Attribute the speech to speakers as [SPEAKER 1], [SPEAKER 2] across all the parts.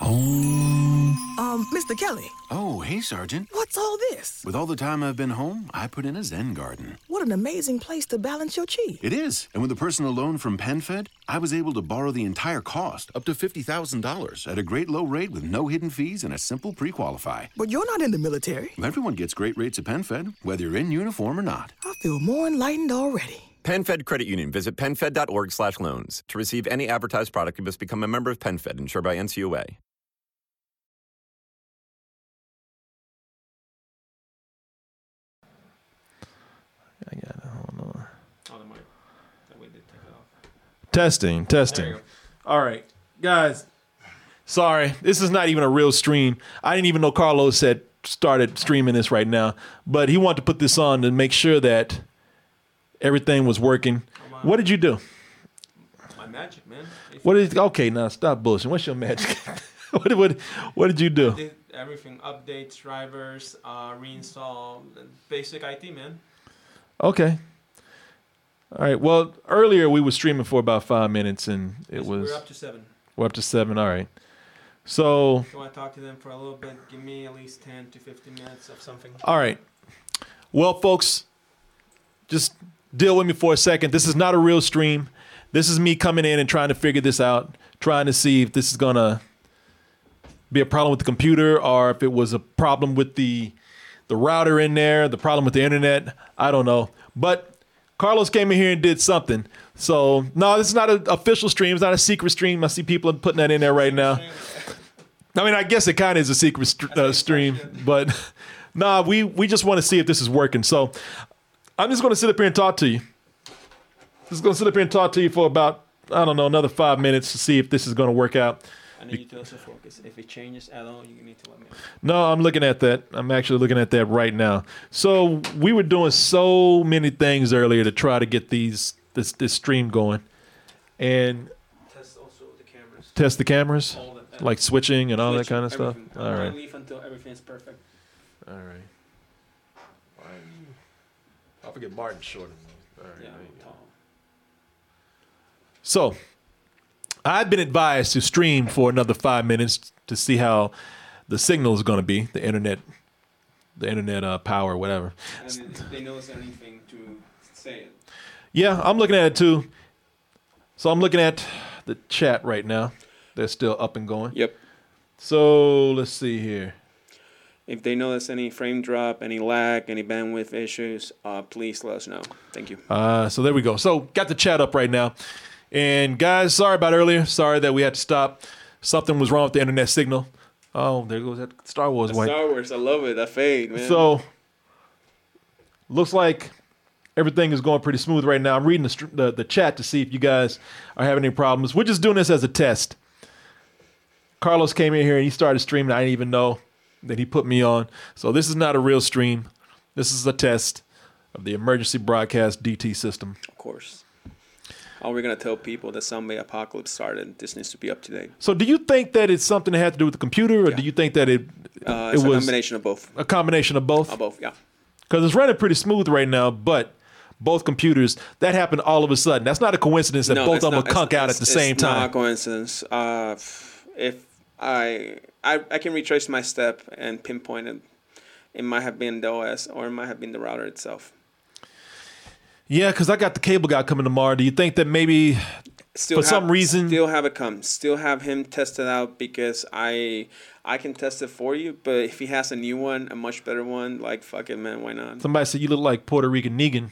[SPEAKER 1] Oh.
[SPEAKER 2] Um, Mr. Kelly,
[SPEAKER 1] Oh, hey, Sergeant.
[SPEAKER 2] what's all this?
[SPEAKER 1] With all the time I've been home, I put in a Zen garden.
[SPEAKER 2] What an amazing place to balance your chi.
[SPEAKER 1] It is. And with a personal loan from PenFed, I was able to borrow the entire cost, up to $50,000, at a great low rate with no hidden fees and a simple pre qualify.
[SPEAKER 2] But you're not in the military.
[SPEAKER 1] Everyone gets great rates at PenFed, whether you're in uniform or not.
[SPEAKER 2] I feel more enlightened already.
[SPEAKER 3] PenFed Credit Union. Visit PenFed.org slash loans. To receive any advertised product, you must become a member of PenFed, insured by NCUA.
[SPEAKER 4] I got it. Hold on. Testing, testing. All right, guys. Sorry, this is not even a real stream. I didn't even know Carlos said started streaming this right now, but he wanted to put this on to make sure that everything was working. What did you do?
[SPEAKER 5] My magic, man. If
[SPEAKER 4] What did? Okay, now stop bullshitting. What's your magic? what, what What did you do?
[SPEAKER 5] you did everything updates, drivers, uh, reinstall, basic IT, man.
[SPEAKER 4] Okay. All right. Well, earlier we were streaming for about five minutes, and it was
[SPEAKER 5] We're up to seven.
[SPEAKER 4] we're up to seven. All right. So
[SPEAKER 5] If you want to talk to them for a little bit, give me at least 10 to 15 minutes of something.
[SPEAKER 4] All right. Well, folks, just deal with me for a second. This is not a real stream. This is me coming in and trying to figure this out, trying to see if this is going to be a problem with the computer or if it was a problem with the the router in there, the problem with the internet. I don't know. But Carlos came in here and did something. So, no, this is not an official stream. It's not a secret stream. I see people putting that in there right now. I mean, I guess it kind of is a secret st- uh, stream, but nah, we we just want to see if this is working. So I'm just going to sit up here and talk to you. Just going to sit up here and talk to you for about I don't know another five minutes to see if this is going to work out.
[SPEAKER 5] I need you to also focus. If it changes at all, you need to let me know.
[SPEAKER 4] No, I'm looking at that. I'm actually looking at that right now. So we were doing so many things earlier to try to get these this this stream going, and
[SPEAKER 5] Test also the cameras.
[SPEAKER 4] test the cameras,
[SPEAKER 5] All that.
[SPEAKER 4] like switching and all that
[SPEAKER 5] Switching,
[SPEAKER 4] kind of stuff.
[SPEAKER 5] everything.
[SPEAKER 4] All
[SPEAKER 5] I
[SPEAKER 4] right.
[SPEAKER 5] leave until everything is perfect.
[SPEAKER 4] All right. I forget Martin Short.
[SPEAKER 5] Yeah, Tom.
[SPEAKER 4] So, I've been advised to stream for another five minutes to see how the signal is going to be, the internet, the internet uh, power, whatever.
[SPEAKER 5] And if they notice anything, to say it.
[SPEAKER 4] Yeah, I'm looking at it too. So I'm looking at the chat right now. They're still up and going.
[SPEAKER 5] Yep.
[SPEAKER 4] So let's see here.
[SPEAKER 5] If they notice any frame drop, any lag, any bandwidth issues, uh, please let us know. Thank you.
[SPEAKER 4] Uh, so there we go. So got the chat up right now. And guys, sorry about earlier. Sorry that we had to stop. Something was wrong with the internet signal. Oh, there goes that Star Wars white.
[SPEAKER 5] Star Wars, I love it. I fade, man.
[SPEAKER 4] So looks like everything is going pretty smooth right now. I'm reading the, str- the the chat to see if you guys are having any problems. We're just doing this as a test. Carlos came in here and he started streaming. I didn't even know that he put me on. So this is not a real stream. This is a test of the emergency broadcast DT system.
[SPEAKER 5] Of course. Are we gonna tell people that zombie apocalypse started? This needs to be up to date.
[SPEAKER 4] So do you think that it's something that had to do with the computer, or do you think that it
[SPEAKER 5] Uh,
[SPEAKER 4] it
[SPEAKER 5] it's a
[SPEAKER 4] was
[SPEAKER 5] combination of both.
[SPEAKER 4] a combination of both?
[SPEAKER 5] Of both, yeah.
[SPEAKER 4] because it's running pretty smooth right now, but both computers that happened all of a sudden. That's not a coincidence that both
[SPEAKER 5] it's
[SPEAKER 4] of them
[SPEAKER 5] not-
[SPEAKER 4] will conk
[SPEAKER 5] it's-
[SPEAKER 4] out at
[SPEAKER 5] it's-
[SPEAKER 4] the same
[SPEAKER 5] it's
[SPEAKER 4] time.
[SPEAKER 5] Not coincidence. Uh, f- if I, I I can retrace my step and pinpoint it. It might have been the OS or it might have been the router itself.
[SPEAKER 4] yeah, because I got the cable guy coming tomorrow. Do you think that maybe?
[SPEAKER 5] still
[SPEAKER 4] For some reason-
[SPEAKER 5] still have it come still have him test it out because i i can test it for you but if he has a new one a much better one like fuck it man why not
[SPEAKER 4] Somebody said you look like Puerto Rican Negan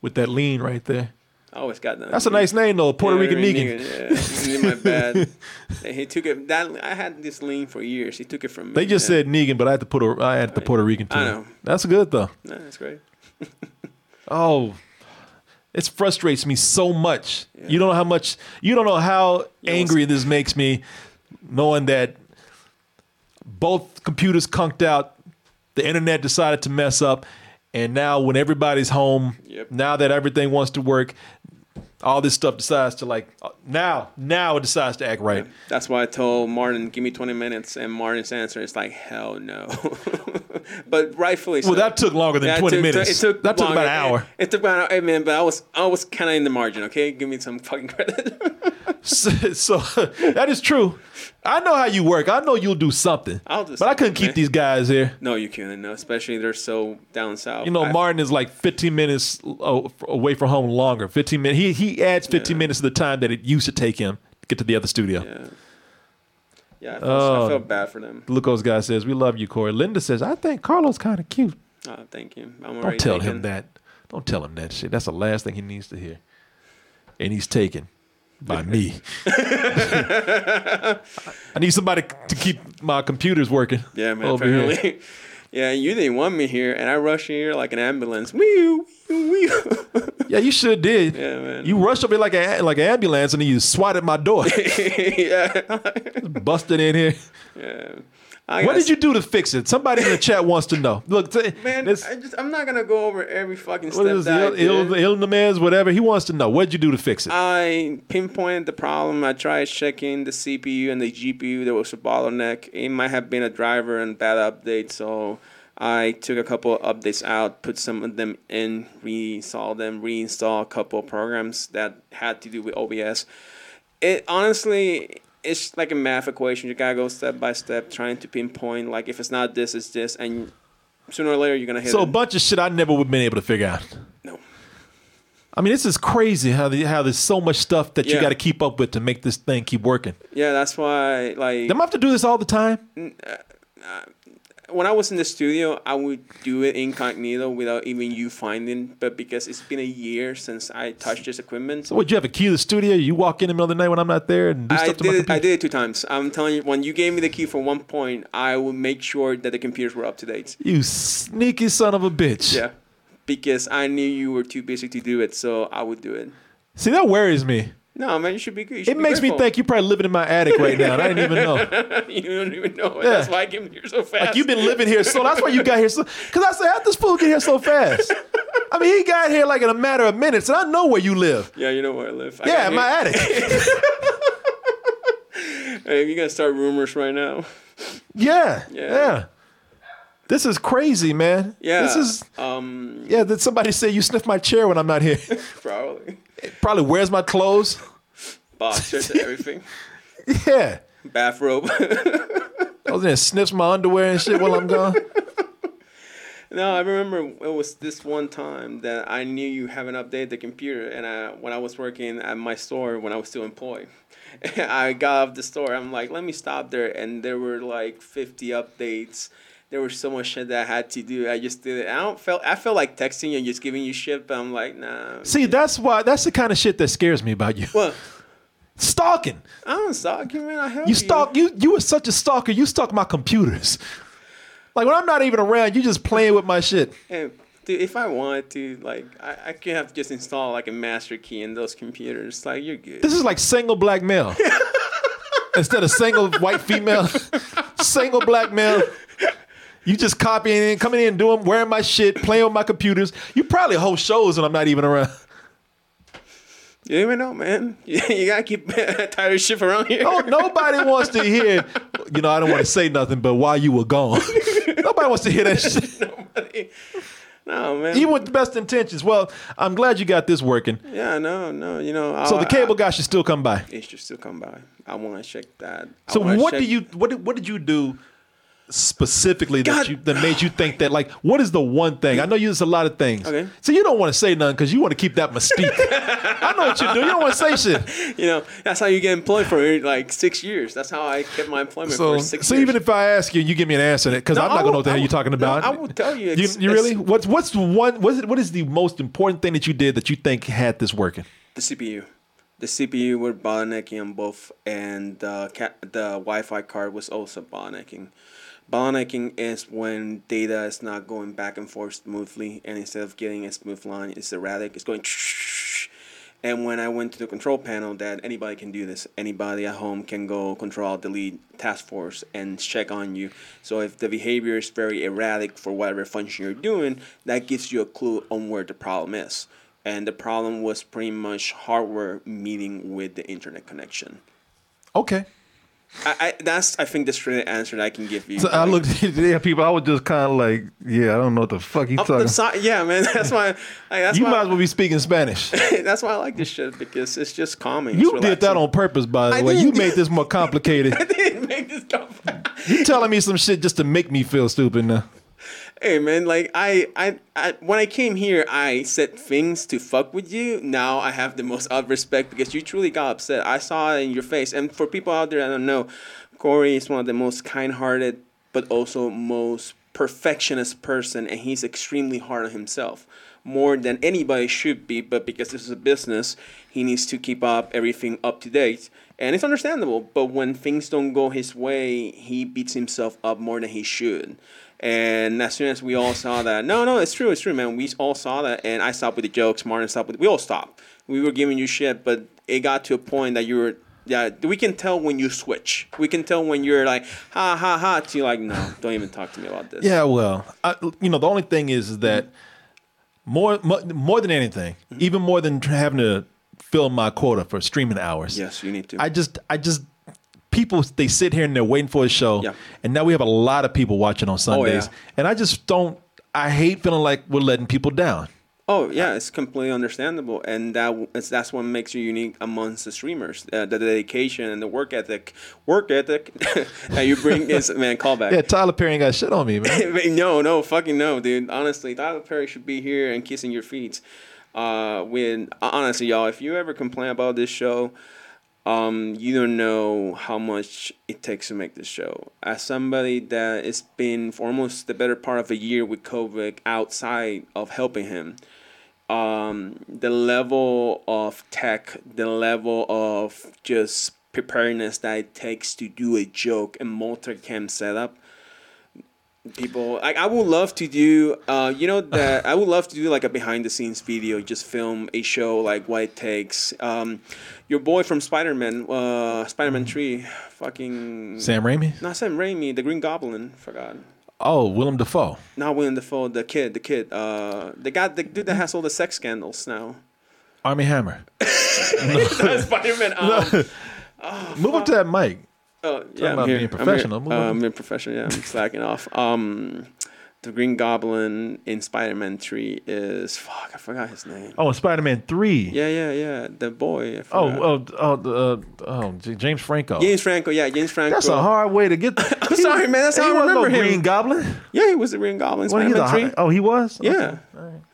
[SPEAKER 4] with that lean right there.
[SPEAKER 5] i always Oh, got that
[SPEAKER 4] That's a nice name though, Puerto Rican Negan.
[SPEAKER 5] yeah, it's in my bad And he took it that i had this lean for years he took it from me
[SPEAKER 4] They just
[SPEAKER 5] yeah.
[SPEAKER 4] said Negan, but I had to put a, I had to Puerto Rican
[SPEAKER 5] I
[SPEAKER 4] to
[SPEAKER 5] know.
[SPEAKER 4] it. That's good though.
[SPEAKER 5] no, that's great
[SPEAKER 4] Oh, it frustrates me so much. You don't know how much. You don't know how angry this makes me, knowing that both computers conked out. The internet decided to mess up, and now when everybody's home,
[SPEAKER 5] Yep.
[SPEAKER 4] now that everything wants to work, all this stuff decides to like uh, now. Now it decides to act right.
[SPEAKER 5] That's why I told Martin, give me 20 minutes. And Martin's answer is like, hell no. but rightfully so.
[SPEAKER 4] Well, that took longer than
[SPEAKER 5] Yeah, it
[SPEAKER 4] twenty
[SPEAKER 5] took-
[SPEAKER 4] minutes. that took
[SPEAKER 5] longer.
[SPEAKER 4] about an hour.
[SPEAKER 5] It, it took about an hour, hey, man, but I was, I was kind of in the margin, okay? Give me some fucking credit.
[SPEAKER 4] so so that is true. I know how you work. I know you'll do something.
[SPEAKER 5] I'll do
[SPEAKER 4] but I couldn't
[SPEAKER 5] something,
[SPEAKER 4] keep
[SPEAKER 5] man.
[SPEAKER 4] these guys here.
[SPEAKER 5] no, you couldn't, no, especially they're so down south.
[SPEAKER 4] You know,
[SPEAKER 5] I-
[SPEAKER 4] Martin is like 15 minutes uh, f- away from home longer. 15 minutes. He he adds 15 minutes to the time that it used to take him to get to the other studio.
[SPEAKER 5] Yeah, yeah I, felt, I felt bad for them.
[SPEAKER 4] Glucose guy says, "We love you, Corey." Linda says, "I think Carlos kind of cute."
[SPEAKER 5] Oh, thank you. I'm
[SPEAKER 4] Don't
[SPEAKER 5] already
[SPEAKER 4] tell
[SPEAKER 5] taken.
[SPEAKER 4] him that. Don't tell him that shit. That's the last thing he needs to hear. And he's taken by me. I need somebody to keep my computers working.
[SPEAKER 5] Yeah, man,
[SPEAKER 4] over here.
[SPEAKER 5] apparently. yeah, you didn't want me here, and I rushed here like an ambulance. Wee, wee, wee.
[SPEAKER 4] Yeah, you sure did.
[SPEAKER 5] Yeah, man.
[SPEAKER 4] You rushed up here like a like an ambulance, and then you swat at my door,
[SPEAKER 5] yeah.
[SPEAKER 4] busted in here.
[SPEAKER 5] yeah. I
[SPEAKER 4] What
[SPEAKER 5] gotta
[SPEAKER 4] did you do to fix it? Somebody in the chat wants to know. Look, t-
[SPEAKER 5] Man,
[SPEAKER 4] this-
[SPEAKER 5] I just I'm not gonna go over every fucking step
[SPEAKER 4] what is this,
[SPEAKER 5] that I
[SPEAKER 4] ill, ill,
[SPEAKER 5] did.
[SPEAKER 4] Illman's whatever. He wants to know. What'd you do to fix it?
[SPEAKER 5] I pinpointed the problem. I tried checking the CPU and the GPU. There was a bottleneck. It might have been a driver and bad update. So I took a couple of updates out, put some of them in, reinstall them, reinstall a couple of programs that had to do with OBS. It honestly, it's like a math equation. You gotta go step by step, trying to pinpoint like if it's not this, it's this, and sooner or later you're gonna hit.
[SPEAKER 4] so a
[SPEAKER 5] it.
[SPEAKER 4] bunch of shit I never would have been able to figure out.
[SPEAKER 5] no.
[SPEAKER 4] I mean, this is crazy how the, how there's so much stuff that you
[SPEAKER 5] Yeah.
[SPEAKER 4] got to keep up with to make this thing keep working.
[SPEAKER 5] Yeah, that's why like
[SPEAKER 4] Am I have to do this all the time?
[SPEAKER 5] when I was in the studio, I would do it incognito without even you finding. But because it's been a year since I touched this equipment,
[SPEAKER 4] So what? You have a key to the studio. You walk in the middle of the night when I'm not there and do
[SPEAKER 5] I
[SPEAKER 4] stuff to my
[SPEAKER 5] did it.
[SPEAKER 4] computer.
[SPEAKER 5] I did it two times. I'm telling you, when you gave me the key for one point, I would make sure that the computers were up to date.
[SPEAKER 4] You sneaky son of a bitch.
[SPEAKER 5] Yeah, because I knew you were too busy to do it, so I would do it.
[SPEAKER 4] See, that worries me.
[SPEAKER 5] No, man, you should be good. you should
[SPEAKER 4] It
[SPEAKER 5] be
[SPEAKER 4] makes me
[SPEAKER 5] grateful.
[SPEAKER 4] think you're probably living in my attic right now. And I didn't even know.
[SPEAKER 5] you don't even know. It.
[SPEAKER 4] Yeah.
[SPEAKER 5] That's why I came here so fast.
[SPEAKER 4] Like you've been living here so. That's why you got here so. Because I said, how this fool get here so fast? I mean, he got here like in a matter of minutes, and I know where you live.
[SPEAKER 5] Yeah, you know where I live. I
[SPEAKER 4] Yeah,
[SPEAKER 5] got
[SPEAKER 4] in my
[SPEAKER 5] here-
[SPEAKER 4] attic.
[SPEAKER 5] Hey, you gonna start rumors right now?
[SPEAKER 4] Yeah, yeah.
[SPEAKER 5] Yeah.
[SPEAKER 4] This is crazy, man.
[SPEAKER 5] Yeah.
[SPEAKER 4] This is
[SPEAKER 5] um
[SPEAKER 4] yeah. Did somebody say you sniff my chair when I'm not here?
[SPEAKER 5] probably
[SPEAKER 4] Probably wears my clothes.
[SPEAKER 5] boxers and everything.
[SPEAKER 4] Yeah.
[SPEAKER 5] bathrobe.
[SPEAKER 4] I was in there sniffs my underwear and shit while I'm gone.
[SPEAKER 5] no, I remember it was this one time that I knew you haven't updated the computer, and I, when I was working at my store when I was still employed, I got off the store. I'm like, let me stop there, and there were like 50 updates. There was so much shit that I had to do. I just did it. I don't felt I felt like texting you and just giving you shit, but I'm like, nah.
[SPEAKER 4] See, that's why. That's the kind of shit that scares me about you.
[SPEAKER 5] Well,
[SPEAKER 4] Stalking.
[SPEAKER 5] I don't stalk you, man. I help
[SPEAKER 4] You stalk you you were such a stalker, you stalk my computers. Like when I'm not even around, you just playing with my shit.
[SPEAKER 5] Hey, dude, if I wanted to, like, I, I could have just installed like a master key in those computers. Like, you're good.
[SPEAKER 4] This is like single black male. Instead of single white female, single black male. You just copying in, coming in, doing wearing my shit, playing with my computers. You probably host shows when I'm not even around.
[SPEAKER 5] You don't even know, man. You, you gotta keep tired of shit around here.
[SPEAKER 4] No, Oh, nobody wants to hear, you know, I don't want to say nothing, but while you were gone. nobody wants to hear that shit.
[SPEAKER 5] No, man.
[SPEAKER 4] Even with the best intentions. Well, I'm glad you got this working.
[SPEAKER 5] yeah, no, no. You know.
[SPEAKER 4] So
[SPEAKER 5] I-
[SPEAKER 4] the cable
[SPEAKER 5] Oh, I,
[SPEAKER 4] guy should still come by.
[SPEAKER 5] it should still come by. I want to check that. I
[SPEAKER 4] So
[SPEAKER 5] wanna
[SPEAKER 4] what
[SPEAKER 5] check-
[SPEAKER 4] do you what did, what did you do specifically that
[SPEAKER 5] God.
[SPEAKER 4] you that made you think that like what is the one thing? I know you there's a lot of things.
[SPEAKER 5] Okay.
[SPEAKER 4] So you don't want to say none because you want to keep that mystique. I know what you do. You don't want to say shit.
[SPEAKER 5] You know, that's how you get employed for like six years. That's how I kept my employment
[SPEAKER 4] So,
[SPEAKER 5] for six
[SPEAKER 4] so
[SPEAKER 5] years.
[SPEAKER 4] even if I ask you, you give me an answer because I'm
[SPEAKER 5] I
[SPEAKER 4] not gonna
[SPEAKER 5] will-
[SPEAKER 4] know what the
[SPEAKER 5] I
[SPEAKER 4] hell
[SPEAKER 5] will-
[SPEAKER 4] you're talking
[SPEAKER 5] no,
[SPEAKER 4] about.
[SPEAKER 5] I will tell you.
[SPEAKER 4] You,
[SPEAKER 5] It's-
[SPEAKER 4] you really?
[SPEAKER 5] it's-
[SPEAKER 4] What's what's the one? What's it? What is the most important thing that you did that you think had this working?
[SPEAKER 5] the CPU, the CPU were bottlenecking on both, and the ca- the Wi-Fi card was also bottlenecking. Bottlenecking is when data is not going back and forth smoothly, and instead of getting a smooth line, it's erratic. It's going, And when I went to the control panel, that anybody can do this. Anybody at home can go control delete task force and check on you. So if the behavior is very erratic for whatever function you're doing, that gives you a clue on where the problem is. And the problem was pretty much hardware meeting with the internet connection.
[SPEAKER 4] Okay.
[SPEAKER 5] I, I that's I think the straight answer that I can give you.
[SPEAKER 6] So I looked at yeah, people. I was just kind of like, yeah, I don't know what the fuck you
[SPEAKER 5] Up
[SPEAKER 6] talking.
[SPEAKER 5] the side, yeah, man. That's why. I that's
[SPEAKER 4] You
[SPEAKER 5] why.
[SPEAKER 4] might as well be speaking Spanish.
[SPEAKER 5] that's why I like this shit because it's just calming. it's
[SPEAKER 4] You did that
[SPEAKER 5] relaxing.
[SPEAKER 4] on purpose, by the
[SPEAKER 5] I
[SPEAKER 4] way. You
[SPEAKER 5] didn't.
[SPEAKER 4] made this more complicated.
[SPEAKER 5] I didn't make this up.
[SPEAKER 4] you telling me some shit just to make me feel stupid now.
[SPEAKER 5] hey man, like I, I, I, when I came here, I said things to fuck with you. Now I have the most out of respect because you truly got upset. I saw it in your face. And for people out there that don't know, Corey is one of the most kind-hearted, but also most perfectionist person, and he's extremely hard on himself. More than anybody should be, but because this is a business, he needs to keep up everything up to date, and it's understandable. But when things don't go his way, he beats himself up more than he should. And as soon as we all saw that, no, no, it's true, it's true, man. We all saw that, and I stopped with the jokes. Martin stopped with. We all stopped. We were giving you shit, but it got to a point that you were. Yeah, we can tell when you switch. We can tell when you're like ha ha ha to like no, don't even talk to me about this.
[SPEAKER 4] Yeah, well, I, you know, the only thing is, is that more, more, more than anything,
[SPEAKER 5] Mm-hmm.
[SPEAKER 4] even more than having to fill my quota for streaming hours.
[SPEAKER 5] Yes, you need to.
[SPEAKER 4] I just, I just, people they sit here and they're waiting for a show,
[SPEAKER 5] Yeah. Oh,
[SPEAKER 4] and now we have a lot of people watching on
[SPEAKER 5] yeah.
[SPEAKER 4] Sundays, and I just don't. I hate feeling like we're letting people down.
[SPEAKER 5] Oh yeah, it's completely understandable, and that it's, that's what makes you unique amongst the streamers. Uh, the dedication and the work ethic, work ethic that you bring is man callback.
[SPEAKER 4] Yeah, Tyler Perry ain't got shit on me, man.
[SPEAKER 5] Wait, no, no, fucking no, dude. Honestly, Tyler Perry should be here and kissing your feet. Uh, when honestly, y'all, if you ever complain about this show, um, you don't know how much it takes to make this show. As somebody that has been for almost the better part of a year with COVID outside of helping him, um, the level of tech, the level of just preparedness that it takes to do a joke and multi-cam setup. People, like I would love to do, uh, you know that I would love to do like a behind the scenes video, just film a show like what it takes. Um, your boy from Spider Man, uh, Spider Man Three, fucking
[SPEAKER 4] Mm. Sam Raimi.
[SPEAKER 5] not Sam Raimi, the Green Goblin, forgot.
[SPEAKER 4] Oh, Willem Dafoe.
[SPEAKER 5] Not William Dafoe, the kid, the kid, uh, the guy, the dude that has all the sex scandals now.
[SPEAKER 4] Army Hammer.
[SPEAKER 5] Spider Man. Um,
[SPEAKER 4] Move up to that mic.
[SPEAKER 5] oh, yeah,
[SPEAKER 4] about
[SPEAKER 5] I'm here. I'm
[SPEAKER 4] being
[SPEAKER 5] here.
[SPEAKER 4] professional. Move
[SPEAKER 5] Uh,
[SPEAKER 4] on.
[SPEAKER 5] I'm being professional. Yeah, I'm slacking off. Um, the Green Goblin in Spider Man Three is fuck. I forgot his name.
[SPEAKER 4] Oh, Spider Man Three.
[SPEAKER 5] Yeah, yeah, yeah. The boy. I
[SPEAKER 4] Oh,
[SPEAKER 5] forgot.
[SPEAKER 4] oh, oh, the, uh, oh, J- James Franco.
[SPEAKER 5] James Franco. Yeah, James Franco.
[SPEAKER 4] That's a hard way to get. I'm
[SPEAKER 5] sorry, man, that's how I remember him.
[SPEAKER 4] Green Goblin.
[SPEAKER 5] Yeah, he was the Green Goblin.
[SPEAKER 4] Well, he's
[SPEAKER 5] Spider
[SPEAKER 4] a
[SPEAKER 5] Man Three.
[SPEAKER 4] high, oh, he was.
[SPEAKER 5] Yeah.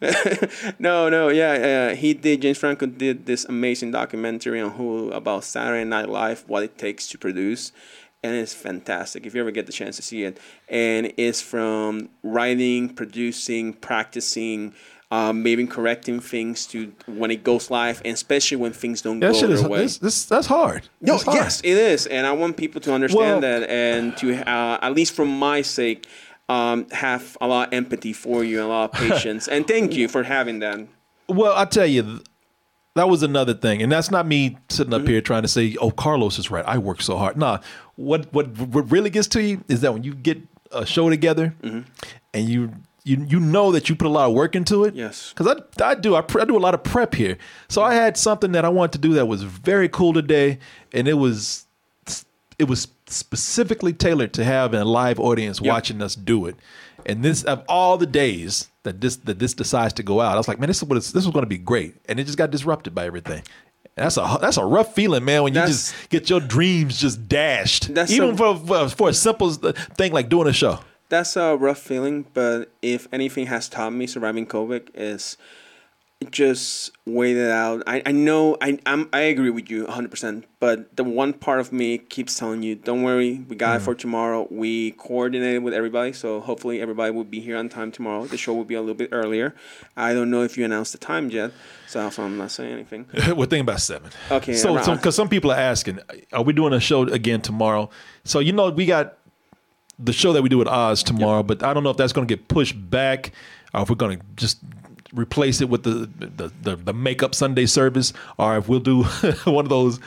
[SPEAKER 5] no, no, yeah, uh, he did. James Franco did this amazing documentary on Hulu about Saturday Night Live, what it takes to produce, and it's fantastic. If you ever get the chance to see it, and it's from writing, producing, practicing. Um, maybe correcting things to when it goes live, and especially when things don't
[SPEAKER 4] That
[SPEAKER 5] go
[SPEAKER 4] shit
[SPEAKER 5] their
[SPEAKER 4] is.
[SPEAKER 5] way.
[SPEAKER 4] This, this, that's hard.
[SPEAKER 5] No,
[SPEAKER 4] That's hard.
[SPEAKER 5] yes, it is, and I want people to
[SPEAKER 4] Well-
[SPEAKER 5] understand that, and to uh, at least for my sake, um, have a lot of empathy for you and a lot of patience, and thank you for having that.
[SPEAKER 4] Well, I tell you, th- that was another thing, and that's not me sitting up here trying to say, "Oh, Carlos is right. I work so hard." Nah, what what what really gets to you is that when you get a show together, and you. You, you know that you put a lot of work into it.
[SPEAKER 5] Yes.
[SPEAKER 4] Because I, I do. I, pre- I do a lot of prep here. So I had something that I wanted to do that was very cool today. And it was it was specifically tailored to have a live audience watching us do it. And this of all the days that this that this decides to go out, I was like, man, this is what it's, this is going to be great, and it just got disrupted by everything. That's a that's a rough feeling, man. When you
[SPEAKER 5] That's-
[SPEAKER 4] just get your dreams just dashed,
[SPEAKER 5] That's
[SPEAKER 4] even
[SPEAKER 5] a-
[SPEAKER 4] for, for for a simple thing like doing a show.
[SPEAKER 5] That's a rough feeling, but if anything has taught me surviving COVID is just wait it out. I, I know I I'm, I agree with you 100%, but the one part of me keeps telling you, don't worry, we
[SPEAKER 4] Mm.
[SPEAKER 5] got it for tomorrow. We coordinated with everybody, so hopefully everybody will be here on time tomorrow. The show will be a little bit earlier. I don't know if you announced the time yet, so that's why I'm not saying anything.
[SPEAKER 4] We're thinking about seven.
[SPEAKER 5] Okay,
[SPEAKER 4] So,
[SPEAKER 5] right.
[SPEAKER 4] because some, people are asking, are we doing a show again tomorrow? So, you know, we got the show that we do with Oz tomorrow, but I don't know if that's going to get pushed back or if we're going to just replace it with the the, the, the makeup Sunday service, or if we'll do one of those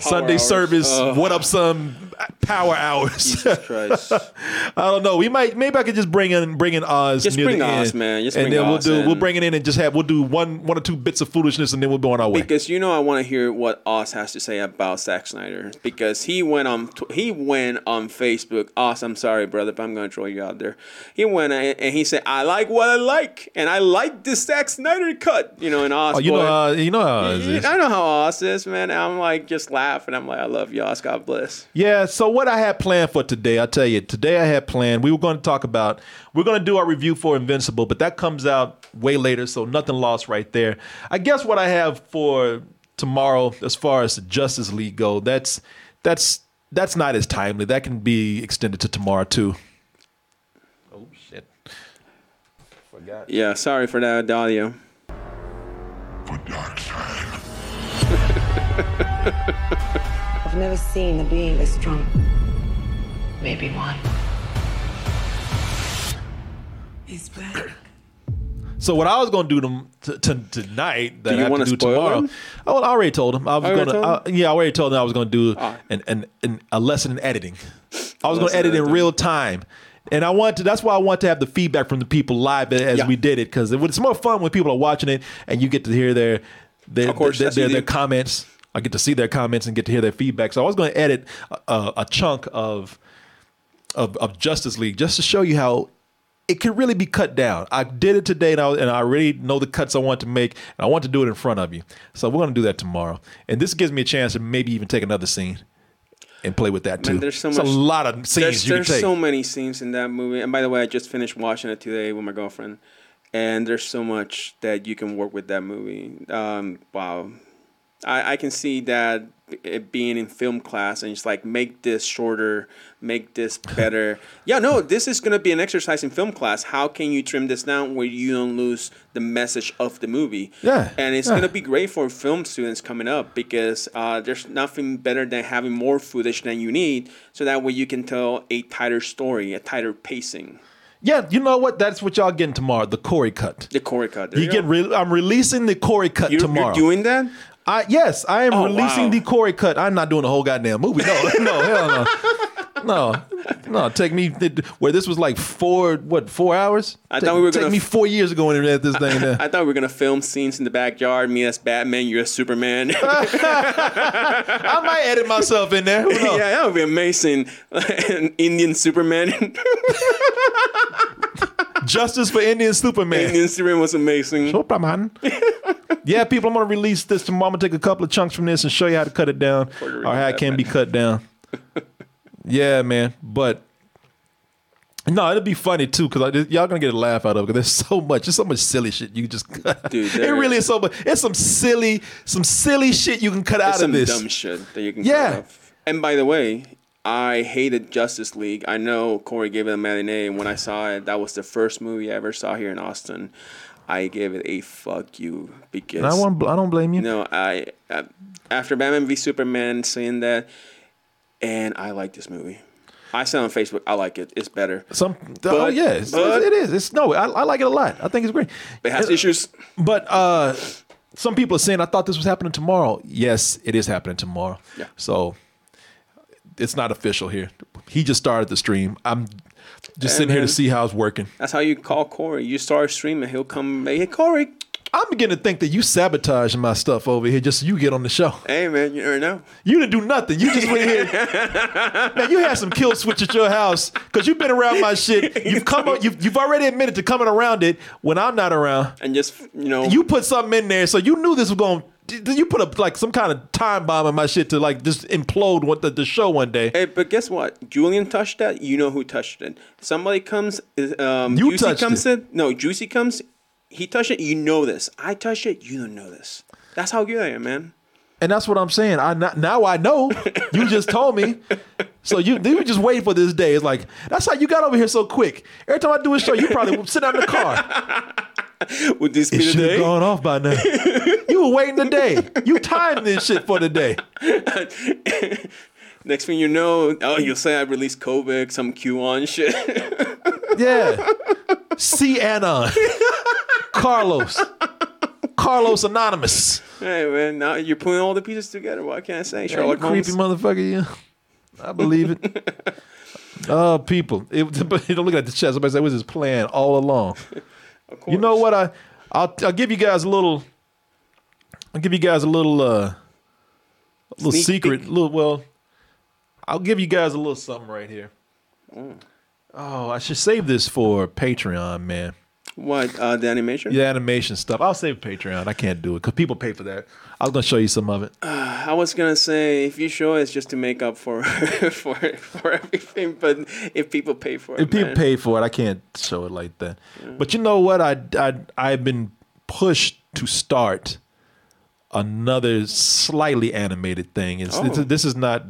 [SPEAKER 4] Sunday
[SPEAKER 5] hours. Uh.
[SPEAKER 4] service, what up some power hours.
[SPEAKER 5] Jesus Christ.
[SPEAKER 4] I don't know. We might maybe I could just bring in bring in Oz.
[SPEAKER 5] Just
[SPEAKER 4] near
[SPEAKER 5] bring
[SPEAKER 4] the
[SPEAKER 5] Oz,
[SPEAKER 4] end,
[SPEAKER 5] man. Just
[SPEAKER 4] and
[SPEAKER 5] bring
[SPEAKER 4] then we'll
[SPEAKER 5] Oz
[SPEAKER 4] do
[SPEAKER 5] in.
[SPEAKER 4] we'll bring it in and just have we'll do one one or two bits of foolishness and then we'll be on our way.
[SPEAKER 5] Because you know, I want to hear what Oz has to say about Zack Snyder. Because he went on, tw- he went on Facebook. Oz, I'm sorry, brother, but I'm gonna throw you out there. He went and, and he said, "I like what I like, and I like this Zack Snyder cut." You know, and Oz,
[SPEAKER 4] oh, you
[SPEAKER 5] boy,
[SPEAKER 4] know uh, you know how Oz
[SPEAKER 5] I
[SPEAKER 4] is.
[SPEAKER 5] know how Oz is, man. And I'm like just laughing. I'm like, I love you, Oz. God bless.
[SPEAKER 4] Yeah, so what I had planned for today, I tell you, today I had planned we were going to talk about we're going to do our review for Invincible, but that comes out way later, so nothing lost right there. I guess what I have for tomorrow as far as the Justice League go, that's that's that's not as timely. That can be extended to tomorrow too. Oh shit.
[SPEAKER 5] Yeah, sorry for that audio.
[SPEAKER 7] I've never seen a being this strong. Maybe one. He's black.
[SPEAKER 4] So what I was gonna do to, to, to tonight
[SPEAKER 5] Do
[SPEAKER 4] that
[SPEAKER 5] you
[SPEAKER 4] I have
[SPEAKER 5] wanna
[SPEAKER 4] to do
[SPEAKER 5] spoil
[SPEAKER 4] tomorrow.
[SPEAKER 5] him?
[SPEAKER 4] Oh, well, I already told him. I was
[SPEAKER 5] Already
[SPEAKER 4] gonna. I,
[SPEAKER 5] told
[SPEAKER 4] yeah, I already told him I was gonna do
[SPEAKER 5] Ah.
[SPEAKER 4] an, an, an a lesson in editing. I was gonna
[SPEAKER 5] lesson in
[SPEAKER 4] edit in
[SPEAKER 5] editing.
[SPEAKER 4] real time, and I wanted. To, that's why I want to have the feedback from the people live as
[SPEAKER 5] Yeah.
[SPEAKER 4] we did it because it's more fun when people are watching it and you get to hear their their
[SPEAKER 5] Of course,
[SPEAKER 4] their,
[SPEAKER 5] that's what
[SPEAKER 4] their,
[SPEAKER 5] you
[SPEAKER 4] their
[SPEAKER 5] do.
[SPEAKER 4] comments. I get to see their comments and get to hear their feedback. So I was going to edit a, a, a chunk of of, of Justice League just to show you how it can really be cut down. I did it today and I, and I already know the cuts I want to make and I want to do it in front of you. So we're going to do that tomorrow. And this gives me a chance to maybe even take another scene and play with that too.
[SPEAKER 5] Man, there's so
[SPEAKER 4] It's
[SPEAKER 5] much-
[SPEAKER 4] a lot of scenes
[SPEAKER 5] There's,
[SPEAKER 4] you can
[SPEAKER 5] there's
[SPEAKER 4] take.
[SPEAKER 5] so many scenes in that movie. And by the way, I just finished watching it today with my girlfriend, and there's so much that you can work with that movie. Um, wow, I, I can see that it being in film class and just like make this shorter, make this better. yeah, no, this is gonna be an exercise in film class. How can you trim this down where you don't lose the message of the movie?
[SPEAKER 4] Yeah,
[SPEAKER 5] and it's
[SPEAKER 4] yeah.
[SPEAKER 5] gonna be great for film students coming up because uh, there's nothing better than having more footage than you need, so that way you can tell a tighter story, a tighter pacing.
[SPEAKER 4] yeah, you know what? That's what y'all getting tomorrow, the Corey cut.
[SPEAKER 5] The Corey cut. There
[SPEAKER 4] You get re- I'm releasing the Corey cut
[SPEAKER 5] you're,
[SPEAKER 4] tomorrow.
[SPEAKER 5] you're doing that.
[SPEAKER 4] I yes, I am
[SPEAKER 5] Oh,
[SPEAKER 4] releasing
[SPEAKER 5] wow.
[SPEAKER 4] the Corey cut. I'm not doing the whole goddamn movie. No, no, hell no, no, no. Take me where this was like four what four hours.
[SPEAKER 5] I
[SPEAKER 4] take,
[SPEAKER 5] thought we were
[SPEAKER 4] take
[SPEAKER 5] gonna-
[SPEAKER 4] me four years ago and edit this thing. down.
[SPEAKER 5] I thought we were gonna film scenes in the backyard. Me as Batman, you as Superman.
[SPEAKER 4] I might edit myself in there. Who knows?
[SPEAKER 5] Yeah, that would be amazing. An Indian Superman.
[SPEAKER 4] Justice for Indian Superman.
[SPEAKER 5] Indian Superman was amazing.
[SPEAKER 4] Superman. yeah, people, I'm gonna release this tomorrow. I'm gonna take a couple of chunks from this and show you how to cut it down
[SPEAKER 5] Puerto
[SPEAKER 4] or
[SPEAKER 5] Rican
[SPEAKER 4] how it can be cut down. yeah, man. But no, it'll be funny too because y'all gonna get a laugh out of it because there's so much, there's so much silly shit you just.
[SPEAKER 5] Dude,
[SPEAKER 4] it
[SPEAKER 5] there
[SPEAKER 4] really
[SPEAKER 5] is.
[SPEAKER 4] is so much. It's some silly, some silly shit you can cut out
[SPEAKER 5] Some
[SPEAKER 4] of this.
[SPEAKER 5] dumb shit that you can
[SPEAKER 4] Yeah.
[SPEAKER 5] cut off. And by the way, I hated Justice League. I know Corey gave it a matinee, and when I saw it, that was the first movie I ever saw here in Austin. I gave it a fuck you because
[SPEAKER 4] And I won't. I don't blame you.
[SPEAKER 5] No, I uh, after Batman v Superman saying that, and I like this movie. I said on Facebook, I like it. It's better.
[SPEAKER 4] Some. oh
[SPEAKER 5] But-
[SPEAKER 4] yeah, it's,
[SPEAKER 5] but-
[SPEAKER 4] it is. It's no. I, I like it a lot. I think it's great.
[SPEAKER 5] It has
[SPEAKER 4] And-
[SPEAKER 5] issues.
[SPEAKER 4] But uh some people are saying I thought this was happening tomorrow. Yes, it is happening tomorrow.
[SPEAKER 5] Yeah.
[SPEAKER 4] So it's not official here. He just started the stream. I'm just sitting here
[SPEAKER 5] man.
[SPEAKER 4] to see how it's working.
[SPEAKER 5] That's how you call Corey. You start streaming, he'll come. Hey, Corey.
[SPEAKER 4] I'm beginning to think that you sabotage my stuff over here just so you get on the show.
[SPEAKER 5] Hey, man, you never know.
[SPEAKER 4] You didn't do nothing. You just went here. now you had some kill switch at your house because you've been around my shit. You've come. up- You've, you've already admitted to coming around it when I'm not around.
[SPEAKER 5] And just you know,
[SPEAKER 4] you put something in there, so you knew this was going. You put up like some kind of time bomb in my shit to like just implode what the, the show one day.
[SPEAKER 5] Hey, but guess what? Julian touched that. You know who touched it. Somebody comes. is- Um,
[SPEAKER 4] You
[SPEAKER 5] Juicy
[SPEAKER 4] touched
[SPEAKER 5] comes
[SPEAKER 4] it.
[SPEAKER 5] in. No, Juicy comes. He touched it. You know this. I touched it. You don't know this. That's how good I am, man.
[SPEAKER 4] And that's what I'm saying. I not, now I know. You just told me. So you they were just waiting for this day. It's like that's how you got over here so quick. Every time I do a show, you probably sit down in the car.
[SPEAKER 5] Would this be
[SPEAKER 4] It
[SPEAKER 5] the
[SPEAKER 4] should have
[SPEAKER 5] day?
[SPEAKER 4] gone off by now. You were waiting today. You timed this shit for today.
[SPEAKER 5] Next thing you know, oh, you'll say I released COVID, some QAnon shit.
[SPEAKER 4] Yeah. See Anon. Carlos. Carlos Anonymous.
[SPEAKER 5] Hey man, now you're putting all the pieces together. What can I say?
[SPEAKER 4] You
[SPEAKER 5] Sherlock Holmes.
[SPEAKER 4] creepy motherfucker, yeah. I believe it. oh, people. It, but you don't look at the chat. Somebody said it was his plan all along.
[SPEAKER 5] Of
[SPEAKER 4] You know
[SPEAKER 5] course.
[SPEAKER 4] what? I I'll, I'll give you guys a little. I'll give you guys a little uh, a little
[SPEAKER 5] Sneak
[SPEAKER 4] secret. Little well, I'll give you guys a little something right here. Oh, I should save this for Patreon, man.
[SPEAKER 5] What? Uh, the animation?
[SPEAKER 4] The animation stuff. I'll save Patreon. I can't do it because people pay for that. I was gonna show you some of it.
[SPEAKER 5] Uh, I was gonna say if you show it's just to make up for for for everything, but if people pay for it,
[SPEAKER 4] If people
[SPEAKER 5] man.
[SPEAKER 4] pay for it, I can't show it like that. But you know what? I I I've been pushed to start another slightly animated thing. It's, it's-
[SPEAKER 5] Oh.
[SPEAKER 4] this is not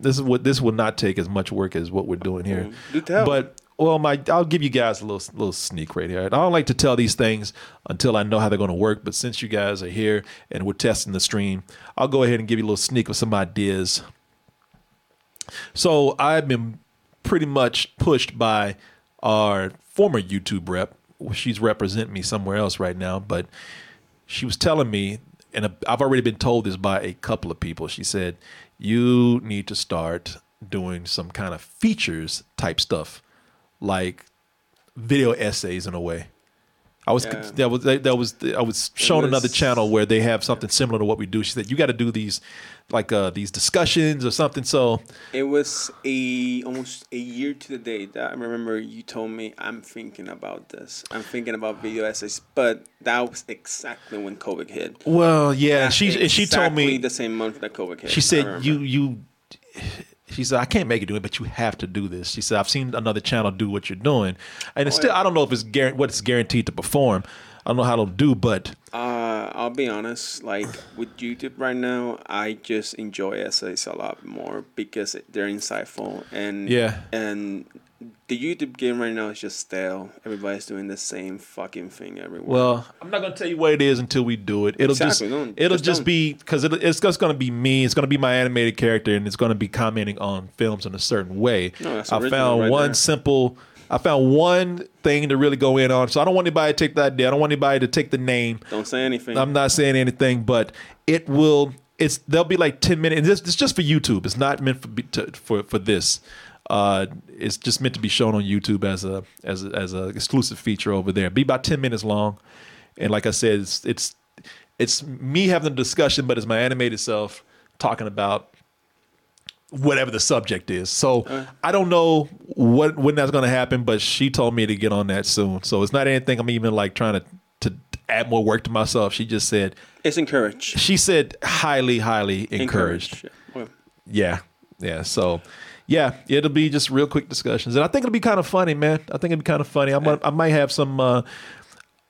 [SPEAKER 4] this is what this will not take as much work as what we're doing here.
[SPEAKER 5] do tell.
[SPEAKER 4] But well, my I'll give you guys a little little sneak right here. I don't like to tell these things until I know how they're going to work. But since you guys are here and we're testing the stream, I'll go ahead and give you a little sneak of some ideas. So I've been pretty much pushed by our former YouTube rep. She's representing me somewhere else right now, but she was telling me, and I've already been told this by a couple of people. She said, You need to start doing some kind of features type stuff, like video essays in a way. I was
[SPEAKER 5] Yeah.
[SPEAKER 4] that was that was I was shown
[SPEAKER 5] was-
[SPEAKER 4] another channel where they have something similar to what we do. She said you got to do these like uh, these discussions or something. So
[SPEAKER 5] It was a almost a year to the day that I remember you told me I'm thinking about this. I'm thinking about video essays, but that was exactly when COVID hit.
[SPEAKER 4] Well, yeah, she and she told
[SPEAKER 5] Exactly
[SPEAKER 4] me
[SPEAKER 5] the same month that COVID hit. I
[SPEAKER 4] she said
[SPEAKER 5] remember.
[SPEAKER 4] you you she said I can't make you do it, but you have to do this. She said I've seen another channel do what you're doing, and
[SPEAKER 5] Oh,
[SPEAKER 4] it's still I don't know if it's guaranteed what it's guaranteed to perform. I don't know how to do, but
[SPEAKER 5] Uh, I'll be honest. Like with YouTube right now, I just enjoy essays a lot more because they're insightful and
[SPEAKER 4] Yeah.
[SPEAKER 5] And the YouTube game right now is just stale. Everybody's doing the same fucking thing everywhere.
[SPEAKER 4] well, I'm not gonna tell you what it is until we do it. It'll
[SPEAKER 5] Exactly,
[SPEAKER 4] just
[SPEAKER 5] don't-
[SPEAKER 4] it'll
[SPEAKER 5] just
[SPEAKER 4] just,
[SPEAKER 5] don't.
[SPEAKER 4] be because it, it's just gonna be me. It's gonna be my animated character, and it's gonna be commenting on films in a certain way.
[SPEAKER 5] No, that's
[SPEAKER 4] I
[SPEAKER 5] original
[SPEAKER 4] found
[SPEAKER 5] right
[SPEAKER 4] one
[SPEAKER 5] there.
[SPEAKER 4] simple. I found one thing to really go in on. So I don't want anybody to take the idea. I don't want anybody to take the name.
[SPEAKER 5] Don't say anything.
[SPEAKER 4] I'm not saying anything, but it will. It's they'll be like ten minutes. And this it's just for YouTube. It's not meant for be- to, for for this. Uh, it's just meant to be shown on YouTube as a as a, as a exclusive feature over there. Be about ten minutes long, and like I said, it's it's it's me having a discussion, but it's my animated self talking about whatever the subject is. So I don't know what when that's going to happen, but she told me to get on that soon. So it's not anything I'm even like trying to to add more work to myself. She just said
[SPEAKER 5] It's encouraged.
[SPEAKER 4] she said highly highly encouraged.
[SPEAKER 5] Yeah. Well,
[SPEAKER 4] Yeah. Yeah. So yeah, it'll be just real quick discussions. And I think it'll be kind of funny, man. I think it'll be kind of funny. I might, I might have some, uh,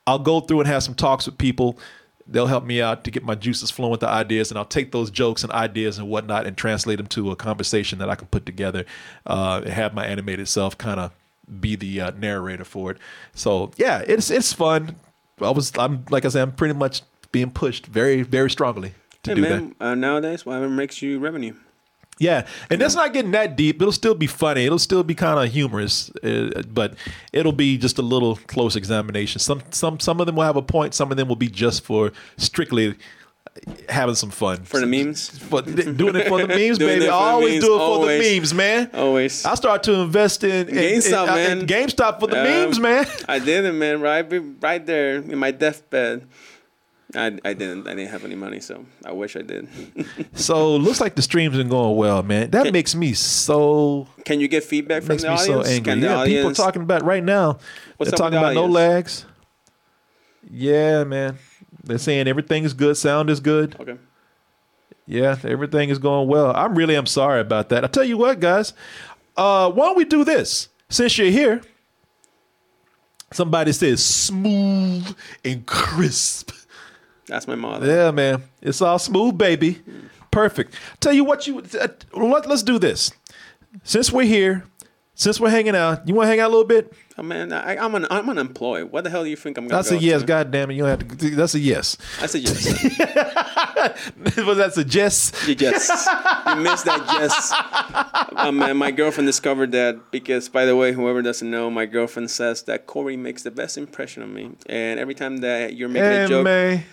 [SPEAKER 4] I'll go through and have some talks with people. They'll help me out to get my juices flowing with the ideas, and I'll take those jokes and ideas and whatnot and translate them to a conversation that I can put together uh, and have my animated self kind of be the uh, narrator for it. So yeah, it's it's fun. I was I'm like I said, I'm pretty much being pushed very very strongly to
[SPEAKER 5] hey
[SPEAKER 4] do that.
[SPEAKER 5] man, uh, nowadays whatever makes you revenue.
[SPEAKER 4] Yeah, and that's not getting that deep. It'll still be funny. It'll still be kind of humorous, uh, but it'll be just a little close examination. Some some some of them will have a point. Some of them will be just for strictly uh, having some fun
[SPEAKER 5] For the memes?
[SPEAKER 4] For doing it for the
[SPEAKER 5] Doing it for
[SPEAKER 4] memes, baby.
[SPEAKER 5] the
[SPEAKER 4] I always
[SPEAKER 5] memes,
[SPEAKER 4] do it for
[SPEAKER 5] always.
[SPEAKER 4] the memes, man.
[SPEAKER 5] Always.
[SPEAKER 4] I start to invest in, in
[SPEAKER 5] GameStop,
[SPEAKER 4] in-
[SPEAKER 5] man.
[SPEAKER 4] in GameStop for the
[SPEAKER 5] Um,
[SPEAKER 4] memes, man.
[SPEAKER 5] I didn't, man. Right, be- right there in my deathbed. I, I didn't. I didn't have any money, so I wish I did.
[SPEAKER 4] So looks like the stream's been going well, man. That makes me so
[SPEAKER 5] Can you get feedback from
[SPEAKER 4] makes
[SPEAKER 5] the
[SPEAKER 4] me
[SPEAKER 5] audience?
[SPEAKER 4] so
[SPEAKER 5] Can
[SPEAKER 4] angry.
[SPEAKER 5] the
[SPEAKER 4] Yeah, people
[SPEAKER 5] audience-
[SPEAKER 4] talking about right now.
[SPEAKER 5] What's
[SPEAKER 4] they're
[SPEAKER 5] up with
[SPEAKER 4] talking
[SPEAKER 5] the
[SPEAKER 4] about no
[SPEAKER 5] audience?
[SPEAKER 4] lags. Yeah, man. They're saying everything is good, sound is good.
[SPEAKER 5] Okay.
[SPEAKER 4] Yeah, everything is going well. I'm really I'm sorry about that. I tell you what, guys. Uh, why don't we do this? Since you're here, somebody says smooth and crisp.
[SPEAKER 5] That's my mother.
[SPEAKER 4] Yeah, man. It's all smooth, baby. Perfect. Tell you what, you uh, let, let's do this. Since we're here, since we're hanging out, you want to hang out a little bit?
[SPEAKER 5] Oh, man, I, I'm an I'm unemployed. What the hell do you think I'm gonna?
[SPEAKER 4] That's
[SPEAKER 5] go
[SPEAKER 4] a yes.
[SPEAKER 5] to?
[SPEAKER 4] God damn it, you don't have to. That's a yes.
[SPEAKER 5] I said yes.
[SPEAKER 4] Was that a yes?
[SPEAKER 5] You yes. You missed that yes. Um, and my girlfriend discovered that because, by the way, whoever doesn't know, my girlfriend says that Corey makes the best impression on me. And every time that you're making
[SPEAKER 4] Hey,
[SPEAKER 5] a joke,
[SPEAKER 4] man.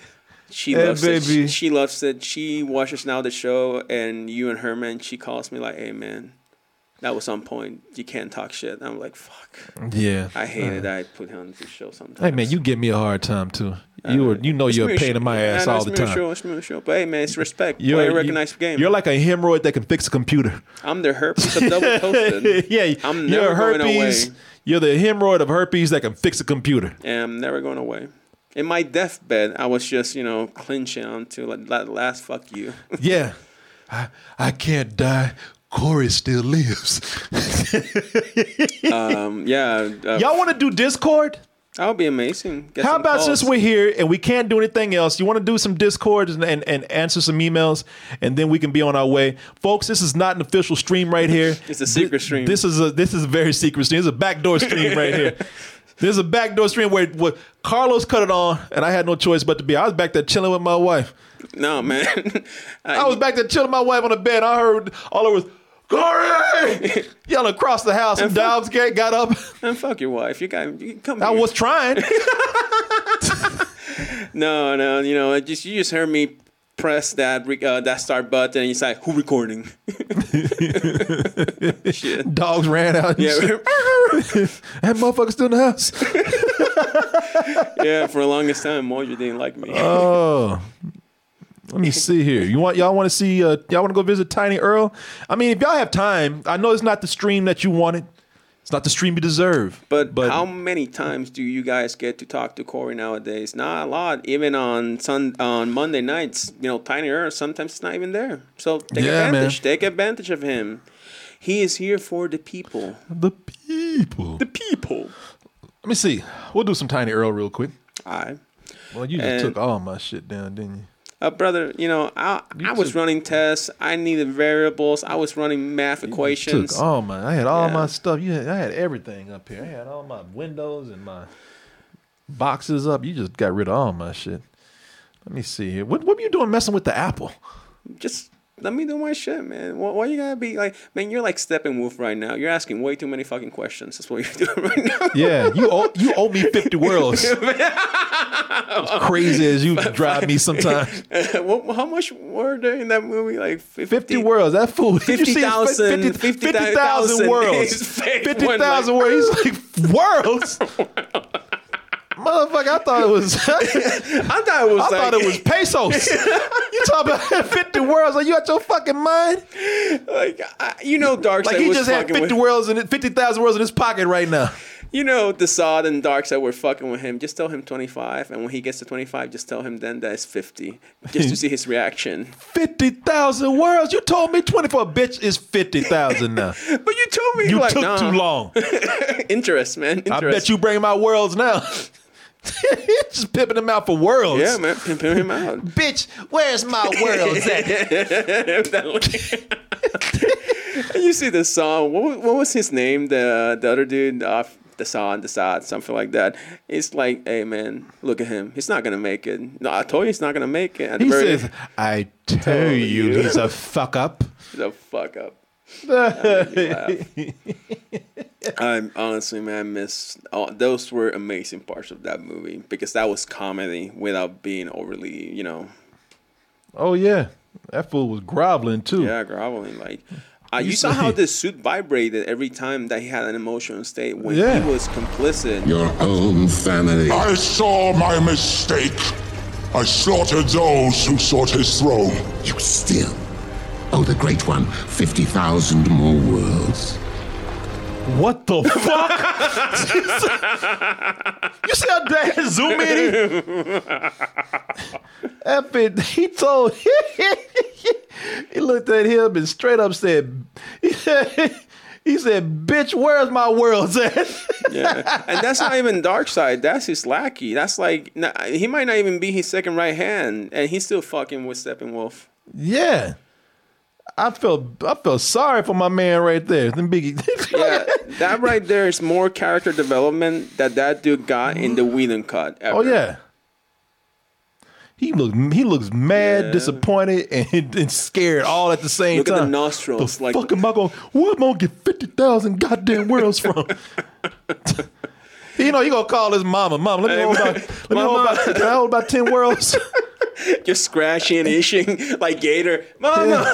[SPEAKER 5] she
[SPEAKER 4] hey,
[SPEAKER 5] loves it. She,
[SPEAKER 4] baby.
[SPEAKER 5] she loves it. She watches now the show, and you and her, man, she calls me like, hey, man, that was on point. You can't talk shit. I'm like, fuck.
[SPEAKER 4] Yeah. Uh-huh.
[SPEAKER 5] I hate it. I put on the show sometimes.
[SPEAKER 4] Hey man, you give me a hard time too. You were, you know
[SPEAKER 5] It's
[SPEAKER 4] you're a
[SPEAKER 5] mutual.
[SPEAKER 4] pain in my
[SPEAKER 5] Yeah,
[SPEAKER 4] ass
[SPEAKER 5] no,
[SPEAKER 4] all
[SPEAKER 5] it's
[SPEAKER 4] the
[SPEAKER 5] mutual,
[SPEAKER 4] time.
[SPEAKER 5] It's mutual. But hey, man, it's respect. You
[SPEAKER 4] You're,
[SPEAKER 5] Play, recognize the game.
[SPEAKER 4] You're like a hemorrhoid that can fix a computer.
[SPEAKER 5] I'm the herpes of double toasted.
[SPEAKER 4] yeah,
[SPEAKER 5] I'm
[SPEAKER 4] you're
[SPEAKER 5] never
[SPEAKER 4] a
[SPEAKER 5] going
[SPEAKER 4] herpes.
[SPEAKER 5] away.
[SPEAKER 4] You're the hemorrhoid of herpes that can fix a computer.
[SPEAKER 5] and I'm never going away. In my deathbed, I was just, you know, clinching onto like that last fuck you.
[SPEAKER 4] Yeah, I, I can't die. Corey still lives.
[SPEAKER 5] Um, yeah, uh,
[SPEAKER 4] Y'all want to do Discord?
[SPEAKER 5] that would be amazing. Get
[SPEAKER 4] How
[SPEAKER 5] some
[SPEAKER 4] about
[SPEAKER 5] calls.
[SPEAKER 4] since we're here and we can't do anything else, you want to do some Discord and, and, and answer some emails, and then we can be on our way, folks. This is not an official stream right here.
[SPEAKER 5] It's a secret
[SPEAKER 4] This-
[SPEAKER 5] stream.
[SPEAKER 4] This is a this is a very secret stream. It's a backdoor stream right here. There's a backdoor stream where, where Carlos cut it on, and I had no choice but to be. I was back there chilling with my wife.
[SPEAKER 5] No, man.
[SPEAKER 4] I was back there chilling with my wife on the bed. I heard all over was Corey yelling across the house, and Dobbs got got up.
[SPEAKER 5] and fuck your wife. You got you come
[SPEAKER 4] I
[SPEAKER 5] here.
[SPEAKER 4] was trying.
[SPEAKER 5] No, no, you know, it just you just heard me press that re- uh, that start button and you say, "Who recording?" Shit.
[SPEAKER 4] Dogs ran out. And
[SPEAKER 5] Yeah.
[SPEAKER 4] shit. that motherfucker's still in the house.
[SPEAKER 5] yeah, for the longest time, Mojo didn't like me.
[SPEAKER 4] Oh. Let me see here. You want y'all want to see uh, y'all want to go visit Tiny Earl? I mean, if y'all have time, I know it's not the stream that you wanted. It's not the stream you deserve.
[SPEAKER 5] But, how many times do you guys get to talk to Corey nowadays? Not a lot. Even on sun on Monday nights, you know, Tiny Earth sometimes it's not even there. So take
[SPEAKER 4] Yeah, man.
[SPEAKER 5] advantage. Take advantage of him. He is here for the people.
[SPEAKER 4] the people.
[SPEAKER 5] The people.
[SPEAKER 4] Let me see. We'll do some Tiny Earl real quick.
[SPEAKER 5] I.
[SPEAKER 4] Well, you just
[SPEAKER 5] And-
[SPEAKER 4] took all my shit down, didn't you?
[SPEAKER 5] Uh, brother, you know, I I was running tests. I needed variables. I was running math equations.
[SPEAKER 4] Took all my. I had all
[SPEAKER 5] Yeah.
[SPEAKER 4] my stuff. You had, I had everything up here. I had all my windows and my boxes up. You just got rid of all my shit. Let me see here. What what were you doing messing with the apple?
[SPEAKER 5] Just let me do my shit, man. Why, why you gotta be like, man? You're like Steppenwolf right now. You're asking way too many fucking questions. That's what you're doing right now.
[SPEAKER 4] Yeah, you owe, you owe me 50 worlds. as crazy as you drive me sometimes.
[SPEAKER 5] what, how much were there in that movie? Like 50,
[SPEAKER 4] 50 worlds, that fool. Did you see his face?
[SPEAKER 5] 50,000,
[SPEAKER 4] 50 50,000
[SPEAKER 5] 50,000
[SPEAKER 4] worlds.
[SPEAKER 5] his face went
[SPEAKER 4] 50,000
[SPEAKER 5] like-
[SPEAKER 4] worlds. He's like, worlds? Motherfucker, I thought it was. I
[SPEAKER 5] I thought it was. like,
[SPEAKER 4] thought it was pesos. you talking about 50 worlds? Are you out your fucking mind?
[SPEAKER 5] like I, you know, Dark
[SPEAKER 4] Like
[SPEAKER 5] Side
[SPEAKER 4] he
[SPEAKER 5] was
[SPEAKER 4] just had
[SPEAKER 5] fucking
[SPEAKER 4] 50
[SPEAKER 5] with.
[SPEAKER 4] worlds in it- 50,000 worlds in his pocket right now.
[SPEAKER 5] You know, Desaad and Dark Side were fucking with him. Just tell him twenty five, and when he gets to twenty five, just tell him then that it's fifty, just to see his reaction.
[SPEAKER 4] 50,000 worlds. You told me 24 bitch is 50,000 now.
[SPEAKER 5] But you told me
[SPEAKER 4] You
[SPEAKER 5] like,
[SPEAKER 4] took
[SPEAKER 5] nah.
[SPEAKER 4] too long.
[SPEAKER 5] Interest, man. Interest.
[SPEAKER 4] I bet you bring my worlds now. Just pimping them out for worlds.
[SPEAKER 5] Yeah, man. Pimp him out.
[SPEAKER 4] Bitch, where's my worlds eh? at?
[SPEAKER 5] That look. And you see this song. What, wa- what was his name? The the other dude off the song, the side, something like that. It's like, hey man, look at him. He's not gonna make it. No, I told you he's not gonna make it. At the
[SPEAKER 4] He
[SPEAKER 5] very-
[SPEAKER 4] says, I tell
[SPEAKER 5] Tell
[SPEAKER 4] you,
[SPEAKER 5] you.
[SPEAKER 4] he's a fuck up.
[SPEAKER 5] the fuck up. I'm honestly, man, I miss oh, those were amazing parts of that movie because that was comedy without being overly, you know,
[SPEAKER 4] Oh, yeah. That fool was groveling, too.
[SPEAKER 5] Yeah, groveling. Like uh, you
[SPEAKER 4] You
[SPEAKER 5] saw how
[SPEAKER 4] see-
[SPEAKER 5] the suit vibrated every time that he had an emotional state when
[SPEAKER 4] Yeah.
[SPEAKER 5] he was complicit.
[SPEAKER 8] Your own family.
[SPEAKER 1] I saw my mistake. I slaughtered those who sought his throne.
[SPEAKER 8] You still owe the Great One 50,000 more worlds.
[SPEAKER 4] What the fuck? you see how that zoom in? Epic, he told he looked at him and straight up said, he said, he said bitch, where's my worlds at?
[SPEAKER 5] Yeah. and that's not even dark side. That's his lackey. That's like nah, he might not even be his second right hand, and he's still fucking with Steppenwolf.
[SPEAKER 4] yeah. I felt I felt sorry for my man right there. Then Biggie.
[SPEAKER 5] yeah, that right there is more character development that that dude got in the Whedon cut. ever.
[SPEAKER 4] oh yeah. He looks he looks mad, disappointed, and, and scared all at the same
[SPEAKER 5] Look at
[SPEAKER 4] time.
[SPEAKER 5] the nostrils,
[SPEAKER 4] The
[SPEAKER 5] like-
[SPEAKER 4] fuck am I going? Where am I gonna get fifty thousand goddamn worlds from? you know he gonna call his mama. Mom, let me hold about. Let me hold about. Can I hold about ten worlds?
[SPEAKER 5] just scratching and itching like Gator. Mama,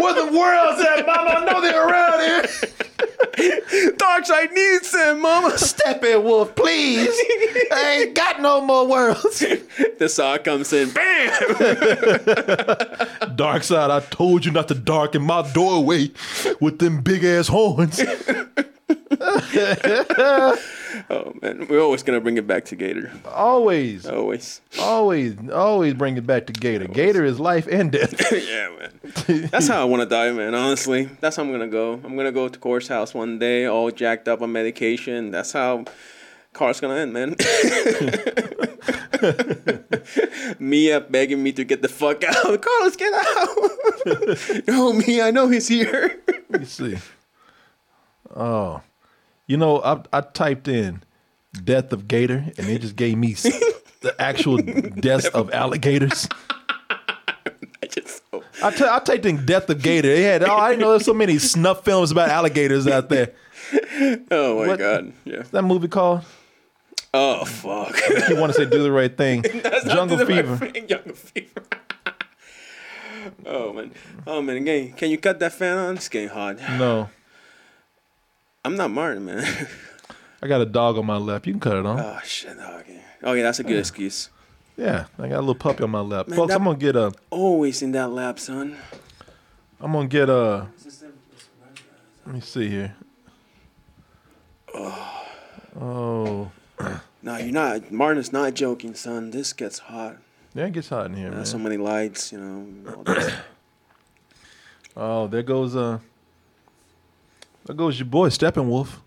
[SPEAKER 4] Where the world's at, Mama? I know they're around here.
[SPEAKER 5] Darkseid needs him, Mama.
[SPEAKER 4] Step in, Wolf, please. I ain't got no more worlds.
[SPEAKER 5] The saw comes in, bam.
[SPEAKER 4] Dark side, I told you not to darken my doorway with them big ass horns.
[SPEAKER 5] Oh man, we're always gonna bring it back to Gator.
[SPEAKER 4] Always,
[SPEAKER 5] Always.
[SPEAKER 4] always, always bring it back to Gator. Gator is life and death.
[SPEAKER 5] yeah, man. That's how I want to die, man. Honestly, that's how I'm gonna go. I'm gonna go to Core's house one day, all jacked up on medication. That's how Car's gonna end, man. Mia begging me to get the fuck out. Oh, Carlos, get out. no, Mia, I know he's here.
[SPEAKER 4] Let me see. Oh, you know, I, I typed in "death of Gator" and it just gave me s- the actual deaths of alligators.
[SPEAKER 5] I just.
[SPEAKER 4] I t- I typed in "death of Gator." They had. Oh, I didn't know there's so many snuff films about alligators out there.
[SPEAKER 5] Oh my
[SPEAKER 4] What-
[SPEAKER 5] god. Yeah.
[SPEAKER 4] What's that movie called?
[SPEAKER 5] Oh fuck.
[SPEAKER 4] You want to say "Do the Right Thing"? Jungle Fever.
[SPEAKER 5] Jungle Fever. oh man. Oh man. Again, can you cut that fan on? It's getting hot.
[SPEAKER 4] No.
[SPEAKER 5] I'm not Martin, man.
[SPEAKER 4] I got a dog on my lap. You can cut it on.
[SPEAKER 5] Oh shit. Oh, okay. Oh yeah, that's a good excuse.
[SPEAKER 4] yeah, I got a little puppy on my lap. Folks,
[SPEAKER 5] that-
[SPEAKER 4] I'm gonna get a.
[SPEAKER 5] Always in that lab, son.
[SPEAKER 4] I'm gonna get a. Let me see here. Oh,
[SPEAKER 5] No, you're not. Martin is not joking, son. This gets hot.
[SPEAKER 4] yeah, it gets hot in here, man.
[SPEAKER 5] There's so many lights, you know. all this.
[SPEAKER 4] Oh, there goes uh, there goes your boy Steppenwolf.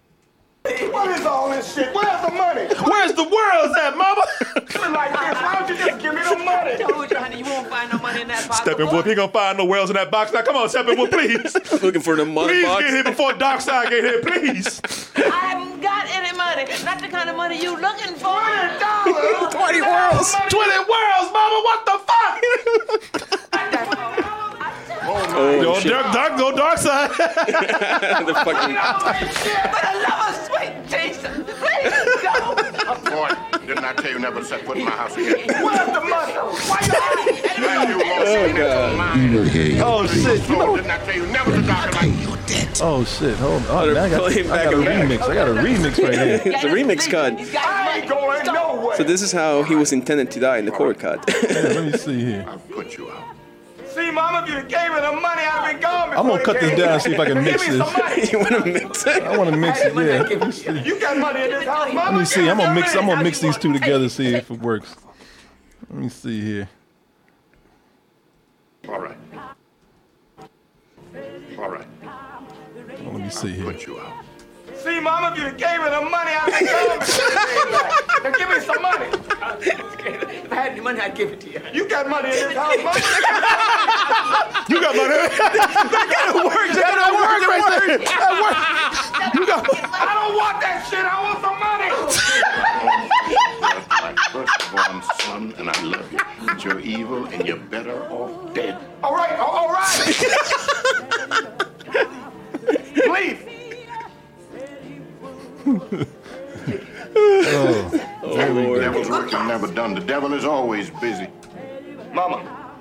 [SPEAKER 1] What is all this shit? Where's the money?
[SPEAKER 4] Where's the world's at, Mama?
[SPEAKER 1] like this. Why don't you just give me the money?
[SPEAKER 7] told you, honey, you won't find no money in that box.
[SPEAKER 4] Steppenwolf, he gonna find no worlds in that box now. Come on, Steppenwolf, please,
[SPEAKER 5] Looking for the money
[SPEAKER 4] please get
[SPEAKER 5] box.
[SPEAKER 4] here before Darkseid get here, please.
[SPEAKER 7] I haven't got any money. Not the kind of money you looking for.
[SPEAKER 4] Twenty worlds, twenty worlds, Mama. What the fuck?
[SPEAKER 5] Oh,
[SPEAKER 4] Yo,
[SPEAKER 5] shit.
[SPEAKER 4] dark, dark, go dark side.
[SPEAKER 5] the fucking
[SPEAKER 1] Boy, didn't I tell you never to set foot in my house again? Where's the money? Why you Oh, God.
[SPEAKER 5] uh,
[SPEAKER 8] You know, here you
[SPEAKER 4] Oh shit! You know-
[SPEAKER 1] Didn't I tell you never to talk
[SPEAKER 8] pay
[SPEAKER 1] like
[SPEAKER 8] your debt.
[SPEAKER 4] Oh shit! Hold on. Oh, now I got, I
[SPEAKER 5] playing back
[SPEAKER 4] got a
[SPEAKER 5] and back.
[SPEAKER 4] remix. I got a remix right here.
[SPEAKER 5] the remix cut.
[SPEAKER 1] I ain't going nowhere.
[SPEAKER 5] So this is how he was intended to die in the cord cut.
[SPEAKER 4] Let me see here.
[SPEAKER 1] I'll put you out.
[SPEAKER 9] See, Mom, if you gave me the money, I'd be gone.
[SPEAKER 4] I'm gonna
[SPEAKER 9] before
[SPEAKER 4] cut
[SPEAKER 9] they
[SPEAKER 4] this
[SPEAKER 9] gave
[SPEAKER 4] down
[SPEAKER 9] me-
[SPEAKER 4] and see if I can mix
[SPEAKER 9] Give me
[SPEAKER 4] this.
[SPEAKER 9] some money.
[SPEAKER 5] you want to mix
[SPEAKER 4] I
[SPEAKER 5] it?
[SPEAKER 4] want to mix it. Yeah.
[SPEAKER 9] You got money in this house, Mama.
[SPEAKER 4] Let me see. I'm gonna mix. I'm gonna mix these two together. See if it works. Let me see here.
[SPEAKER 1] All right. All right.
[SPEAKER 4] Oh, Let me see here.
[SPEAKER 1] Put you out.
[SPEAKER 9] See, Mom, if you gave me the money, I'd be gone. before they gave me that. Now give me some money.
[SPEAKER 7] If I had any money, I'd give it to you.
[SPEAKER 9] You got money in this house, Mama.
[SPEAKER 4] You got money. that worked. That worked right there. That worked. You got.
[SPEAKER 9] I don't want that shit. I want some money.
[SPEAKER 1] My firstborn son, and I love you. But you're evil, and you're better off dead.
[SPEAKER 9] All right, all- all right. Leave.
[SPEAKER 4] Oh.
[SPEAKER 1] The devil's work is never done. The devil is always busy.
[SPEAKER 9] Mama,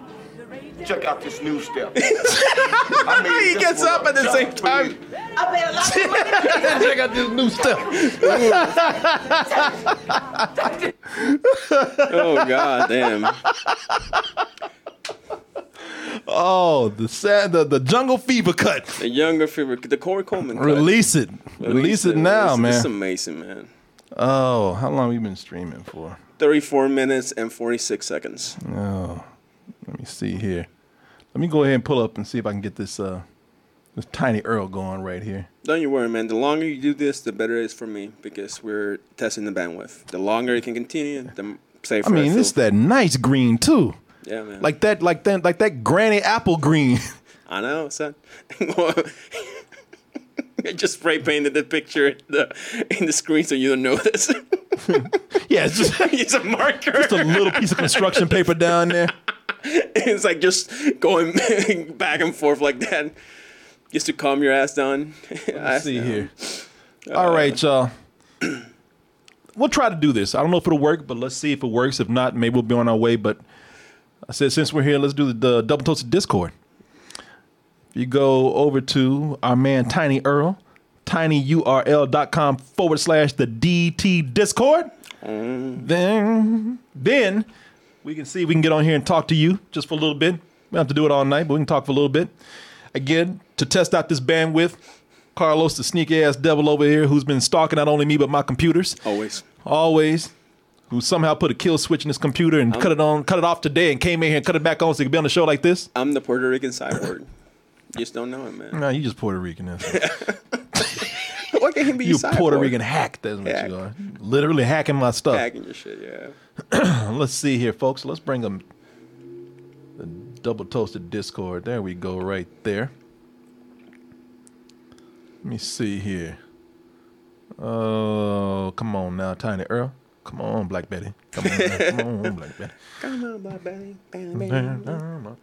[SPEAKER 9] check out this new step. I made
[SPEAKER 5] He
[SPEAKER 9] this
[SPEAKER 5] gets
[SPEAKER 9] one
[SPEAKER 5] up at the same
[SPEAKER 9] just for
[SPEAKER 5] time.
[SPEAKER 9] you.
[SPEAKER 7] I paid a lot of money.
[SPEAKER 4] Check out this new stuff.
[SPEAKER 5] Oh god damn.
[SPEAKER 4] Oh, the sad, the, the jungle fever cut.
[SPEAKER 5] The younger fever, the Corey Coleman. cut.
[SPEAKER 4] Release it. Release it now,
[SPEAKER 5] It's- It's
[SPEAKER 4] man.
[SPEAKER 5] amazing, man.
[SPEAKER 4] Oh, how long we been streaming for?
[SPEAKER 5] 34 minutes and 46 seconds.
[SPEAKER 4] Oh, Let me see here. Let me go ahead and pull up and see if I can get this uh this tiny Earl going right here.
[SPEAKER 5] Don't you worry, man. The longer you do this, the better it is for me because we're testing the bandwidth. The longer it can continue, the safer.
[SPEAKER 4] I mean, it's
[SPEAKER 5] feel.
[SPEAKER 4] that nice green too.
[SPEAKER 5] Yeah, man.
[SPEAKER 4] Like that, like that, like that granny apple green.
[SPEAKER 5] I know, son. I just spray painted the picture in the, in the screen so you don't notice.
[SPEAKER 4] yeah, it's just
[SPEAKER 5] it's a marker.
[SPEAKER 4] Just a little piece of construction paper down there.
[SPEAKER 5] it's like just going back and forth like that, just to calm your ass down.
[SPEAKER 4] Let's see here. All right, y'all. We'll try to do this. I don't know if it'll work, but let's see if it works. If not, maybe we'll be on our way. But I said, since we're here, let's do the, the double toasted Discord. You go over to our man Tiny Earl, tinyurl.com forward slash the DT Discord. Then, then we can see if we can get on here and talk to you just for a little bit. We don't have to do it all night, but we can talk for a little bit. Again, to test out this bandwidth, Carlos, the sneaky ass devil over here, who's been stalking not only me but my computers.
[SPEAKER 5] Always.
[SPEAKER 4] Always. Who somehow put a kill switch in his computer and cut it on, cut it off today, and came in here and cut it back on so he could be on the show like this.
[SPEAKER 5] I'm the Puerto Rican cyborg. You just don't know it, man.
[SPEAKER 4] No, you just Puerto Rican. That's
[SPEAKER 5] Why can't he be
[SPEAKER 4] you
[SPEAKER 5] your
[SPEAKER 4] a
[SPEAKER 5] cyborg?
[SPEAKER 4] Puerto Rican hack. That's what
[SPEAKER 5] Hack.
[SPEAKER 4] you are. Literally hacking my stuff.
[SPEAKER 5] Hacking your shit, yeah.
[SPEAKER 4] Let's see here, folks. Let's bring them the double toasted Discord. There we go, right there. Let me see here. Oh, come on now, Tiny Earl. Come on, Black Betty. Come on, now. come on, Black Betty.
[SPEAKER 5] Come on, my baby, baby, baby.
[SPEAKER 4] All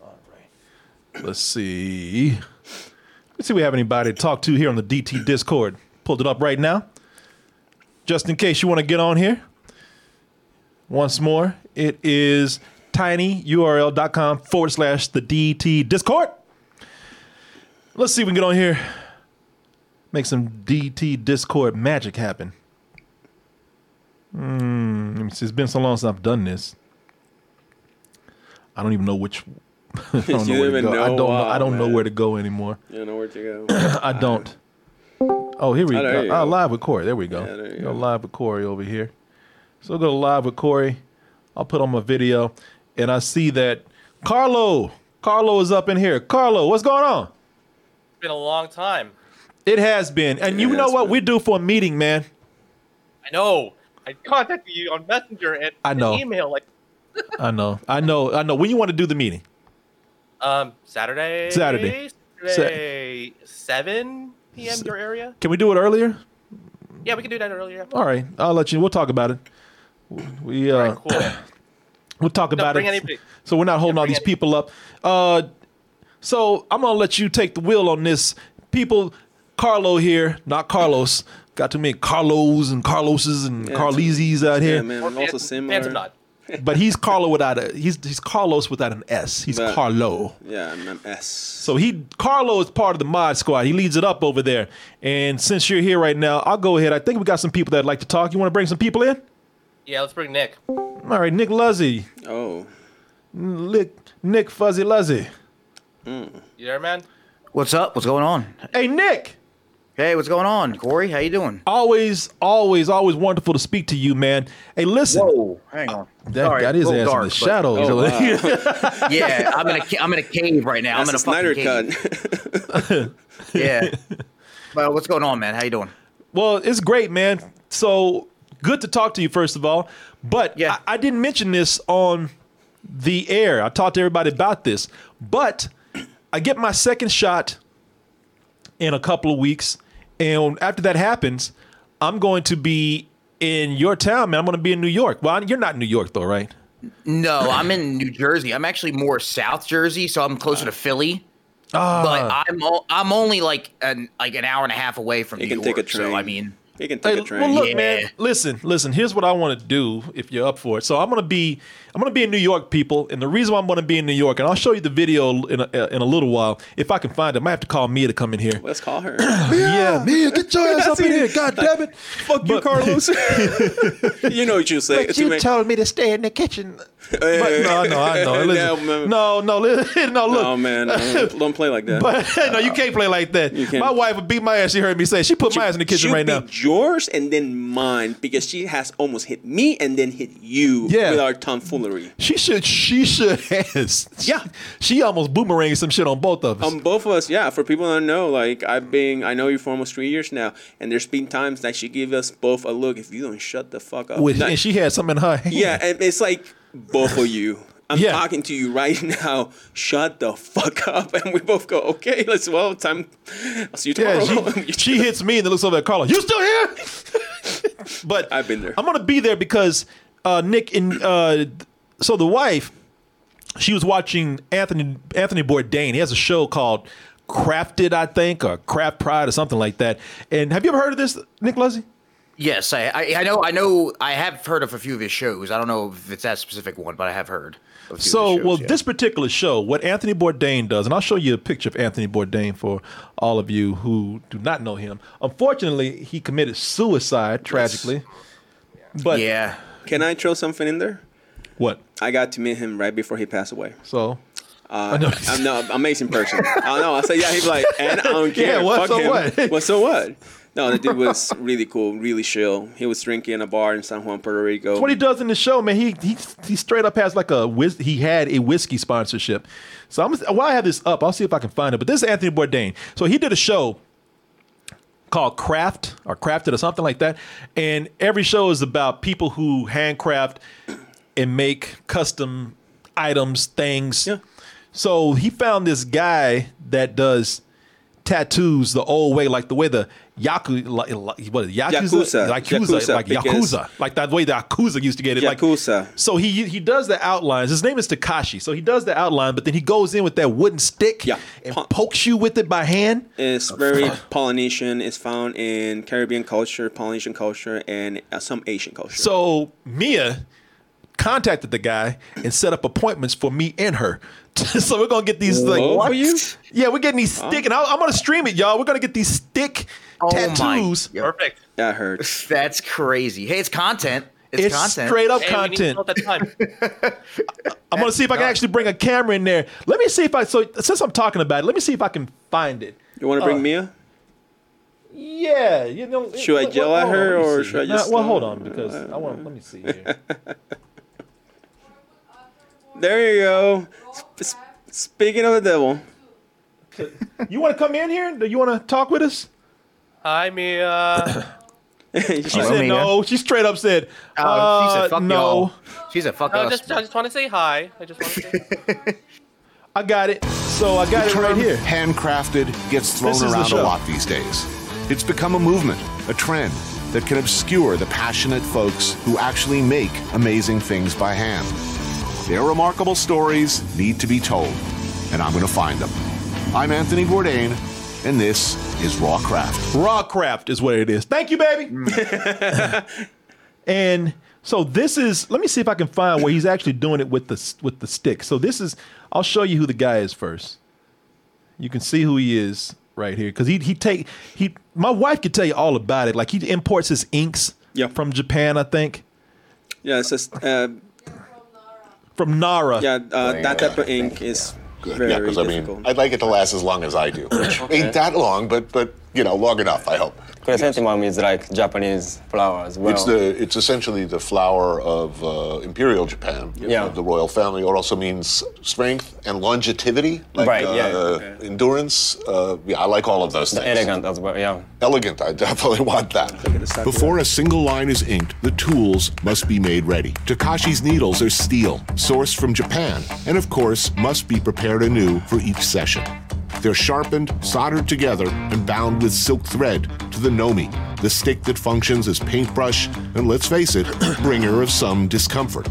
[SPEAKER 4] right. Let's see. Let's see if we have anybody to talk to here on the DT Discord. Pulled it up right now. Just in case you want to get on here. Once more, it is tinyurl.com forward slash the DT Discord. Let's see if we can get on here. Make some DT Discord magic happen. Hmm, let me see. It's been so long since I've done this. I don't even know which. I don't
[SPEAKER 5] You
[SPEAKER 4] know where to
[SPEAKER 5] even
[SPEAKER 4] go. I
[SPEAKER 5] know,
[SPEAKER 4] don't. know, I
[SPEAKER 5] uh,
[SPEAKER 4] don't know
[SPEAKER 5] man.
[SPEAKER 4] where to go anymore.
[SPEAKER 5] You don't know where to go.
[SPEAKER 4] I don't. Oh, here we
[SPEAKER 5] Oh, there
[SPEAKER 4] go.
[SPEAKER 5] you go.
[SPEAKER 4] Oh, live with Corey. There we go.
[SPEAKER 5] Yeah, there you go.
[SPEAKER 4] go live with Corey over here. So go live with Corey. I'll put on my video, and I see that Carlo. Carlo is up in here. Carlo, what's going on?
[SPEAKER 10] been a long time.
[SPEAKER 4] It has been, and you
[SPEAKER 10] It
[SPEAKER 4] know
[SPEAKER 10] has
[SPEAKER 4] what? We're due for a meeting, man.
[SPEAKER 10] I know. I contacted you on Messenger and
[SPEAKER 4] I know.
[SPEAKER 10] an email like
[SPEAKER 4] I know. I know. I know. When you want to do the meeting?
[SPEAKER 10] um Saturday.
[SPEAKER 4] Saturday.
[SPEAKER 10] Saturday. Seven p.m. your area.
[SPEAKER 4] Can we do it earlier?
[SPEAKER 10] Yeah, we can do that earlier.
[SPEAKER 4] All right, I'll let you. We'll talk about it. We uh, we'll talk about
[SPEAKER 10] bring
[SPEAKER 4] it.
[SPEAKER 10] anybody.
[SPEAKER 4] So we're not holding all these people up. Uh, so I'm gonna let you take the wheel on this. People, Carlo here, not Carlos. Got too many Carlos and Carloses and
[SPEAKER 5] Yeah,
[SPEAKER 4] Carleses out
[SPEAKER 5] yeah,
[SPEAKER 4] here.
[SPEAKER 5] man, I'm also similar.
[SPEAKER 10] Phantom Nod.
[SPEAKER 4] But he's Carlo without a. He's he's Carlos without an S. He's
[SPEAKER 5] But-
[SPEAKER 4] Carlo.
[SPEAKER 5] Yeah, I'm, I'm S.
[SPEAKER 4] So he Carlo is part of the mod squad. He leads it up over there. And since you're here right now, I'll go ahead. I think we got some people that'd like to talk. You want to bring some people in?
[SPEAKER 10] Yeah, let's bring Nick.
[SPEAKER 4] All right, Nick Luzzy.
[SPEAKER 5] Oh.
[SPEAKER 4] Nick, Nick Fuzzy Luzzy.
[SPEAKER 10] You there, man?
[SPEAKER 11] What's up? What's going on?
[SPEAKER 4] Hey, Nick.
[SPEAKER 11] Hey, what's going on, Corey? How you doing?
[SPEAKER 4] Always, always, always wonderful to speak to you, man. Hey, listen. Whoa,
[SPEAKER 11] hang on.
[SPEAKER 4] That
[SPEAKER 11] Sorry,
[SPEAKER 4] got
[SPEAKER 11] a
[SPEAKER 4] his ass
[SPEAKER 11] little
[SPEAKER 4] in the
[SPEAKER 11] dark, but- oh,
[SPEAKER 4] shadows.
[SPEAKER 11] yeah, I'm in a ca- I'm in a cave right now.
[SPEAKER 5] That's
[SPEAKER 11] I'm in a
[SPEAKER 5] the
[SPEAKER 11] fucking cave. yeah. Well, what's going on, man? How you doing?
[SPEAKER 4] Well, it's great, man. So good to talk to you, first of all. But I, I didn't mention this on the air. I talked to everybody about this. But I get my second shot in a couple of weeks. And after that happens, I'm going to be in your town, man. I'm going to be in New York. Well, you're not in New York, though, right?
[SPEAKER 11] No, I'm in New Jersey. I'm actually more South Jersey, so I'm closer to Philly.
[SPEAKER 4] Ah.
[SPEAKER 11] But I'm o- I'm only like an like an hour and a half away from you New can York. Take a train. So I mean,
[SPEAKER 5] you can
[SPEAKER 4] Hey, well, look, man. Listen, listen. Here's what I want to do. If you're up for it, so I'm gonna be, I'm gonna be in New York, people. And the reason why I'm gonna be in New York, and I'll show you the video in a, uh, in a little while, if I can find it. I might have to call Mia to come in here.
[SPEAKER 5] Let's call her.
[SPEAKER 4] yeah, Mia, get your ass up in here. God damn it.
[SPEAKER 5] Fuck you, Carlos. you know what you say.
[SPEAKER 4] But
[SPEAKER 5] Too many-
[SPEAKER 4] told me to stay in the kitchen.
[SPEAKER 5] Hey,
[SPEAKER 4] But no, no, I know.
[SPEAKER 5] hey,
[SPEAKER 4] Listen,
[SPEAKER 5] no, man.
[SPEAKER 4] no, no, listen, no, look.
[SPEAKER 5] No, man, no, don't play like that.
[SPEAKER 4] But no, you can't play like that.
[SPEAKER 5] You can't.
[SPEAKER 4] My wife would beat my ass. She heard me say. She put my ass in the kitchen
[SPEAKER 5] Should
[SPEAKER 4] right
[SPEAKER 5] be
[SPEAKER 4] now.
[SPEAKER 5] Yours and then mine because she has almost hit me and then hit you
[SPEAKER 4] Yeah.
[SPEAKER 5] with our tomfoolery.
[SPEAKER 4] She should. She should has. Yeah. She almost boomeranged some shit on both of us.
[SPEAKER 5] Um, both of us, yeah. For people that don't know, like I've been, I know you for almost three years now, and there's been times that she gave us both a look. If you don't shut the fuck up,
[SPEAKER 4] With,
[SPEAKER 5] Not-
[SPEAKER 4] and she had something in her hand.
[SPEAKER 5] yeah, and it's like both of you. I'm talking to you right now. Shut the fuck up. And we both go, okay, let's, well, time. I'll see you tomorrow.
[SPEAKER 4] she, she hits me and then looks over at Carla. You still here? but I've been there. I'm gonna be there because uh, Nick and uh, so the wife, she was watching Anthony Anthony Bourdain. He has a show called Crafted, I think, or Craft Pride, or something like that. And have you ever heard of this, Nick Luzzi?
[SPEAKER 11] Yes, I, I, I know, I know, I have heard of a few of his shows. I don't know if it's that specific one, but I have heard. of a few of
[SPEAKER 4] So,
[SPEAKER 11] his shows,
[SPEAKER 4] well,
[SPEAKER 11] yeah.
[SPEAKER 4] this particular show, what Anthony Bourdain does, and I'll show you a picture of Anthony Bourdain for all of you who do not know him. Unfortunately, he committed suicide tragically. But
[SPEAKER 11] yeah,
[SPEAKER 5] Can I throw something in there?
[SPEAKER 4] What?
[SPEAKER 5] I got to meet him right before he passed away.
[SPEAKER 4] So.
[SPEAKER 5] Uh, I'm no amazing person. I know. I said, yeah. He's like, and I don't
[SPEAKER 4] Yeah,
[SPEAKER 5] care.
[SPEAKER 4] what,
[SPEAKER 5] Fuck
[SPEAKER 4] so
[SPEAKER 5] him.
[SPEAKER 4] what?
[SPEAKER 5] Well, so what? No, the dude was really cool, really chill. He was drinking in a bar in San Juan, Puerto Rico.
[SPEAKER 4] That's what he does in the show, man. He he he straight up has like a whis- he had a whiskey sponsorship. So I'm while I have this up, I'll see if I can find it. But this is Anthony Bourdain. So he did a show called Craft or Crafted or something like that. And every show is about people who handcraft and make custom items, things. So he found this guy that does tattoos the old way, like the way the Yaku, like, like- what, Yakuza,
[SPEAKER 5] Yakuza.
[SPEAKER 4] Like
[SPEAKER 5] Yakuza,
[SPEAKER 4] like
[SPEAKER 5] because-
[SPEAKER 4] Yakuza, like that way the Yakuza used to get it. Yakuza. Like, so he he does the outlines. His name is Takashi. So he does the outline, but then he goes in with that wooden stick and pokes you with it by hand.
[SPEAKER 5] It's very Polynesian. It's found in Caribbean culture, Polynesian culture, and uh, some Asian culture.
[SPEAKER 4] So Mia uh, contacted the guy and set up appointments for me and her. so we're gonna get these
[SPEAKER 5] Whoa.
[SPEAKER 4] like
[SPEAKER 5] What?
[SPEAKER 4] you? Yeah, we're getting these stick, and I, I'm gonna stream it, y'all. We're gonna get these stick
[SPEAKER 5] Oh
[SPEAKER 4] tattoos.
[SPEAKER 11] Perfect.
[SPEAKER 5] That hurts.
[SPEAKER 11] Oh That's crazy. Hey, it's content. It's,
[SPEAKER 4] It's
[SPEAKER 11] content.
[SPEAKER 4] straight up Hey, we need to content. I'm gonna see if I can actually bring a camera in there. Let me see if I. So since I'm talking about it, let me see if I can find it.
[SPEAKER 5] You want to bring
[SPEAKER 4] Uh,
[SPEAKER 5] Mia?
[SPEAKER 4] Yeah, you know.
[SPEAKER 5] Should I
[SPEAKER 4] well,
[SPEAKER 5] yell
[SPEAKER 4] well,
[SPEAKER 5] at
[SPEAKER 4] hold on,
[SPEAKER 5] her
[SPEAKER 4] let me
[SPEAKER 5] or
[SPEAKER 4] see.
[SPEAKER 5] should I
[SPEAKER 4] Nah,
[SPEAKER 5] just? Uh,
[SPEAKER 4] well, hold on because I want. Let me see here.
[SPEAKER 5] There you go. S- speaking of the devil,
[SPEAKER 4] you want to come in here? Do you want to talk with us?
[SPEAKER 10] Hi, Mia.
[SPEAKER 5] she
[SPEAKER 4] said no. Oh, She straight up said,
[SPEAKER 10] Oh, she said,
[SPEAKER 4] uh,
[SPEAKER 10] "Fuck
[SPEAKER 4] no.
[SPEAKER 10] y'all."
[SPEAKER 11] She's a fuck
[SPEAKER 10] No, I Uh, just, I just want to say hi. I just want to say
[SPEAKER 4] I got it. So I got
[SPEAKER 12] the
[SPEAKER 4] it
[SPEAKER 12] term
[SPEAKER 4] right here.
[SPEAKER 12] Handcrafted gets
[SPEAKER 4] This
[SPEAKER 12] thrown
[SPEAKER 4] is the
[SPEAKER 12] around a
[SPEAKER 4] show.
[SPEAKER 12] lot these days. It's become a movement, a trend that can obscure the passionate folks who actually make amazing things by hand. Their remarkable stories need to be told, and I'm going to find them. I'm Anthony Bourdain, and this is Raw Craft.
[SPEAKER 4] Raw craft is what it is. Thank you, baby. and so this is. Let me see if I can find where he's actually doing it with the s- with the stick. So this is. I'll show you who the guy is first. You can see who he is right here because he he take he. My wife could tell you all about it. Like he imports his inks from Japan, I think,
[SPEAKER 5] yeah, it's just uh,
[SPEAKER 4] from Nara.
[SPEAKER 5] yeah, uh, that type of ink is very
[SPEAKER 12] yeah, because I mean,
[SPEAKER 5] difficult.
[SPEAKER 12] I'd like it to last as long as I do. Which ain't that long, but but you know, long enough. I hope.
[SPEAKER 13] Chrysanthemum is like Japanese flower as well.
[SPEAKER 12] It's the it's essentially the flower of uh, imperial Japan,
[SPEAKER 13] Yeah.
[SPEAKER 12] of the royal family. It also means strength and longevity, like
[SPEAKER 13] Right,
[SPEAKER 12] uh,
[SPEAKER 13] yeah.
[SPEAKER 12] endurance. Uh, yeah, I like all of those things. Elegant
[SPEAKER 13] as well, yeah.
[SPEAKER 12] Elegant, I definitely want that.
[SPEAKER 8] Before a single line is inked, the tools must be made ready. Takashi's needles are steel, sourced from Japan, and of course, must be prepared anew for each session. They're sharpened, soldered together, and bound with silk thread to the Nomi, the stick that functions as paintbrush and, let's face it, bringer of some discomfort.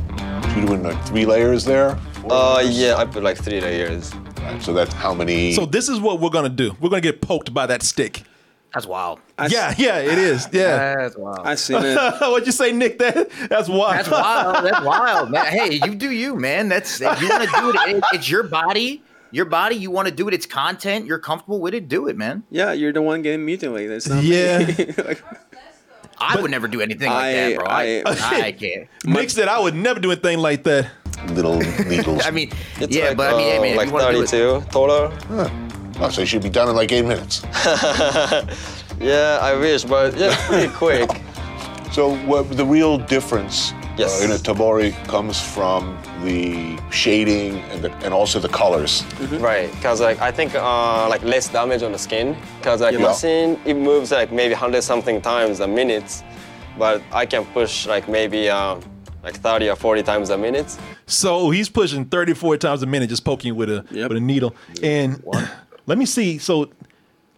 [SPEAKER 12] You're doing like three layers there.
[SPEAKER 13] Uh, yeah, I put like three layers.
[SPEAKER 12] so that's how many?
[SPEAKER 4] So this is what we're gonna do. We're gonna get poked by that stick.
[SPEAKER 11] That's wild.
[SPEAKER 4] yeah, yeah, it is. Yeah,
[SPEAKER 11] That's wild.
[SPEAKER 5] I seen it.
[SPEAKER 4] What'd you say, Nick? That that's wild.
[SPEAKER 11] That's wild. That's wild, man. Hey, you do you, man. That's if you want to do it, it- It's your body. Your body. You want to do it. It's content. You're comfortable with it. Do it, man.
[SPEAKER 5] Yeah, you're the one getting mutilated. It's not
[SPEAKER 4] Yeah.
[SPEAKER 5] me. Like,
[SPEAKER 11] I would never do anything like
[SPEAKER 5] I-
[SPEAKER 11] that, bro. I,
[SPEAKER 5] I-
[SPEAKER 11] I, can't.
[SPEAKER 4] Nick said I would never do anything like that.
[SPEAKER 12] Little needles.
[SPEAKER 11] I mean,
[SPEAKER 13] It's
[SPEAKER 11] yeah,
[SPEAKER 13] like,
[SPEAKER 11] but I mean, hey,
[SPEAKER 13] uh,
[SPEAKER 11] man, if
[SPEAKER 13] like
[SPEAKER 11] you wanna do it-
[SPEAKER 13] 32 total.
[SPEAKER 12] Oh, so you should be done in like eight minutes.
[SPEAKER 13] yeah, I wish, but yeah, pretty quick.
[SPEAKER 12] So what, the real difference
[SPEAKER 13] Yes.
[SPEAKER 12] uh, in a tabori comes from the shading and, the, and also the colors.
[SPEAKER 13] Right, because like I think uh, like less damage on the skin, because like
[SPEAKER 12] Yeah.
[SPEAKER 13] machine it moves like maybe hundred something times a minute, but I can push like maybe uh, like 30 or 40 times a minute.
[SPEAKER 4] So he's pushing 34 times a minute, just poking you with a with a needle. And let me see. So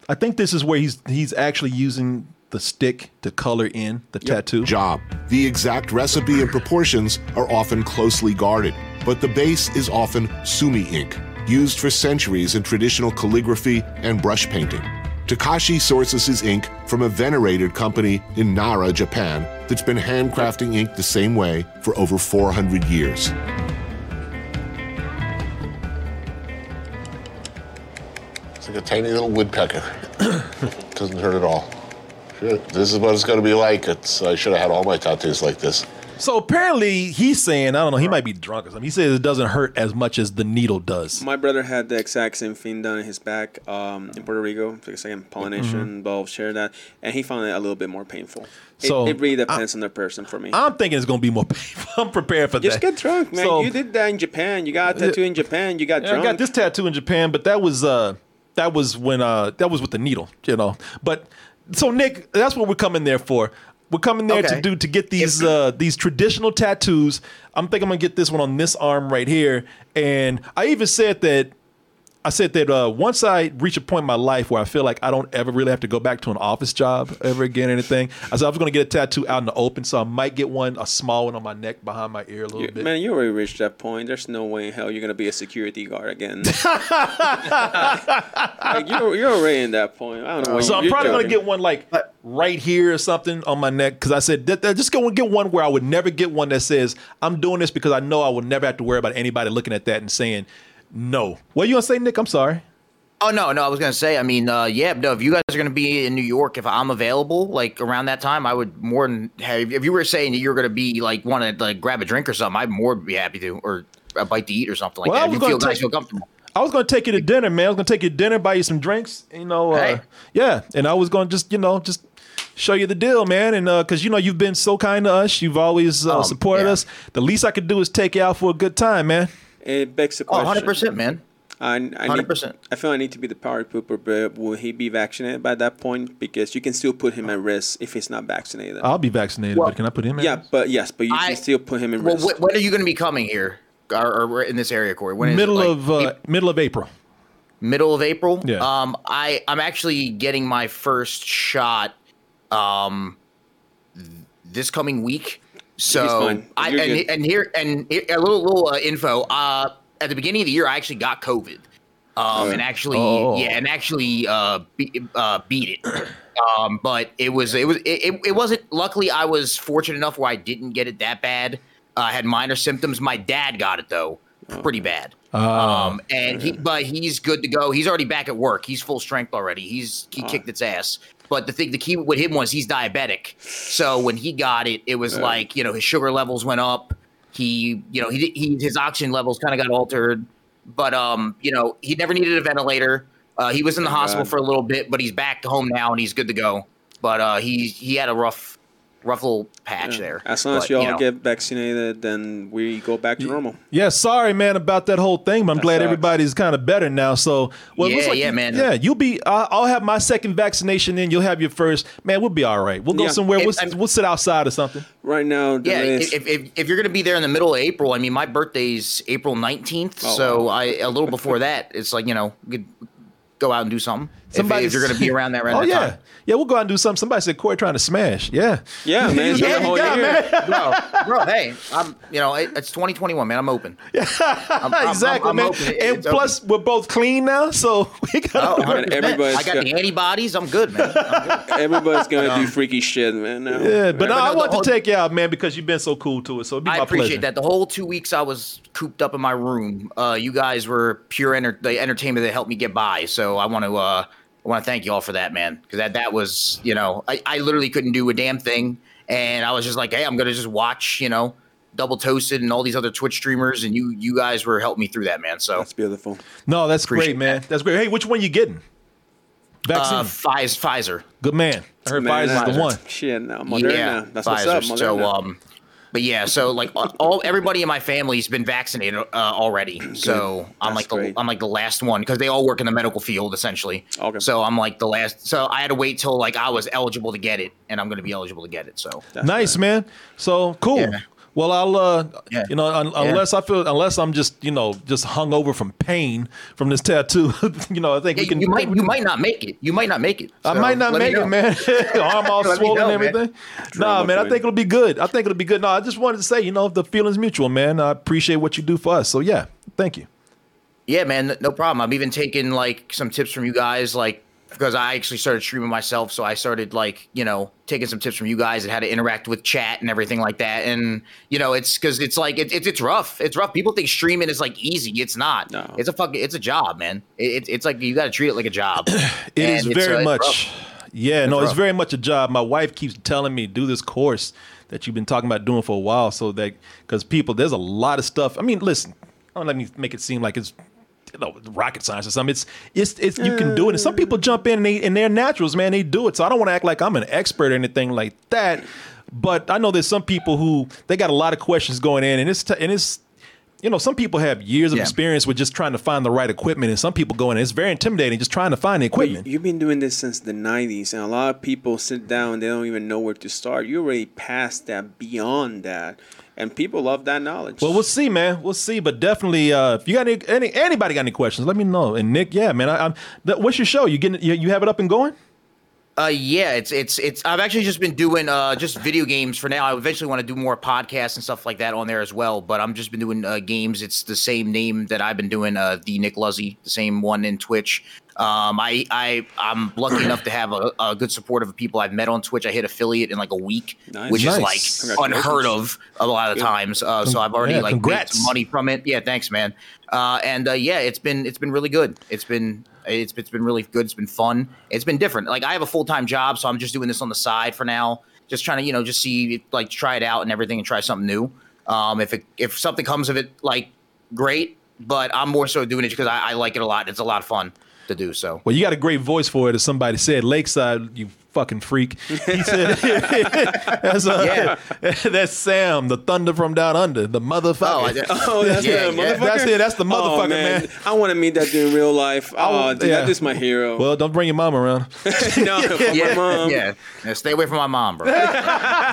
[SPEAKER 4] I think this is where he's he's actually using the stick to color in the tattoo.
[SPEAKER 8] Job. The exact recipe and proportions are often closely guarded, but the base is often sumi ink, used for centuries in traditional calligraphy and brush painting. Takashi sources his ink from a venerated company in Nara, Japan, that's been handcrafting ink the same way for over 400 years.
[SPEAKER 14] It's like a tiny little woodpecker. Doesn't hurt at all. Shit, this is what it's going to be like. It's, I should have had all my tattoos like this.
[SPEAKER 4] So apparently he's saying, I don't know, he might be drunk or something. He says it doesn't hurt as much as the needle does.
[SPEAKER 5] My brother had the exact same thing done in his back um, in Puerto Rico. It's like a second Polynesian,
[SPEAKER 4] Mhm.
[SPEAKER 5] both shared that, and he found it a little bit more painful. It,
[SPEAKER 4] So,
[SPEAKER 5] it really depends on the person for me.
[SPEAKER 4] I'm thinking it's gonna be more painful. I'm prepared for
[SPEAKER 5] Just
[SPEAKER 4] that.
[SPEAKER 5] get drunk, man.
[SPEAKER 4] So-
[SPEAKER 5] you did that in Japan. You got a tattoo in Japan. You got
[SPEAKER 4] Yeah, I
[SPEAKER 5] drunk.
[SPEAKER 4] got this tattoo in Japan, but that was uh that was when uh that was with the needle, you know. But so Nick, that's what we're coming there for. We're coming there
[SPEAKER 3] Okay.
[SPEAKER 4] to do to get these uh these traditional tattoos. I'm thinking I'm gonna get this one on this arm right here. And I even said that I said that uh, once I reach a point in my life where I feel like I don't ever really have to go back to an office job ever again or anything, I said I was going to get a tattoo out in the open, so I might get one, a small one on my neck behind my ear a little
[SPEAKER 5] You-
[SPEAKER 4] bit.
[SPEAKER 5] man, you already reached that point. There's no way in hell you're gonna be a security guard again. like, you're, you're already in that point. I don't know. what
[SPEAKER 4] so I'm
[SPEAKER 5] you're
[SPEAKER 4] probably gonna
[SPEAKER 5] joking.
[SPEAKER 4] get one like right here or something on my neck because I said that, that- just go and get one where I would never get one that says I'm doing this because I know I will never have to worry about anybody looking at that and saying no. What you gonna say, Nick? I'm sorry.
[SPEAKER 11] Oh no, no, I was gonna say. I mean, uh, yeah, no. If you guys are gonna be in New York, if I'm available, like around that time, I would more than have. If you were saying that you're gonna be like want to like grab a drink or something, I'd more be happy to, or a bite to eat or something like
[SPEAKER 4] Well, I
[SPEAKER 11] that. If
[SPEAKER 4] was
[SPEAKER 11] you feel
[SPEAKER 4] gonna
[SPEAKER 11] guys
[SPEAKER 4] take-
[SPEAKER 11] feel comfortable.
[SPEAKER 4] I was gonna take you to dinner, man. I was gonna take you to dinner, buy you some drinks, you know. Uh, Yeah, and I was gonna just, you know, just show you the deal, man. And because you know you've been so kind to us, you've always uh, supported us. The least I could do is take you out for a good time, man.
[SPEAKER 5] It begs the
[SPEAKER 4] Oh,
[SPEAKER 5] question.
[SPEAKER 4] 100%,
[SPEAKER 11] man.
[SPEAKER 5] I, I need-
[SPEAKER 4] 100%.
[SPEAKER 5] I feel I need to be the power pooper, but will he be vaccinated by that point? Because you can still put him at risk if he's not vaccinated.
[SPEAKER 4] I'll be vaccinated, but can I put him in?
[SPEAKER 5] yeah, but yes, but you can still put him at
[SPEAKER 11] Well,
[SPEAKER 5] risk.
[SPEAKER 11] wh- when are you gonna be coming here, or, or in this area, Corey? When is it?
[SPEAKER 4] middle
[SPEAKER 11] Like,
[SPEAKER 4] of uh, middle of April.
[SPEAKER 11] middle of April.
[SPEAKER 4] Yeah.
[SPEAKER 11] Um, I I'm actually getting my first shot, um, th- this coming week. So
[SPEAKER 5] fine.
[SPEAKER 11] I
[SPEAKER 5] You're
[SPEAKER 11] and,
[SPEAKER 5] good.
[SPEAKER 11] and here and here- a little little uh, info. Uh, at the beginning of the year, I actually got COVID. Um, and actually,
[SPEAKER 3] Oh.
[SPEAKER 11] yeah, and actually, uh, be, uh, beat it. Um, but it was it was it, it, it wasn't. Luckily, I was fortunate enough where I didn't get it that bad. Uh, I had minor symptoms. My dad got it though,
[SPEAKER 5] Oh.
[SPEAKER 11] pretty bad
[SPEAKER 4] Um,
[SPEAKER 11] and he but he's good to go. He's already back at work. He's full strength already. He's he kicked its ass. But the thing, the key with him was he's diabetic. So when he got it, it was
[SPEAKER 3] Yeah.
[SPEAKER 11] like you know his sugar levels went up. He you know he he his oxygen levels kind of got altered. But um you know he never needed a ventilator. Uh, he was in the
[SPEAKER 3] Thank
[SPEAKER 11] hospital
[SPEAKER 3] God.
[SPEAKER 11] for a little bit, but he's back home now and he's good to go. But uh, he he had a rough rough little patch there.
[SPEAKER 5] as long as
[SPEAKER 11] But,
[SPEAKER 5] you all
[SPEAKER 11] know.
[SPEAKER 5] get vaccinated, then we go back to normal.
[SPEAKER 4] Yeah, sorry, man, about that whole thing, but I'm
[SPEAKER 5] That
[SPEAKER 4] glad
[SPEAKER 5] sucks.
[SPEAKER 4] everybody's kind of better now. So, well, it looks
[SPEAKER 11] Yeah,
[SPEAKER 4] like
[SPEAKER 11] yeah,
[SPEAKER 4] you-
[SPEAKER 11] man.
[SPEAKER 4] Yeah, you'll be. I- I'll have my second vaccination, then you'll have your first. Man, we'll be all right. We'll go
[SPEAKER 11] Yeah.
[SPEAKER 4] somewhere.
[SPEAKER 11] It-
[SPEAKER 4] We'll,
[SPEAKER 11] I'm-
[SPEAKER 4] we'll sit outside or something.
[SPEAKER 5] Right now,
[SPEAKER 11] Yeah, if, if, if, if you're going to be there in the middle of April, I mean, my birthday's April 19th,
[SPEAKER 4] Oh,
[SPEAKER 11] so I a little before that, it's like, you know, we could go out and do something. If- if, you're going to be around that around
[SPEAKER 4] Oh
[SPEAKER 11] that
[SPEAKER 4] yeah,
[SPEAKER 11] time.
[SPEAKER 4] yeah. We'll go out and do something. Somebody said Corey trying to smash. Yeah,
[SPEAKER 5] yeah,
[SPEAKER 11] man,
[SPEAKER 4] yeah,
[SPEAKER 11] yeah,
[SPEAKER 4] yeah, man.
[SPEAKER 11] bro, bro, hey, I'm, you know, it, it's 2021, man. I'm open. I'm- I'm-
[SPEAKER 4] exactly,
[SPEAKER 11] I'm
[SPEAKER 4] man.
[SPEAKER 11] open. It-
[SPEAKER 4] and
[SPEAKER 11] it's open.
[SPEAKER 4] plus, we're both clean now, so we got.
[SPEAKER 11] Oh, 100%. I got the antibodies. I'm good, man.
[SPEAKER 5] Everybody's gonna do
[SPEAKER 11] Um,
[SPEAKER 5] freaky shit, man. Now.
[SPEAKER 4] Yeah, but no,
[SPEAKER 11] But no,
[SPEAKER 4] I
[SPEAKER 11] the
[SPEAKER 4] want
[SPEAKER 11] whole-
[SPEAKER 4] to take you out, man, because you've been so cool to us. So it'd be
[SPEAKER 11] I
[SPEAKER 4] my
[SPEAKER 11] appreciate
[SPEAKER 4] pleasure.
[SPEAKER 11] that. The whole two weeks I was cooped up in my room, uh, you guys were pure enter- the entertainment that helped me get by. So I want to uh, I want to thank you all for that, man, because that that was you know I, I literally couldn't do a damn thing, and I was just like, hey, I'm gonna just watch you know double toasted and all these other Twitch streamers, and you you guys were helping me through that, man. So that's
[SPEAKER 5] beautiful.
[SPEAKER 4] No, that's great, man. That's great. Hey, which one you getting? Vaccine.
[SPEAKER 11] Uh, Pfiz- Pfizer.
[SPEAKER 4] Good man. I heard
[SPEAKER 11] Man,
[SPEAKER 4] Pfizer's
[SPEAKER 11] Pfizer.
[SPEAKER 4] the one.
[SPEAKER 5] Shit, no, uh, Moderna. That's what's up, Moderna.
[SPEAKER 11] So, um, but yeah, so like all- all everybody in my family's been vaccinated uh, already. So I'm like the I'm like the last one because they all work in the medical field essentially. Okay. So I'm like the last. So I had to wait till like I was eligible to get it, and I'm going to be eligible to get it. So
[SPEAKER 4] nice, man. So cool. Well, I'll uh,
[SPEAKER 6] Yeah.
[SPEAKER 4] you know un-
[SPEAKER 6] Yeah.
[SPEAKER 4] unless I feel unless I'm just you know just hung over from pain from this tattoo, you know I think
[SPEAKER 11] Yeah,
[SPEAKER 4] we can.
[SPEAKER 11] you might you might not make it. You might not make it.
[SPEAKER 4] I
[SPEAKER 11] So,
[SPEAKER 4] might not
[SPEAKER 11] let me
[SPEAKER 4] make it,
[SPEAKER 11] know.
[SPEAKER 4] man. Arm all
[SPEAKER 11] Let me
[SPEAKER 4] swollen
[SPEAKER 11] know,
[SPEAKER 4] and
[SPEAKER 11] man.
[SPEAKER 4] everything. Nah, man, I
[SPEAKER 11] queen.
[SPEAKER 4] think it'll be good. I think it'll be good. No, I just wanted to say, you know, the feeling's mutual, man. I appreciate what you do for us. So yeah, thank you.
[SPEAKER 11] Yeah, man, n- no problem. I've even taken like some tips from you guys, like because I actually started streaming myself, so I started like you know taking some tips from you guys and how to interact with chat and everything like that. And you know, it's because it's like it, it's it's rough. It's rough. People think streaming is like easy. It's not. No. It's a fucking. It's a job, man. It, it, it's like you got to treat it like a job.
[SPEAKER 4] It is
[SPEAKER 11] And it's, uh,
[SPEAKER 4] very
[SPEAKER 11] it's
[SPEAKER 4] much.
[SPEAKER 11] rough.
[SPEAKER 4] Yeah, no, it's
[SPEAKER 11] rough.
[SPEAKER 4] very much a job. My wife keeps telling me do this course that you've been talking about doing for a while, so that because people, there's a lot of stuff. I mean, listen, don't let me make it seem like it's you know, rocket science or something. It's it's it's you can do it. And some people jump in and they and they're naturals, man. They do it. So I don't want to act like I'm an expert or anything like that. But I know there's some people who they got a lot of questions going in, and it's t- and it's you know, some people have years of
[SPEAKER 5] Yeah.
[SPEAKER 4] experience with just trying to find the right equipment, and some people go in. And it's very intimidating just trying to find the
[SPEAKER 5] But
[SPEAKER 4] equipment.
[SPEAKER 5] you- You've been doing this since the 90s, and a lot of people sit down and they don't even know where to start. You already passed that, beyond that, and people love that knowledge.
[SPEAKER 4] Well, we'll see, man. We'll see, but definitely, uh, if you got any, any anybody got any questions, let me know. And Nick, yeah, man, I, I'm. That, what's your show? You getting? You, you have it up and going?
[SPEAKER 11] Uh, yeah, it's it's it's. I've actually just been doing uh just video games for now. I eventually want to do more podcasts and stuff like that on there as well. But I'm just been doing uh, games. It's the same name that I've been doing. Uh, the Nick Luzzy, the same one in Twitch. Um, I I I'm lucky enough to have a, a good support of people I've met on Twitch. I hit affiliate in like a week,
[SPEAKER 5] Nice.
[SPEAKER 11] which
[SPEAKER 5] Nice.
[SPEAKER 11] is like unheard
[SPEAKER 5] Congratulations.
[SPEAKER 11] of a lot of
[SPEAKER 5] Yeah.
[SPEAKER 11] times. Uh, so
[SPEAKER 5] Con-
[SPEAKER 11] I've already
[SPEAKER 5] yeah,
[SPEAKER 11] like made
[SPEAKER 5] congrats.
[SPEAKER 11] some money from it. Yeah, thanks, man. Uh, and uh, yeah, it's been it's been really good. It's been it's it's been really good. It's been fun. It's been different. Like I have a full time job, so I'm just doing this on the side for now. Just trying to you know just see like try it out and everything and try something new. Um, if it if something comes of it, like great. But I'm more so doing it because I, I like it a lot. It's a lot of fun to do. So
[SPEAKER 4] Well, you got a great voice for it, as somebody said. Lakeside, you fucking freak. He said, that's, uh, that's Sam, the thunder from down under, the motherfucker.
[SPEAKER 5] Oh, that's
[SPEAKER 4] Yeah,
[SPEAKER 5] the
[SPEAKER 4] yeah.
[SPEAKER 5] motherfucker.
[SPEAKER 4] That's it. That's the
[SPEAKER 5] Oh,
[SPEAKER 4] motherfucker, man.
[SPEAKER 5] man. I want to meet that dude in real life. Oh, dude,
[SPEAKER 4] yeah.
[SPEAKER 5] that dude's my hero.
[SPEAKER 4] Well, don't bring your mom around.
[SPEAKER 5] no, my
[SPEAKER 11] yeah,
[SPEAKER 5] mom.
[SPEAKER 11] yeah. Yeah, stay away from my mom, bro.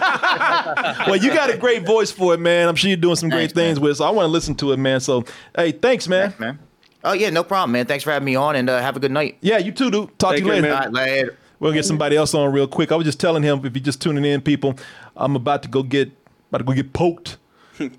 [SPEAKER 4] well, you got a great voice for it, man. I'm sure you're doing some great things with it. So I want to listen to it, man. So, hey, thanks, man.
[SPEAKER 11] man. Oh yeah, no problem, man. Thanks for having me on, and uh, have a good night.
[SPEAKER 4] Yeah, you too, dude. Talk to you later.
[SPEAKER 11] All right, later.
[SPEAKER 4] We'll get somebody else on real quick. I was just telling him if you're just tuning in, people, I'm about to go get about to go get poked.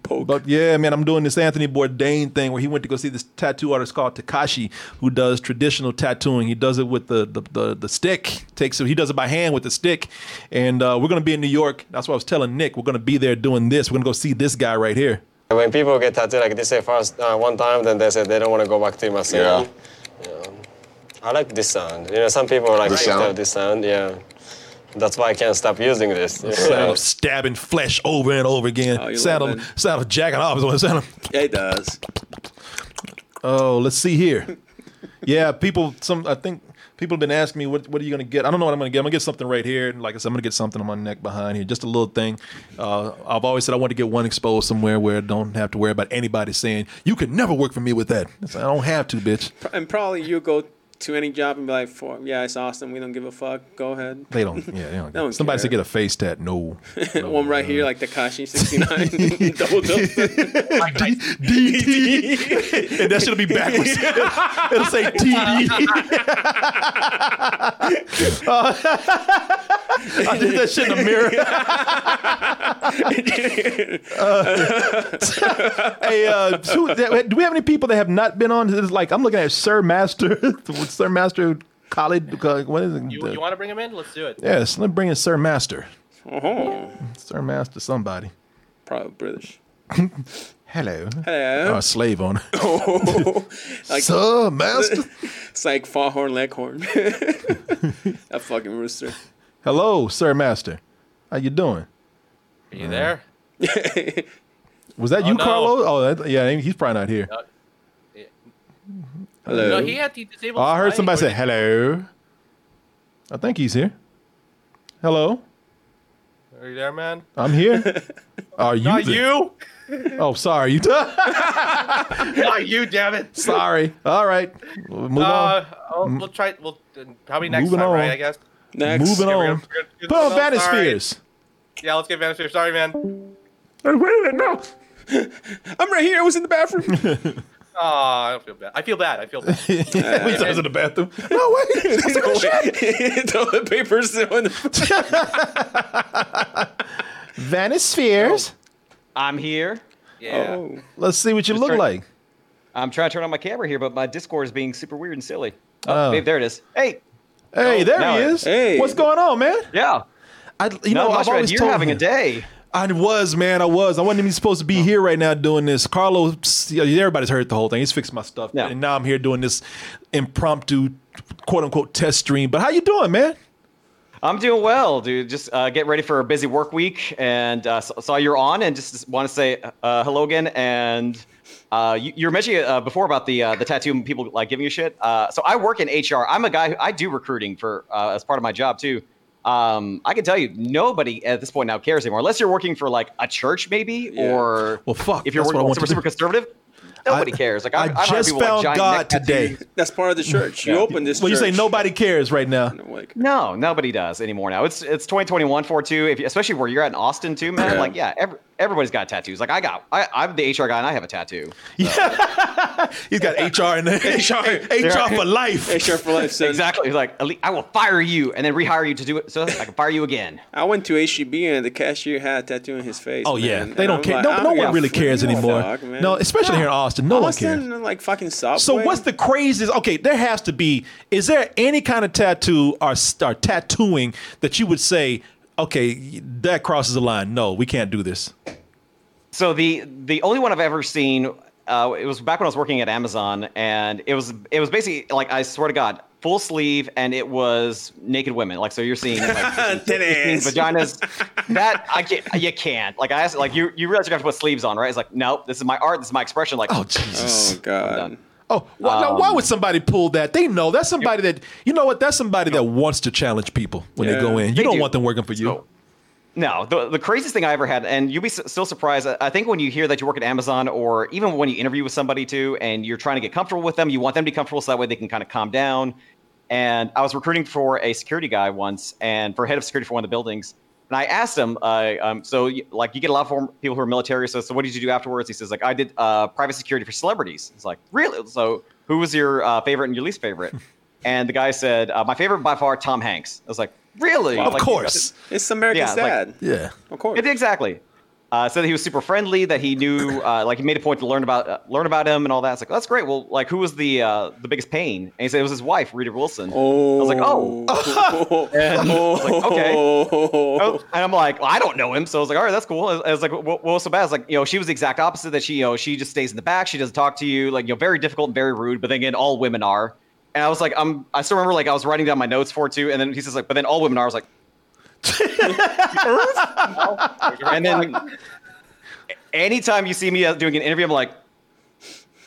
[SPEAKER 5] Poked.
[SPEAKER 4] But yeah, man, I'm doing this Anthony Bourdain thing where he went to go see this tattoo artist called Takashi, who does traditional tattooing. He does it with the the, the, the stick. Takes it, he does it by hand with the stick. And uh, we're gonna be in New York. That's what I was telling Nick. We're gonna be there doing this. We're gonna go see this guy right here.
[SPEAKER 13] When people get tattooed, like they say first uh, one time, then they say they don't want to go back to him. I say,
[SPEAKER 4] Yeah.
[SPEAKER 13] yeah. I like this sound. You know, some people are like
[SPEAKER 4] The
[SPEAKER 13] "I can tell
[SPEAKER 4] sound?
[SPEAKER 13] this sound. Yeah, that's why I can't stop using this. you
[SPEAKER 4] Sound
[SPEAKER 13] know.
[SPEAKER 4] of stabbing flesh over and over again.
[SPEAKER 13] Oh, you
[SPEAKER 4] sound
[SPEAKER 13] love
[SPEAKER 4] of sound of jacking off is what it sound of
[SPEAKER 5] Yeah, it does.
[SPEAKER 4] Oh, let's see here. yeah, people. Some I think people have been asking me what what are you gonna get. I don't know what I'm gonna get. I'm gonna get something right here. And like I said, I'm gonna get something on my neck behind here, just a little thing. Uh, I've always said I want to get one exposed somewhere where I don't have to worry about anybody saying you could never work for me with that. It's like, I don't have to, bitch.
[SPEAKER 5] And probably you go to any job and be like, "For yeah, it's awesome. We don't give a fuck. Go ahead."
[SPEAKER 4] They don't. Yeah, they don't.
[SPEAKER 5] No one
[SPEAKER 4] somebody
[SPEAKER 5] cares.
[SPEAKER 4] said get a face tat. No.
[SPEAKER 5] One right here, like Takashi sixty nine, double double.
[SPEAKER 4] DT. and that should be backwards. It'll say TD. Uh, I did that shit in the mirror. Uh, hey, uh, so- do we have any people that have not been on? It's like I'm looking at Sir Master, Sir Master College. uh, What is it?
[SPEAKER 10] You, you want to bring him in? Let's do it.
[SPEAKER 4] Yes, let me bring in Sir Master.
[SPEAKER 5] Oh,
[SPEAKER 4] Mm-hmm. Sir Master, somebody.
[SPEAKER 5] probably British.
[SPEAKER 4] Hello.
[SPEAKER 5] Hello.
[SPEAKER 4] Or a slave owner.
[SPEAKER 5] Oh,
[SPEAKER 4] Sir Master.
[SPEAKER 5] it's like Farhorn Leghorn. that fucking rooster.
[SPEAKER 4] Hello, Sir Master. How you doing?
[SPEAKER 10] Are you there?
[SPEAKER 4] Was that
[SPEAKER 10] Oh,
[SPEAKER 4] you,
[SPEAKER 10] no.
[SPEAKER 4] Carlo? Oh, that, yeah, he's probably not here.
[SPEAKER 10] No. No, he had to disable.
[SPEAKER 4] Oh, I heard
[SPEAKER 10] his mic.
[SPEAKER 4] somebody say hello. I think he's here. Hello,
[SPEAKER 10] Are you there, man?
[SPEAKER 4] I'm here. Are you?
[SPEAKER 10] Not
[SPEAKER 4] there?
[SPEAKER 10] you.
[SPEAKER 4] Oh, sorry. You.
[SPEAKER 10] Not you, damn it.
[SPEAKER 4] sorry. All right. We'll Move
[SPEAKER 10] uh, I'll-
[SPEAKER 4] on.
[SPEAKER 10] We'll try. We'll uh, probably next
[SPEAKER 4] Moving
[SPEAKER 10] time,
[SPEAKER 4] on.
[SPEAKER 10] right? I guess.
[SPEAKER 4] Moving on. Put on Vanispheres.
[SPEAKER 10] Yeah, let's get Vanisphere. Sorry, man. Wait a minute,
[SPEAKER 5] no. I'm right here. I was in the bathroom.
[SPEAKER 10] Oh, I don't feel bad. I feel bad. I feel bad.
[SPEAKER 4] Please, I was in the bathroom.
[SPEAKER 5] No way! Toilet paper still in the.
[SPEAKER 4] Vanish spheres.
[SPEAKER 3] I'm here.
[SPEAKER 4] Yeah. Oh. Let's see what you
[SPEAKER 3] Just
[SPEAKER 4] look
[SPEAKER 3] turn-
[SPEAKER 4] like.
[SPEAKER 3] I'm trying to turn on my camera here, but my Discord is being super weird and silly.
[SPEAKER 4] Oh.
[SPEAKER 3] Oh, babe, there it is. Hey.
[SPEAKER 4] Hey,
[SPEAKER 3] Oh,
[SPEAKER 4] there
[SPEAKER 3] now
[SPEAKER 4] he
[SPEAKER 3] it-
[SPEAKER 4] is. What's going on, man?
[SPEAKER 3] Yeah.
[SPEAKER 4] I, you
[SPEAKER 3] No,
[SPEAKER 4] know, I've
[SPEAKER 3] Mushroom,
[SPEAKER 4] always
[SPEAKER 3] you're
[SPEAKER 4] told
[SPEAKER 3] having a
[SPEAKER 4] him.
[SPEAKER 3] day.
[SPEAKER 4] I was, man. I was. I wasn't even supposed to be here right now doing this. Carlo, everybody's heard the whole thing. He's fixed my stuff, and now I'm here doing this impromptu, quote unquote, test stream. But how you doing, man?
[SPEAKER 3] I'm doing well, dude. Just uh, get ready for a busy work week, and uh, s- saw you're on, and just want to say uh, hello again. And uh, you, you were mentioning uh, before about the uh, the tattoo and people like giving you shit. Uh, so I work in HR. I'm a guy who I do recruiting for uh, as part of my job too. Um, I can tell you, nobody at this point now cares anymore, unless you're working for like a church maybe, or
[SPEAKER 4] well, fuck.
[SPEAKER 3] If you're
[SPEAKER 4] that's what I
[SPEAKER 3] working
[SPEAKER 4] want
[SPEAKER 3] for
[SPEAKER 4] to
[SPEAKER 3] super
[SPEAKER 4] do.
[SPEAKER 3] conservative, nobody cares. Like
[SPEAKER 4] I
[SPEAKER 3] I, I've hired
[SPEAKER 4] just
[SPEAKER 3] people with
[SPEAKER 4] found
[SPEAKER 3] giant
[SPEAKER 4] God
[SPEAKER 3] neck
[SPEAKER 4] today.
[SPEAKER 3] tattoos.
[SPEAKER 5] That's part of the church. You
[SPEAKER 3] Yeah.
[SPEAKER 5] opened this.
[SPEAKER 4] Well, you
[SPEAKER 5] church.
[SPEAKER 4] say nobody cares right now.
[SPEAKER 3] No, nobody does anymore now. It's it's 2021 for two, if, especially where you're at in Austin too, man. Like, yeah, every, everybody's got tattoos. Like, I got, I, I'm the HR guy and I have a tattoo.
[SPEAKER 4] He's got HR in there.
[SPEAKER 3] Yeah.
[SPEAKER 4] HR, HR for life.
[SPEAKER 3] Exactly. He's like, "Ali- I will fire you and then rehire you to do it so I can fire you again.
[SPEAKER 5] I went to HEB and the cashier had a tattoo in his face.
[SPEAKER 4] Oh yeah,
[SPEAKER 5] man.
[SPEAKER 4] they
[SPEAKER 5] And
[SPEAKER 4] don't
[SPEAKER 5] I'm
[SPEAKER 4] care.
[SPEAKER 5] like,
[SPEAKER 4] no,
[SPEAKER 5] I'm
[SPEAKER 4] no one
[SPEAKER 5] gonna
[SPEAKER 4] really
[SPEAKER 5] freak
[SPEAKER 4] cares
[SPEAKER 5] the
[SPEAKER 4] anymore.
[SPEAKER 5] fuck, man.
[SPEAKER 4] no, especially here in Austin, no
[SPEAKER 5] Austin,
[SPEAKER 4] one cares.
[SPEAKER 5] like fucking
[SPEAKER 3] Uh,
[SPEAKER 5] Subway.
[SPEAKER 4] So what's the craziest? Okay, there has to be. Is there any kind of tattoo or, or tattooing that you would say, okay, that crosses the line? No, we can't do this.
[SPEAKER 3] So the the only one I've ever seen, uh, it was back when I was working at Amazon, and it was it was basically like I swear to God, full sleeve, and it was naked women. Like so, you're seeing like,
[SPEAKER 5] seeing
[SPEAKER 3] vaginas. That I can't, you can't. Like I asked, like you you realize you have to put sleeves on, right? It's like nope, this is my art, this is my expression. Like
[SPEAKER 4] oh Jesus,
[SPEAKER 5] oh god.
[SPEAKER 4] Oh, Why, now, why
[SPEAKER 3] Um,
[SPEAKER 4] would somebody pull that? They know that's somebody that you know what. That's somebody that wants to challenge people when they
[SPEAKER 3] Yeah.
[SPEAKER 4] go in. You
[SPEAKER 3] They
[SPEAKER 4] don't
[SPEAKER 3] do.
[SPEAKER 4] want them working for you.
[SPEAKER 3] No, the, the craziest thing I ever had, and you'll be s- still surprised. I I think when you hear that you work at Amazon, or even when you interview with somebody too, and you're trying to get comfortable with them, you want them to be comfortable so that way they can kind of calm down. And I was recruiting for a security guy once, and for head of security for one of the buildings, and I asked him, uh, um, so you- like you get a lot of form- people who are military, so so what did you do afterwards? He says like I did uh, private security for celebrities. It's like really? So who was your uh, favorite and your least favorite? and the guy said uh, my favorite by far Tom Hanks. I was like really?
[SPEAKER 5] Wow.
[SPEAKER 3] Like,
[SPEAKER 5] It's American
[SPEAKER 3] Yeah, like-
[SPEAKER 5] Dad.
[SPEAKER 4] yeah.
[SPEAKER 5] Of course.
[SPEAKER 3] It- exactly. Uh, said that he was super friendly, that he knew, uh, like he made a point to learn about uh, learn about him and all that. It's like "Oh, that's great. Well, like who was the uh, the biggest pain? And he said it was his wife, Rita Wilson. Oh, I was like, oh, and I was like, okay. Oh, and I'm like, well, I don't know him, so I was like, all right, that's cool. I I was like, what, what was so bad? I was like, you know, she was the exact opposite. That she, you know, she just stays in the back. She doesn't talk to you. Like, you know, very difficult and very rude. But then again, all women are. And I was like, I'm. I still remember, like, I was writing down my notes for it too. And then he says, like, but then all women are. I was like, and then anytime you see me uh, doing an interview, I'm like,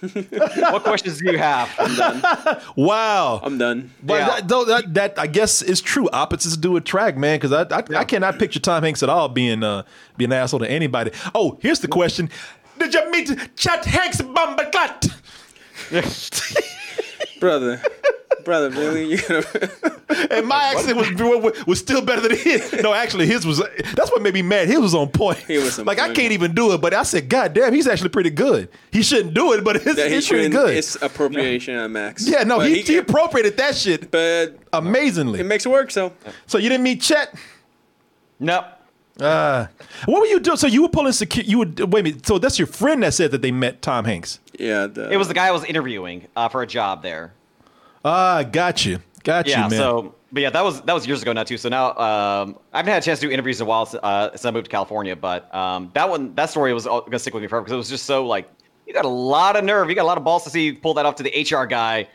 [SPEAKER 3] what questions do you have? uh,
[SPEAKER 4] Wow, I'm
[SPEAKER 5] done.
[SPEAKER 4] But
[SPEAKER 3] Yeah.
[SPEAKER 4] that, though that, that I guess is true. Opposites do attract, man. Because I I, I cannot picture Tom Hanks at all being uh being an asshole to anybody. Oh, here's the question: Did you meet Chet Hanks Bumbaclat?
[SPEAKER 5] brother, brother, really? You know,
[SPEAKER 4] and my accent was, was was still better than his. No, actually, his was. That's what made me mad. His was on point. He
[SPEAKER 5] was on
[SPEAKER 4] like I
[SPEAKER 5] point.
[SPEAKER 4] can't even do it, but I said, God damn, he's actually pretty good. He shouldn't do it, but it's,
[SPEAKER 5] that he
[SPEAKER 4] it's pretty
[SPEAKER 5] shouldn't-
[SPEAKER 4] good.
[SPEAKER 5] It's appropriation at max.
[SPEAKER 4] yeah, no,
[SPEAKER 5] But
[SPEAKER 4] he, he, appropriated that shit,
[SPEAKER 5] but
[SPEAKER 4] amazingly.
[SPEAKER 5] it makes it work. So
[SPEAKER 4] So you didn't meet Chet?
[SPEAKER 3] No.
[SPEAKER 4] Uh, what were you doing? So you were pulling secure. You would wait a minute. So that's your friend that said that they met Tom Hanks.
[SPEAKER 5] yeah,
[SPEAKER 3] It was the guy I was interviewing uh, for a job there.
[SPEAKER 4] Ah, got you, got
[SPEAKER 3] yeah,
[SPEAKER 4] you, man.
[SPEAKER 3] so but yeah, that was that was years ago now too. So now um, I haven't had a chance to do interviews in a while since, uh, since I moved to California. But um, that one, that story was all- gonna stick with me forever because it was just so like you got a lot of nerve, you got a lot of balls to see you pull that off to the HR guy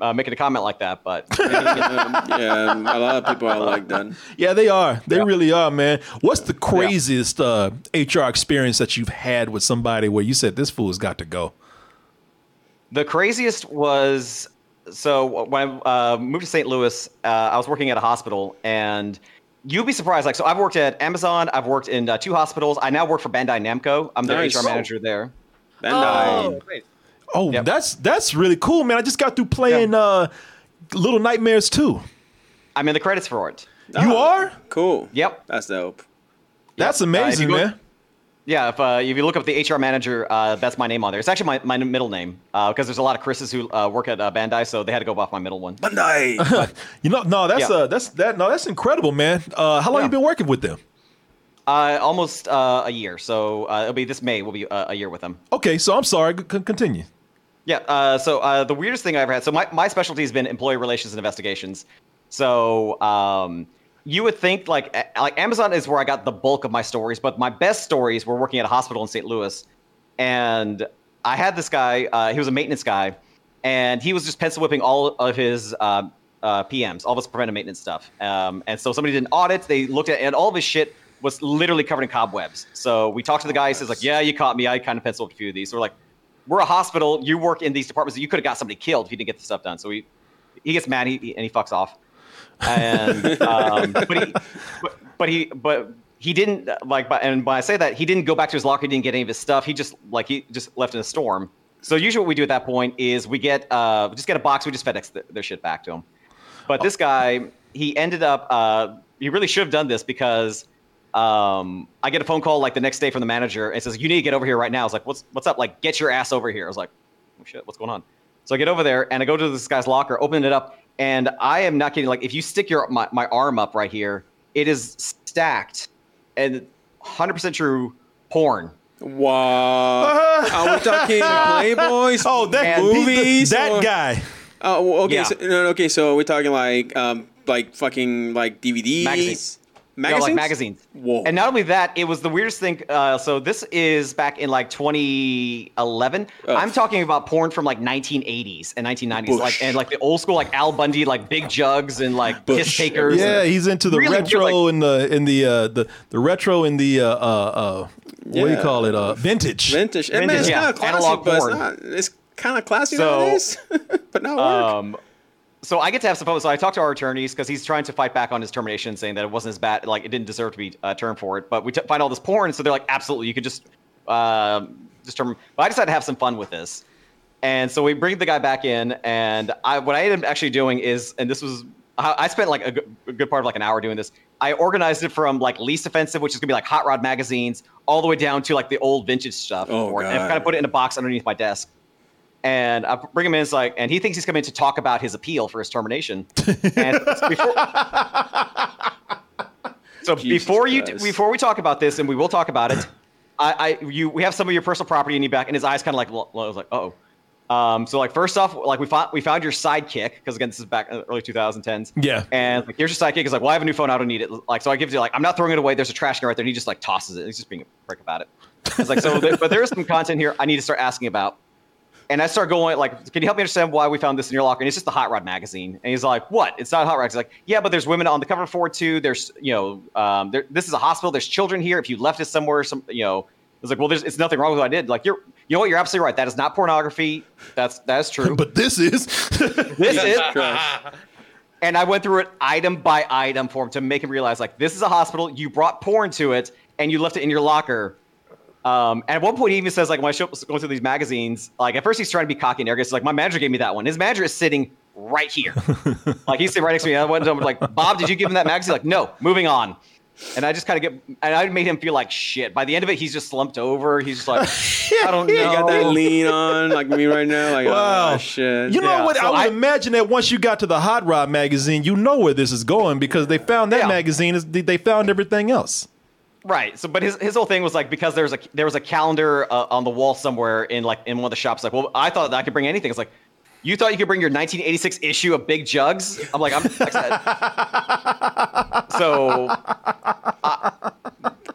[SPEAKER 3] uh, making a comment like that. But
[SPEAKER 5] yeah, a lot of people are like that.
[SPEAKER 4] yeah, they are. They really are, man. What's the craziest uh, HR experience that you've had with somebody where you said this fool's got to go?
[SPEAKER 3] The craziest was so when I uh, moved to St. Louis, uh, I was working at a hospital, and you'd be surprised. Like, so I've worked at Amazon, I've worked in uh, two hospitals. I now work for Bandai Namco. I'm the
[SPEAKER 4] Nice.
[SPEAKER 3] HR manager there.
[SPEAKER 4] Bandai. Oh, that's that's really cool, man. I just got through playing uh, Little Nightmares 2.
[SPEAKER 3] I'm in the credits for it.
[SPEAKER 4] You are
[SPEAKER 5] cool.
[SPEAKER 3] Yep,
[SPEAKER 5] that's dope.
[SPEAKER 4] That's amazing,
[SPEAKER 3] if you go-
[SPEAKER 4] man.
[SPEAKER 3] Yeah, if, uh, if you look up the HR manager, uh, that's my name on there. It's actually my, my middle name because there's a lot of Chris's who uh, work at uh, Bandai, so they had to go off my middle one.
[SPEAKER 4] Bandai. you know, no, that's
[SPEAKER 3] Yeah.
[SPEAKER 4] uh, that's that. No, that's incredible, man. Uh, how long you been working with them?
[SPEAKER 3] Uh, almost uh, a year, so uh, it'll be this May. We'll be uh, a year with them.
[SPEAKER 4] Okay, so I'm sorry. c- c- continue.
[SPEAKER 3] Yeah. Uh, so uh, the weirdest thing I ever had. So my, my specialty has been employee relations and investigations. So um, you would think like a- like Amazon is where I got the bulk of my stories, but my best stories were working at a hospital in St. Louis, and I had this guy. Uh, he was a maintenance guy, and he was just pencil whipping all of his. Uh, uh, PMs, all this preventive maintenance stuff, um, and so somebody did an audit. They looked at, and all of his shit was literally covered in cobwebs. So we talked to the guy. He says like, "Yeah, you caught me. I kind of penciled a few of these." So we're like, we're a hospital. You work in these departments. You could have got somebody killed if you didn't get this stuff done. So he, he gets mad he, he- and he fucks off. And um, but he, but, but he, but he didn't uh, like. But and when I say that, he didn't go back to his locker. He didn't get any of his stuff. He just like he just left in a storm. So usually what we do at that point is we get uh, we just get a box. We just FedEx th- their shit back to him. But this guy, he ended up. Uh, he really should have done this because um, I get a phone call like the next day from the manager and says, "You need to get over here right now." I was like, "What's what's up? Like, get your ass over here." I was like, "Oh shit, what's going on?" So I get over there and I go to this guy's locker, open it up, and I am not kidding. Like, if you stick your my, my arm up right here, it is stacked and 100% true porn.
[SPEAKER 5] Wow.
[SPEAKER 3] Uh,
[SPEAKER 5] Are we talking Playboys?
[SPEAKER 4] Oh, that
[SPEAKER 5] movies?
[SPEAKER 4] that
[SPEAKER 5] or-
[SPEAKER 4] guy.
[SPEAKER 5] Oh, well, okay.
[SPEAKER 3] Yeah.
[SPEAKER 5] So, no, no, okay, so we're talking like, um, like fucking like DVDs,
[SPEAKER 3] Magazines.
[SPEAKER 5] magazines,
[SPEAKER 3] Yeah, like magazines.
[SPEAKER 5] Whoa.
[SPEAKER 3] And not only that, it was the weirdest thing. Uh, so this is back in like 2011. I'm talking about porn from like 1980s and 1990s,
[SPEAKER 4] Bush.
[SPEAKER 3] like and like the old school, like Al Bundy, like big jugs and like piss takers.
[SPEAKER 4] Yeah,
[SPEAKER 3] and
[SPEAKER 4] he's into the
[SPEAKER 3] really weird,
[SPEAKER 4] retro
[SPEAKER 3] like-
[SPEAKER 4] and the in the uh, the the retro and the uh, uh, uh, what do you
[SPEAKER 5] Yeah.
[SPEAKER 4] call it? Uh, vintage.
[SPEAKER 5] vintage. And man, it's kind of classy,
[SPEAKER 3] analog
[SPEAKER 5] but
[SPEAKER 3] porn.
[SPEAKER 5] it's not. uh, It's kind of classy
[SPEAKER 3] So-
[SPEAKER 5] nowadays, but not work.
[SPEAKER 3] Um, so I get to have some fun. So I talked to our attorneys because he's trying to fight back on his termination, saying that it wasn't as bad, like it didn't deserve to be uh, termed for it. But we t- find all this porn, so they're like, absolutely, you could just um just term. But I decided to have some fun with this, and so we bring the guy back in, and I what I ended up actually doing is, and this was I I spent like a good- a good part of like an hour doing this. I organized it from like least offensive, which is gonna be like hot rod magazines, all the way down to like the old vintage stuff.
[SPEAKER 5] Oh,
[SPEAKER 3] for it. And I
[SPEAKER 5] God.
[SPEAKER 3] kind of put it in a box underneath my desk and I bring him in. It's like, and he thinks he's coming to talk about his appeal for his termination. And before, so
[SPEAKER 5] Jesus
[SPEAKER 3] before you,
[SPEAKER 5] Christ.
[SPEAKER 3] before we talk about this, and we will talk about it, I, I, you, we have some of your personal property in you back, and his eyes kind of like, lo- lo- I was like, oh. Um, so like first off, like we found we found your sidekick because again this is back in the early 2010s.
[SPEAKER 4] Yeah.
[SPEAKER 3] And like here's your sidekick. He's like, well, I have a new phone. I don't need it. Like so I give it to you, like I'm not throwing it away. There's a trash can right there. And he just like tosses it. He's just being a prick about it. It's like so, there, but there is some content here I need to start asking about. And I start going like, "Can you help me understand why we found this in your locker?" And it's just the Hot Rod magazine. And he's like, "What? It's not Hot Rod." He's like, "Yeah, but there's women on the cover for it too. There's you know, um, there, this is a hospital. There's children here. If you left it somewhere, some you know." It's like, well, there's it's nothing wrong with what I did. Like you're, you know what? You're absolutely right. That is not pornography. That's that's true.
[SPEAKER 4] But this is
[SPEAKER 3] this is and I went through it item by item for him to make him realize like this is a hospital. You brought porn to it and you left it in your locker. Um, and at one point, he even says like when I show, going through these magazines, like at first he's trying to be cocky and arrogant. He's like my manager gave me that one. His manager is sitting right here, like he's sitting right next to me. And I went to him like Bob, did you give him that magazine? Like no, moving on. And I just kind of get, and I made him feel like shit. By the end of it, he's just slumped over. He's just like, I don't know.
[SPEAKER 5] You got that lean on like me right now. Like,
[SPEAKER 4] Wow.
[SPEAKER 5] oh shit.
[SPEAKER 4] You know
[SPEAKER 5] Yeah.
[SPEAKER 4] what?
[SPEAKER 5] So
[SPEAKER 4] I would imagine that once you got to the Hot Rod magazine, you know where this is going because they found that magazine. Is, they- they found everything else.
[SPEAKER 3] Right. So, but his, his whole thing was like because there was a there was a calendar uh, on the wall somewhere in like in one of the shops. Like, well, I thought that I could bring anything. It's like, you thought you could bring your 1986 issue of Big Jugs? I'm like, I'm like I said- so. I-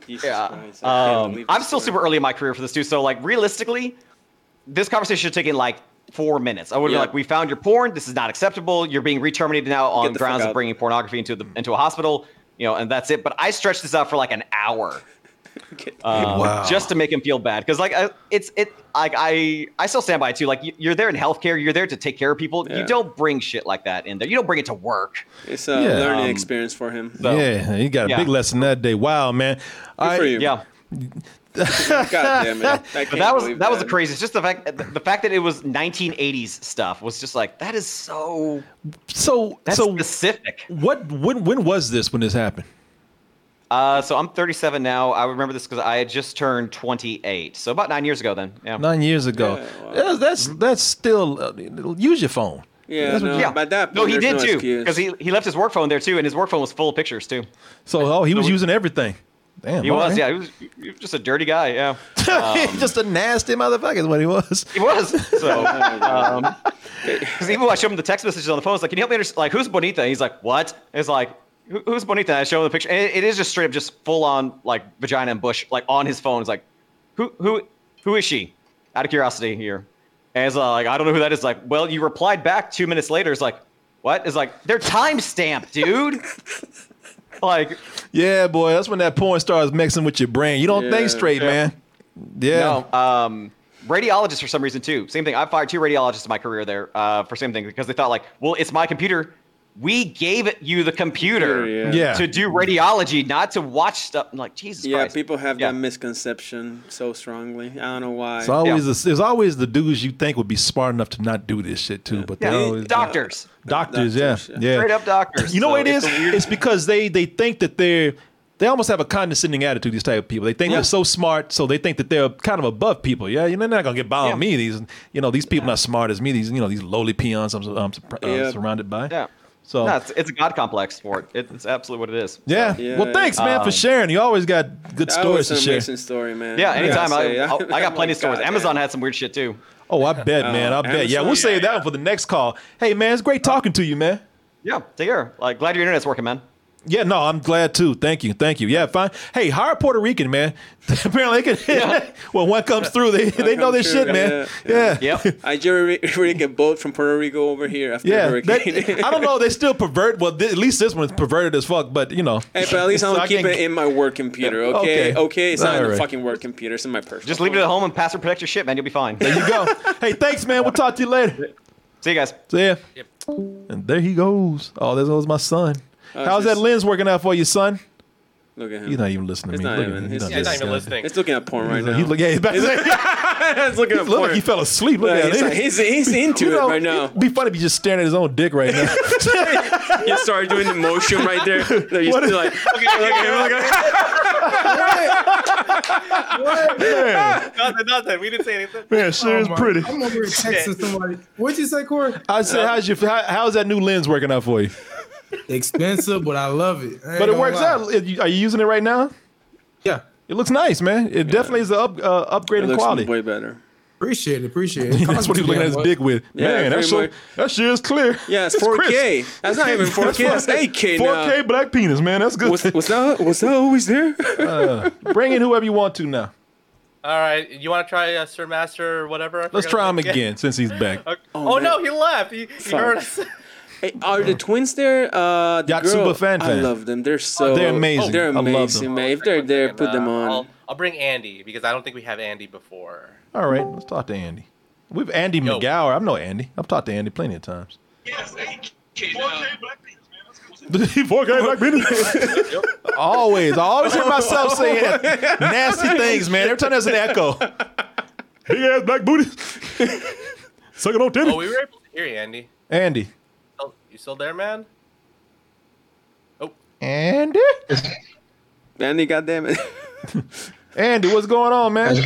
[SPEAKER 3] yeah,
[SPEAKER 5] Christ, I can't
[SPEAKER 3] um,
[SPEAKER 5] believe
[SPEAKER 3] I'm still super early in my career for this too. So, like realistically, this conversation should have taken like four minutes. I would have
[SPEAKER 5] Yeah.
[SPEAKER 3] been like, we found your porn. This is not acceptable. You're being re-terminated now on
[SPEAKER 5] the fuck
[SPEAKER 3] grounds of
[SPEAKER 5] out.
[SPEAKER 3] bringing pornography into the into a hospital. You know, and that's it. But I stretched this out for like an hour. Um,
[SPEAKER 4] Wow.
[SPEAKER 3] Just to make him feel bad, because like I, it's it like I I still stand by it too. Like you- you're there in healthcare, you're there to take care of people.
[SPEAKER 5] Yeah.
[SPEAKER 3] You don't bring shit like that in there. You don't bring it to work.
[SPEAKER 5] It's a
[SPEAKER 4] Yeah.
[SPEAKER 5] learning
[SPEAKER 4] Um,
[SPEAKER 5] experience for him.
[SPEAKER 4] yeah, you got a
[SPEAKER 3] yeah.
[SPEAKER 4] big lesson that day. Wow, man. I,
[SPEAKER 5] for you. Yeah. God damn it. I
[SPEAKER 3] But
[SPEAKER 5] can't
[SPEAKER 3] that was
[SPEAKER 5] believe
[SPEAKER 3] that, was the craziest. Just the fact the fact that it was 1980s stuff was just like that is so
[SPEAKER 4] So
[SPEAKER 3] that's
[SPEAKER 4] so
[SPEAKER 3] specific.
[SPEAKER 4] What when when was this when this happened?
[SPEAKER 3] Uh, so I'm 37 now. I remember this because I had just turned 28. So about nine years ago then. Yeah.
[SPEAKER 4] Nine years ago. That's- that's that's still uh, use your phone. That's what you-
[SPEAKER 3] no, he did too because he, he left his work phone there too, and his work phone was full of pictures too.
[SPEAKER 4] So oh, he was using everything. Damn,
[SPEAKER 3] he
[SPEAKER 4] all
[SPEAKER 3] was,
[SPEAKER 4] right.
[SPEAKER 3] yeah, he was, he was just a dirty guy, yeah. Um,
[SPEAKER 4] just a nasty motherfucker is what he was.
[SPEAKER 3] He was.
[SPEAKER 4] Oh
[SPEAKER 3] So, um, because even when I showed him the text messages on the phone, I was like, "Can you help me understand? Like, who's Bonita?" And he's like, "What?" And it's like, "Who- "Who's Bonita?" And I show him the picture, and it- it is just straight up, just full on like vagina and bush, like on his phone. It's like, "Who, who, who is she?" Out of curiosity here, and it's like, "I don't know who that is." Like, well, you replied back two minutes later. It's like, "What?" It's like, "They're timestamped, dude." like,
[SPEAKER 4] Yeah, boy, that's when that porn starts mixing with your brain. You don't
[SPEAKER 3] Yeah,
[SPEAKER 4] think straight,
[SPEAKER 3] yeah.
[SPEAKER 4] man. Yeah.
[SPEAKER 3] No, um, radiologists for some reason too. Same thing. I fired two radiologists in my career there uh, for same thing because they thought like, well, it's my computer. We gave it you the computer
[SPEAKER 4] Yeah, yeah. Yeah.
[SPEAKER 3] to do radiology, not to watch stuff. I'm like, Jesus
[SPEAKER 5] Yeah,
[SPEAKER 3] Christ.
[SPEAKER 5] people have that misconception so strongly. I don't know why.
[SPEAKER 4] It's always the, there's always the dudes you think would be smart enough to not do this shit too, but
[SPEAKER 3] Yeah,
[SPEAKER 4] they always
[SPEAKER 3] doctors.
[SPEAKER 4] doctors, yeah, yeah,
[SPEAKER 3] Straight up doctors.
[SPEAKER 4] You know
[SPEAKER 3] So
[SPEAKER 4] what it is?
[SPEAKER 3] it's a weird-
[SPEAKER 4] It's because they they think that they're they almost have a condescending attitude. These type of people, they think they're so smart, so they think that they're kind of above people. Yeah, you know, they're not gonna get by on me. These you know these people not smart as me. These you know these lowly peons I'm, I'm surpri- uh,
[SPEAKER 3] Yeah.
[SPEAKER 4] surrounded by.
[SPEAKER 3] Yeah.
[SPEAKER 4] So
[SPEAKER 3] No, it's, it's a god complex for it. It- It's absolutely what it is.
[SPEAKER 4] yeah.
[SPEAKER 3] So-
[SPEAKER 4] Well, thanks, man, for sharing. You always got good
[SPEAKER 3] That
[SPEAKER 4] stories
[SPEAKER 3] was
[SPEAKER 4] to
[SPEAKER 3] an
[SPEAKER 4] share.
[SPEAKER 3] amazing
[SPEAKER 5] story, man.
[SPEAKER 3] Yeah,
[SPEAKER 5] I
[SPEAKER 3] anytime.
[SPEAKER 5] gotta
[SPEAKER 3] I,
[SPEAKER 5] say,
[SPEAKER 3] I,
[SPEAKER 5] I'm
[SPEAKER 3] I got
[SPEAKER 5] like,
[SPEAKER 3] plenty of stories.
[SPEAKER 5] God
[SPEAKER 3] Amazon had some weird shit too.
[SPEAKER 4] Oh, I bet,
[SPEAKER 3] Oh,
[SPEAKER 4] man. I bet. Yeah,
[SPEAKER 3] Amazon,
[SPEAKER 4] we'll save that one for the next call. Hey, man, it's great talking to you, man.
[SPEAKER 3] Yeah, take care. Like, glad your internet's working, man.
[SPEAKER 4] Yeah, no, I'm glad too. Thank you, thank you. Yeah, fine. Hey, hire a Puerto Rican, man. Apparently, they can. when one comes through, they they know their shit, man. Yeah,
[SPEAKER 5] Yep. I just really get boat from Puerto Rico over here after
[SPEAKER 4] yeah.
[SPEAKER 5] the hurricane.
[SPEAKER 4] They- I don't know. They still pervert. Well, th- at least this one's perverted as fuck. But you know,
[SPEAKER 5] Hey, but at least
[SPEAKER 4] So
[SPEAKER 5] I'm
[SPEAKER 4] I
[SPEAKER 5] keep
[SPEAKER 4] can-
[SPEAKER 5] it in my work computer,
[SPEAKER 4] Yeah.
[SPEAKER 5] okay?
[SPEAKER 4] Okay.
[SPEAKER 5] Okay, it's not in the
[SPEAKER 4] Alright.
[SPEAKER 5] fucking work computer. It's in my personal.
[SPEAKER 3] Just leave it at home and password protect your shit, man. You'll be fine.
[SPEAKER 4] There you go. hey, thanks, man. We'll talk to you later.
[SPEAKER 3] See you guys.
[SPEAKER 4] See ya. And there he goes. Oh, there goes my son.
[SPEAKER 5] Oh,
[SPEAKER 4] How's that
[SPEAKER 5] it's-
[SPEAKER 4] lens working out for you, son?
[SPEAKER 5] Look at him.
[SPEAKER 4] He's not even listening to
[SPEAKER 5] It's
[SPEAKER 4] me.
[SPEAKER 5] not
[SPEAKER 4] Look at
[SPEAKER 5] even-
[SPEAKER 4] him.
[SPEAKER 5] he's-
[SPEAKER 4] He's
[SPEAKER 5] he's not even
[SPEAKER 4] listening.
[SPEAKER 5] listening. He's looking at porn right
[SPEAKER 4] He's-
[SPEAKER 5] now.
[SPEAKER 4] He's look, yeah, he's back.
[SPEAKER 5] He's He's looking
[SPEAKER 4] He
[SPEAKER 5] at
[SPEAKER 4] looked like
[SPEAKER 5] porn.
[SPEAKER 4] he fell asleep. Look
[SPEAKER 5] Yeah,
[SPEAKER 4] at
[SPEAKER 5] he's
[SPEAKER 4] him.
[SPEAKER 5] like- he's- he's into it right now.
[SPEAKER 4] It'd be funny if he's just staring at his own dick right now.
[SPEAKER 5] you started doing the motion right there. That you're still like, look at look at him, look at him.
[SPEAKER 4] Man.
[SPEAKER 10] nothing, nothing. We didn't say anything.
[SPEAKER 4] Man, sure is pretty.
[SPEAKER 15] Oh I'm over here texting somebody. What'd you say, Corey?
[SPEAKER 4] I said, how's your how, how's that new lens working out for you?
[SPEAKER 15] Expensive, but I love it. I ain't
[SPEAKER 4] But it
[SPEAKER 15] gonna
[SPEAKER 4] works
[SPEAKER 15] lie.
[SPEAKER 4] out. It- you- Are you using it right now?
[SPEAKER 15] Yeah.
[SPEAKER 4] It looks nice, man. It definitely is an up, uh, upgrade
[SPEAKER 15] It
[SPEAKER 4] in
[SPEAKER 15] looks
[SPEAKER 4] quality.
[SPEAKER 5] Way better.
[SPEAKER 15] Appreciate it. Appreciate it.
[SPEAKER 4] That's what he's looking at his dick with.
[SPEAKER 15] Yeah,
[SPEAKER 4] man, that
[SPEAKER 15] pretty
[SPEAKER 4] shit,
[SPEAKER 15] much.
[SPEAKER 4] that shit is clear.
[SPEAKER 5] Yeah, it's
[SPEAKER 4] It's
[SPEAKER 5] 4K.
[SPEAKER 4] crisp.
[SPEAKER 5] That's not even 4K. That's 8K now.
[SPEAKER 4] 4K black penis, man. That's good.
[SPEAKER 5] Was, was that was that always there?
[SPEAKER 4] Uh, bring in whoever you want to now.
[SPEAKER 10] All right, you want to try uh, Sir Master or whatever? I
[SPEAKER 4] Let's
[SPEAKER 10] forgot
[SPEAKER 4] try
[SPEAKER 10] his
[SPEAKER 4] him
[SPEAKER 10] name.
[SPEAKER 4] again since he's back.
[SPEAKER 10] Okay. Oh, no, he left. He, he
[SPEAKER 5] Fuck.
[SPEAKER 10] heard us. Oh,
[SPEAKER 5] Hey, are the twins there? Uh, the
[SPEAKER 4] Yatsuba
[SPEAKER 5] girl-
[SPEAKER 4] Fan
[SPEAKER 5] I
[SPEAKER 4] Fan.
[SPEAKER 5] love them. They're so
[SPEAKER 4] they're amazing.
[SPEAKER 5] They're
[SPEAKER 4] I love them.
[SPEAKER 5] amazing, man. If they're there, put them on.
[SPEAKER 10] Oh, Uh, I'll, I'll bring Andy because I don't think we have Andy before.
[SPEAKER 4] All right, let's talk to Andy. We've Andy McGower. I've known Andy. I've talked to Andy plenty of times.
[SPEAKER 10] uh,
[SPEAKER 4] Four K black penis. always, I always hear myself saying nasty things, man. Every time there's an echo. Big ass black booty. Sucking on titty.
[SPEAKER 10] Oh, we were able to hear you, Andy.
[SPEAKER 4] Andy.
[SPEAKER 10] Oh, you still there, man?
[SPEAKER 4] Andy.
[SPEAKER 5] Andy, goddamn it.
[SPEAKER 4] Andy, what's going on, man?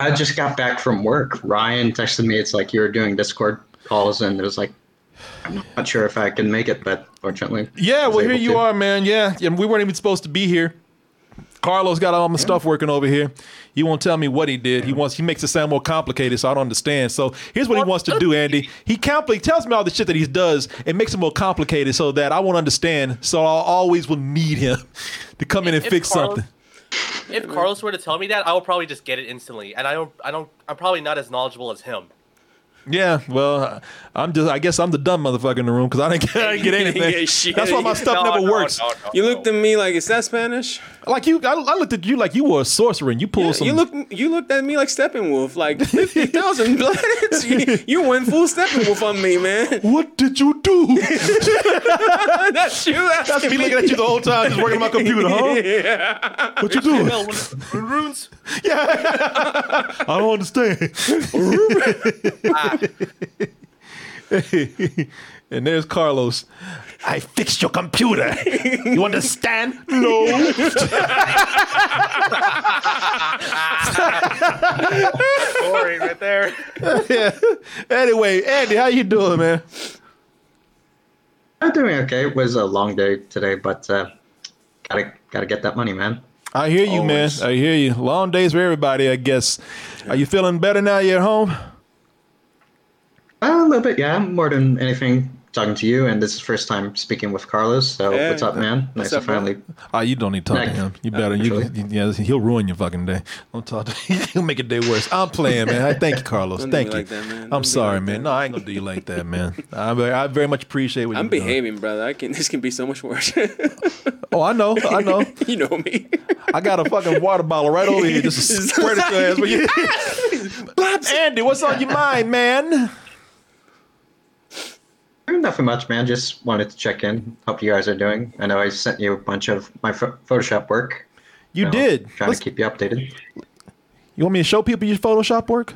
[SPEAKER 16] I just got back from work. Ryan texted me. It's like you were doing Discord calls, and it was like, I'm not sure if I can make it, but fortunately.
[SPEAKER 4] Yeah,
[SPEAKER 16] I was
[SPEAKER 4] well, here
[SPEAKER 16] able
[SPEAKER 4] you
[SPEAKER 16] to.
[SPEAKER 4] are, man. Yeah, and we weren't even supposed to be here. Carlos got all my stuff working over here. He won't tell me what he did. He wants he makes it sound more complicated, so I don't understand. So here's what he wants to do, Andy. He compli- tells me all the shit that he does and makes it more complicated so that I won't understand. So I always will need him to come in and
[SPEAKER 10] If
[SPEAKER 4] fix
[SPEAKER 10] Carlos-
[SPEAKER 4] something.
[SPEAKER 10] If Carlos were to tell me that, I would probably just get it instantly, and I don't, I don't, I'm probably not as knowledgeable as him.
[SPEAKER 4] Yeah, well, I'm just I guess I'm the dumb motherfucker in the room because I didn't get, I didn't get anything.
[SPEAKER 5] Yeah, shit.
[SPEAKER 4] That's why my stuff
[SPEAKER 5] No,
[SPEAKER 4] never
[SPEAKER 5] no,
[SPEAKER 4] works.
[SPEAKER 5] no, no, You looked at me like, is that Spanish?
[SPEAKER 4] Like you, I, I looked at you like you were a sorcerer and you pulled some.
[SPEAKER 5] You looked, you looked at me like Steppenwolf, like fifty thousand planets. You, you went full Steppenwolf on me, man.
[SPEAKER 4] What did you do?
[SPEAKER 5] That's you.
[SPEAKER 4] That's me looking at you the whole time, just working on my computer, huh?
[SPEAKER 5] Yeah.
[SPEAKER 4] What you doing?
[SPEAKER 10] Runes.
[SPEAKER 4] Yeah. I don't understand. And there's Carlos. I fixed your computer. You understand? no.
[SPEAKER 10] Story right there.
[SPEAKER 4] yeah. Anyway, Andy, how you doing, man?
[SPEAKER 16] I'm doing okay. It was a long day today, but uh, gotta gotta get that money, man.
[SPEAKER 4] I hear you, man. I hear you. Long days for everybody, I guess. Are you feeling better now you're at home?
[SPEAKER 16] Uh, a little bit, yeah. More than anything, talking to you, and this is the first time speaking with Carlos. So
[SPEAKER 4] Hey.
[SPEAKER 16] what's up, man?
[SPEAKER 4] What's
[SPEAKER 16] nice
[SPEAKER 4] up,
[SPEAKER 16] to finally.
[SPEAKER 4] Ah, you don't need to talk to
[SPEAKER 16] Nice.
[SPEAKER 4] him. You better. You,
[SPEAKER 16] Actually.
[SPEAKER 4] yeah, listen, he'll ruin your fucking day. Don't talk to him. he'll make your day worse. I'm playing, man. I thank you, Carlos.
[SPEAKER 5] Don't do
[SPEAKER 4] thank
[SPEAKER 5] me
[SPEAKER 4] you.
[SPEAKER 5] like that, man. Don't
[SPEAKER 4] I'm
[SPEAKER 5] do me
[SPEAKER 4] sorry, man. No, I ain't gonna do you like that, man. I, very- I very much appreciate what
[SPEAKER 5] I'm
[SPEAKER 4] you're doing.
[SPEAKER 5] behaving, brother. I can. This can be so much worse.
[SPEAKER 4] Oh, I know. I know.
[SPEAKER 5] you know me.
[SPEAKER 4] I got a fucking water bottle right over here just to squirt it to your ass. But you- Andy, what's on your mind, man?
[SPEAKER 16] Nothing much, man. Just wanted to check in. Hope you guys are doing. I know I sent you a bunch of my pho- Photoshop work.
[SPEAKER 4] You did.
[SPEAKER 16] Trying to keep you updated.
[SPEAKER 4] You want me to show people your Photoshop work?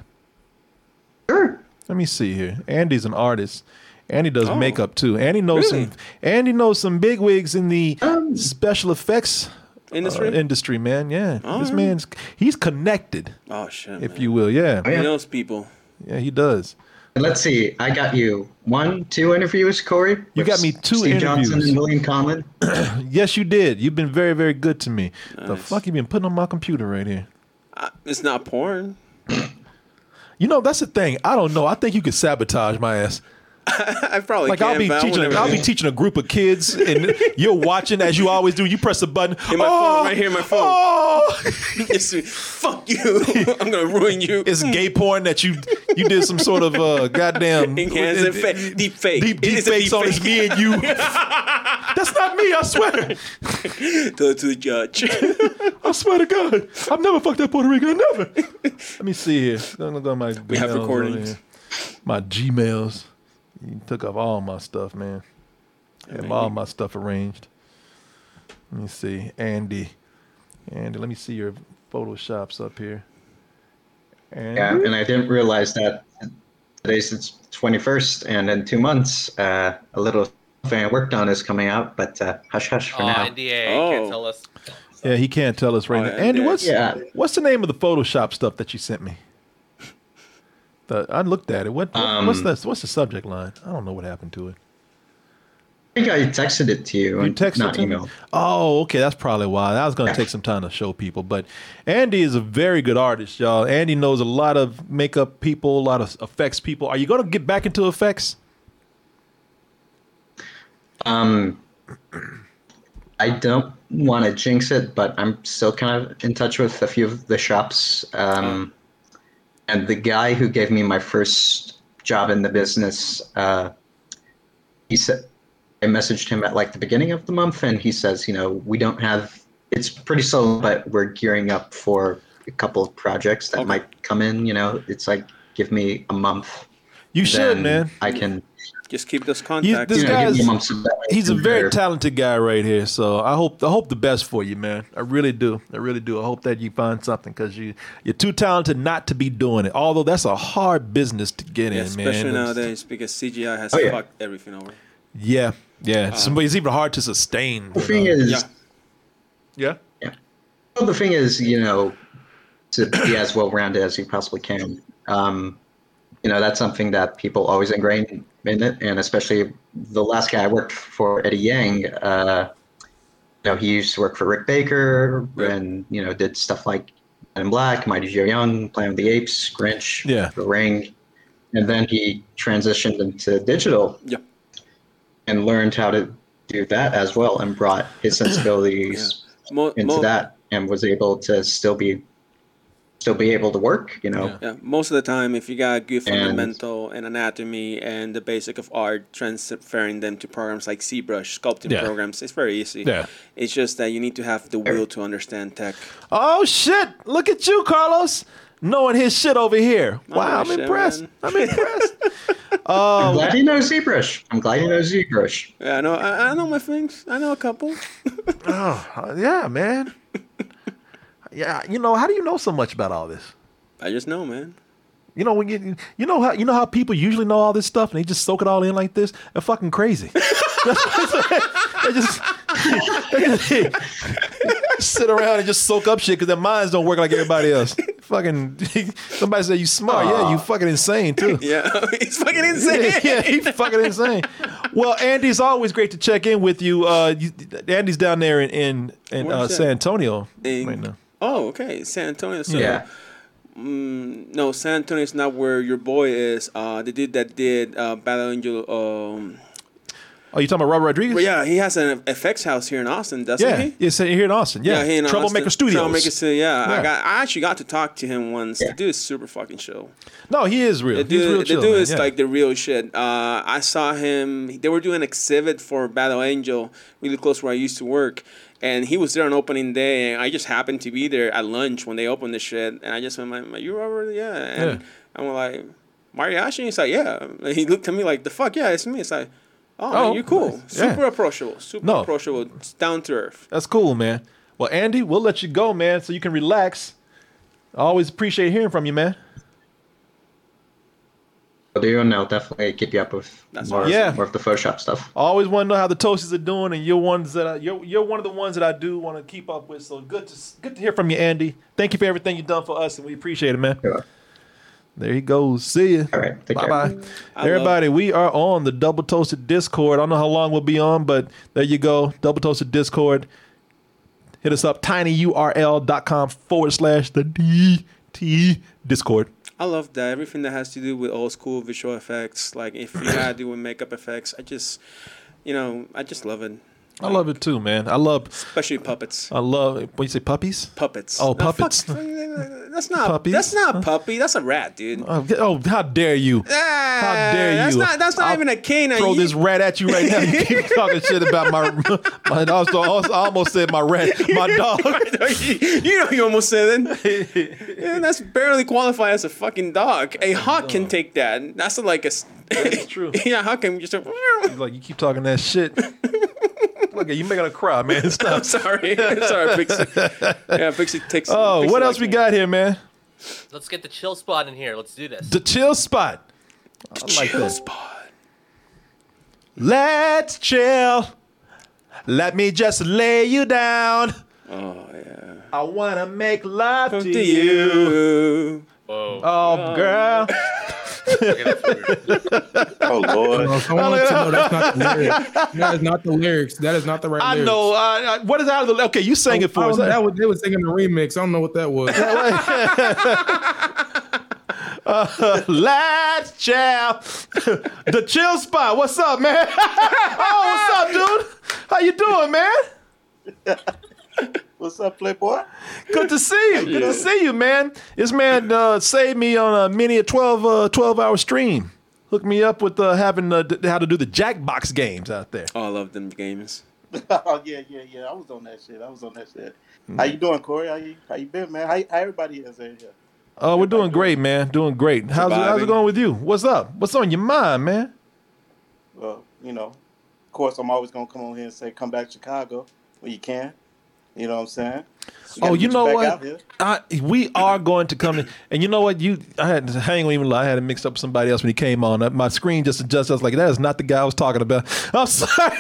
[SPEAKER 4] Sure. Let me see here. Andy's an artist. Andy
[SPEAKER 5] Oh.
[SPEAKER 4] does makeup too. Andy knows some. Andy knows some big wigs in the special effects uh,
[SPEAKER 5] Um. Industry?
[SPEAKER 4] industry, man. Yeah, this
[SPEAKER 5] Alright.
[SPEAKER 4] man's he's connected,
[SPEAKER 5] Oh shit.
[SPEAKER 4] if you will. Yeah.
[SPEAKER 5] He knows people.
[SPEAKER 4] Yeah, he does.
[SPEAKER 16] And let's see. I got you one, two interviews, Corey.
[SPEAKER 4] You
[SPEAKER 16] with
[SPEAKER 4] got me two
[SPEAKER 16] Steve Johnson
[SPEAKER 4] interviews.
[SPEAKER 16] and William Conlon.
[SPEAKER 4] yes, you did. You've been very, very good to me. The fuck you been putting on my computer right here?
[SPEAKER 5] It's not porn.
[SPEAKER 4] You know that's the thing. I don't know. I think you could sabotage my ass.
[SPEAKER 5] I probably
[SPEAKER 4] like
[SPEAKER 5] can,
[SPEAKER 4] I'll be
[SPEAKER 5] but I
[SPEAKER 4] teaching,
[SPEAKER 5] wouldn't
[SPEAKER 4] I'll be
[SPEAKER 5] really-
[SPEAKER 4] teaching a group of kids, and you're watching as you always do. You press a button.
[SPEAKER 5] In my
[SPEAKER 4] oh,
[SPEAKER 5] phone, right here in my phone.
[SPEAKER 4] Oh,
[SPEAKER 5] It's- fuck you! I'm gonna ruin you.
[SPEAKER 4] It's gay porn that you you did some sort of uh, goddamn
[SPEAKER 5] Enhanced and fa- deep fake.
[SPEAKER 4] deep, deep
[SPEAKER 5] It's a
[SPEAKER 4] fakes
[SPEAKER 5] deep
[SPEAKER 4] on his me and you. That's not me. I swear.
[SPEAKER 5] Go to the judge.
[SPEAKER 4] I swear to God, I've never fucked that Puerto Rican. Never. Let me see here. Let me go to my
[SPEAKER 5] We have
[SPEAKER 4] Gmails over
[SPEAKER 5] recordings.
[SPEAKER 4] here. My Gmails. You took off all my stuff, man. Have all my stuff arranged. Let me see, Andy. Andy, let me see your photoshops up here. Andy.
[SPEAKER 16] Yeah, and I didn't realize that today's the 21st, and in two months, uh, a little thing I worked on is coming out, but uh, hush hush for
[SPEAKER 10] Oh,
[SPEAKER 16] now.
[SPEAKER 10] NDA. Can't tell us.
[SPEAKER 4] Yeah, he can't tell us right
[SPEAKER 5] Oh,
[SPEAKER 4] now. Andy,
[SPEAKER 16] yeah.
[SPEAKER 4] what's
[SPEAKER 16] Yeah.
[SPEAKER 4] what's the name of the Photoshop stuff that you sent me? The, I looked at it. What, what- what's
[SPEAKER 16] Um,
[SPEAKER 4] the what's the subject line? I don't know what happened to it.
[SPEAKER 16] I think I texted it to you,
[SPEAKER 4] You
[SPEAKER 16] and
[SPEAKER 4] texted
[SPEAKER 16] not
[SPEAKER 4] it to me?
[SPEAKER 16] emailed.
[SPEAKER 4] Oh, okay. That's probably why. That was going to take some time to show people. But Andy is a very good artist, y'all. Andy knows a lot of makeup people, a lot of effects people. Are you going to get back into effects?
[SPEAKER 16] Um, I don't want to jinx it, but I'm still kind of in touch with a few of the shops. Um, and the guy who gave me my first job in the business, uh, he said, I messaged him at like the beginning of the month, and he says, you know, we don't have. It's pretty slow, but we're gearing up for a couple of projects that might come in. You know, it's like give me a month.
[SPEAKER 4] You should,
[SPEAKER 16] then
[SPEAKER 4] man.
[SPEAKER 16] I can.
[SPEAKER 5] Just keep those
[SPEAKER 4] He's,
[SPEAKER 5] contacts.
[SPEAKER 4] this
[SPEAKER 16] Yeah,
[SPEAKER 4] guy
[SPEAKER 16] give me
[SPEAKER 4] is-
[SPEAKER 16] months of that.
[SPEAKER 4] he's a very
[SPEAKER 16] Better.
[SPEAKER 4] talented guy right here. So I hope I hope the best for you, man. I really do. I really do. I hope that you find something because you you're too talented not to be doing it. Although that's a hard business to get
[SPEAKER 5] Yeah,
[SPEAKER 4] in,
[SPEAKER 5] especially
[SPEAKER 4] man.
[SPEAKER 5] nowadays because CGI has
[SPEAKER 4] Oh, yeah.
[SPEAKER 5] fucked everything over.
[SPEAKER 4] Yeah,
[SPEAKER 5] Uh,
[SPEAKER 4] yeah. Somebody it's even hard to sustain.
[SPEAKER 16] The thing is,
[SPEAKER 4] yeah.
[SPEAKER 16] Well, the thing is, you know, to be as well rounded as you possibly can. Um, you know, that's something that people always ingrain in it, and especially the last guy I worked for, Eddie Yang. Uh, you know, he used to work for Rick Baker, and you know, did stuff like Men in Black, Mighty Joe Young, Planet of the Apes, Grinch,
[SPEAKER 4] Yeah.
[SPEAKER 16] The Ring, and then he transitioned into digital.
[SPEAKER 5] Yeah.
[SPEAKER 16] And learned how to do that as well, and brought his sensibilities
[SPEAKER 5] Mo-
[SPEAKER 16] into
[SPEAKER 5] mo-
[SPEAKER 16] that and was able to still be still be able to work you know
[SPEAKER 5] Yeah, most of the time, if you got good
[SPEAKER 16] Oh. And-
[SPEAKER 5] fundamental and anatomy and the basic of art, transferring them to programs like ZBrush, sculpting
[SPEAKER 4] Yeah.
[SPEAKER 5] programs, it's very easy.
[SPEAKER 4] Yeah.
[SPEAKER 5] It's just that you need to have the will to understand tech.
[SPEAKER 4] Oh shit! Look at you, Carlos, knowing his shit over here. Wow, I'm
[SPEAKER 5] shit,
[SPEAKER 4] impressed. I'm impressed.
[SPEAKER 16] i'm
[SPEAKER 4] Oh,
[SPEAKER 16] glad you know zbrush i'm glad you know zbrush
[SPEAKER 5] Yeah, I know. I, I know my things. I know a couple.
[SPEAKER 4] oh, yeah, man. Yeah, you know, how do you know so much about all this?
[SPEAKER 5] I just know, man.
[SPEAKER 4] You know when you you know how you know how people usually know all this stuff and they just soak it all in like this. They're fucking crazy. they just, they just sit around and just soak up shit because their minds don't work like everybody else. fucking somebody said you smart. Yeah, you fucking insane too.
[SPEAKER 5] Yeah, he's fucking
[SPEAKER 4] Yeah,
[SPEAKER 5] insane.
[SPEAKER 4] yeah, he's fucking insane. Well, Andy's always great to check in with you. Uh, you Andy's down there in in, in
[SPEAKER 5] Where's
[SPEAKER 4] uh,
[SPEAKER 5] that?
[SPEAKER 4] San Antonio
[SPEAKER 5] In-
[SPEAKER 4] right now.
[SPEAKER 5] Oh, okay, San Antonio. So,
[SPEAKER 4] Yeah.
[SPEAKER 5] mm, no, San Antonio is not where your boy is. Uh, the dude that did uh, Battle Angel. Um,
[SPEAKER 4] Oh, you talking about Robert Rodriguez?
[SPEAKER 5] but yeah, he has an FX house here in Austin, doesn't
[SPEAKER 4] yeah,
[SPEAKER 5] he?
[SPEAKER 4] it's here in Austin. Yeah,
[SPEAKER 5] he in
[SPEAKER 4] Troublemaker
[SPEAKER 5] Austin-
[SPEAKER 4] Studios.
[SPEAKER 5] Troublemaker Studios. Yeah, I
[SPEAKER 4] Yeah.
[SPEAKER 5] got. I actually got to talk to him once. The dude is super fucking chill.
[SPEAKER 4] No, he is real.
[SPEAKER 5] The
[SPEAKER 4] He's real
[SPEAKER 5] dude,
[SPEAKER 4] chill,
[SPEAKER 5] the dude
[SPEAKER 4] man.
[SPEAKER 5] is
[SPEAKER 4] Yeah.
[SPEAKER 5] like the real shit. Uh, I saw him. They were doing an exhibit for Battle Angel, really close where I used to work, and he was there on opening day. And I just happened to be there at lunch when they opened the shit, and I just went, like, "You Robert? Yeah." And I'm like, "Mariachi?" He's like, "Yeah." And he looked at me like, "The fuck? Yeah, it's me." It's like, "Oh, man,
[SPEAKER 4] Oh,
[SPEAKER 5] you're cool.
[SPEAKER 4] nice. Yeah.
[SPEAKER 5] Super approachable. Super
[SPEAKER 4] No.
[SPEAKER 5] approachable. Down to earth."
[SPEAKER 4] That's cool, man. Well, Andy, we'll let you go, man, so you can relax. I always appreciate hearing from you, man.
[SPEAKER 16] I'll do you know, definitely keep you up with more,
[SPEAKER 4] awesome. Yeah.
[SPEAKER 16] more of the Photoshop stuff.
[SPEAKER 4] I always want to know how the Toasties are doing, and you're ones that I, you're you're one of the ones that I do want to keep up with. So good to s- good to hear from you, Andy. Thank you for everything you've done for us, and we appreciate it, man. There he goes. See you. All right. Bye bye.
[SPEAKER 6] love-
[SPEAKER 4] Everybody, we are on the Double Toasted Discord. I don't know how long we'll be on, but there you go. Double Toasted Discord. Hit us up tinyurl.com forward slash the DT Discord.
[SPEAKER 5] I love that everything that has to do with old school visual effects, like if you gotta do with makeup effects, I just, you know, I just love it,
[SPEAKER 4] I love it too, man. I love
[SPEAKER 5] especially puppets.
[SPEAKER 4] I love when you say puppies.
[SPEAKER 5] Puppets.
[SPEAKER 4] Oh,
[SPEAKER 5] No, fuck-
[SPEAKER 4] puppets.
[SPEAKER 5] That's not
[SPEAKER 4] Puppies?
[SPEAKER 5] That's not a puppy. That's a rat, dude. Ah,
[SPEAKER 4] Oh, get- oh, how dare you! how dare you!
[SPEAKER 5] that's not- that's not
[SPEAKER 4] I'll
[SPEAKER 5] even a canine.
[SPEAKER 4] Throw
[SPEAKER 5] You-
[SPEAKER 4] this rat at you right now. You keep talking shit about my. my I also, also, I almost said my rat, my dog.
[SPEAKER 5] you know, you almost said it. yeah, that's barely qualified as a fucking dog. A hawk can take that. That's like a. That's
[SPEAKER 4] true.
[SPEAKER 5] yeah, hawk can just.
[SPEAKER 4] He's like, you keep talking that shit. Look, you making her cry, man. Stop.
[SPEAKER 5] I'm sorry. I'm sorry, Pixie. Yeah, Pixie takes.
[SPEAKER 4] Oh,
[SPEAKER 5] Pixie
[SPEAKER 4] what
[SPEAKER 5] likes
[SPEAKER 4] else we
[SPEAKER 5] me.
[SPEAKER 4] got here, man?
[SPEAKER 10] Let's get the chill spot in here. Let's do this.
[SPEAKER 4] The chill spot. I like
[SPEAKER 10] chill
[SPEAKER 4] that. Let's chill. Let me just lay you down.
[SPEAKER 5] Oh yeah.
[SPEAKER 4] I wanna make love to,
[SPEAKER 5] to
[SPEAKER 4] you.
[SPEAKER 5] you.
[SPEAKER 4] Oh, girl.
[SPEAKER 15] Oh
[SPEAKER 4] Lord.
[SPEAKER 15] I want you to know that's not the lyrics. That is not the lyrics. That is not the right
[SPEAKER 4] I
[SPEAKER 15] lyrics.
[SPEAKER 4] know. I, I, what is out of the? Okay, you sang it for
[SPEAKER 15] Oh,
[SPEAKER 4] us.
[SPEAKER 15] that was, they were singing a remix. I don't know what that was.
[SPEAKER 4] Uh, let's chill. the chill spot. What's up, man? oh, what's up, dude? How you doing, man?
[SPEAKER 17] What's up, Playboy?
[SPEAKER 4] Good to see you. Good to see you, man. This man uh, saved me on a mini a 12, uh, 12 hour stream. Hooked me up with uh, having uh, d- how to do the Jackbox games out there.
[SPEAKER 5] Oh, I love them games.
[SPEAKER 17] oh yeah, yeah, yeah. I was on that shit. I was on that shit. How you doing, Corey? How you, how you been, man? How, how everybody is in here?
[SPEAKER 4] Oh, we're doing great, man. Doing great. How's it, how's it
[SPEAKER 17] Surviving.
[SPEAKER 4] going with you? What's up? What's on your mind, man?
[SPEAKER 17] Well, you know, of course, I'm always gonna come on here and say, come back to Chicago when you can. You know what I'm saying? We gotta
[SPEAKER 4] Oh, you
[SPEAKER 17] get
[SPEAKER 4] know
[SPEAKER 17] back
[SPEAKER 4] what?
[SPEAKER 17] out here.
[SPEAKER 4] I, we are going to come in, and you know what? You, I had to hang on even. lie. I had to mix up with somebody else when he came on. Uh, My screen just adjusted. I was like, "That is not the guy I was talking about." I'm sorry,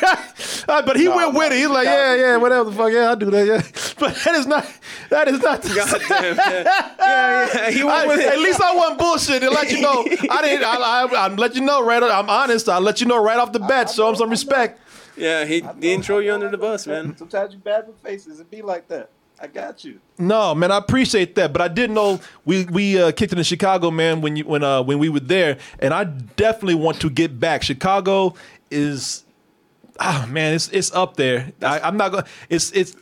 [SPEAKER 4] Uh, but he
[SPEAKER 6] No,
[SPEAKER 4] went
[SPEAKER 6] no,
[SPEAKER 4] with it. He's like, "Yeah, yeah, whatever the fuck, yeah, I do that." Yeah, but that is not. That is not.
[SPEAKER 5] Goddamn. Yeah, yeah, yeah. He went
[SPEAKER 4] I-
[SPEAKER 5] with it.
[SPEAKER 4] At least I wasn't bullshit. And let you know, I didn't. I, I, I let you know right. I'm honest. I let you know right off the bat. Show him some respect.
[SPEAKER 5] Yeah, he didn't throw you under the bus, man.
[SPEAKER 17] Sometimes you bad with faces. It be like that. I got you.
[SPEAKER 4] No, man, I appreciate that, but I didn't know we we uh, kicked it in Chicago, man. When you when uh when we were there, and I definitely want to get back. Chicago is, ah man, it's it's up there. I, I'm not gonna. It's it's.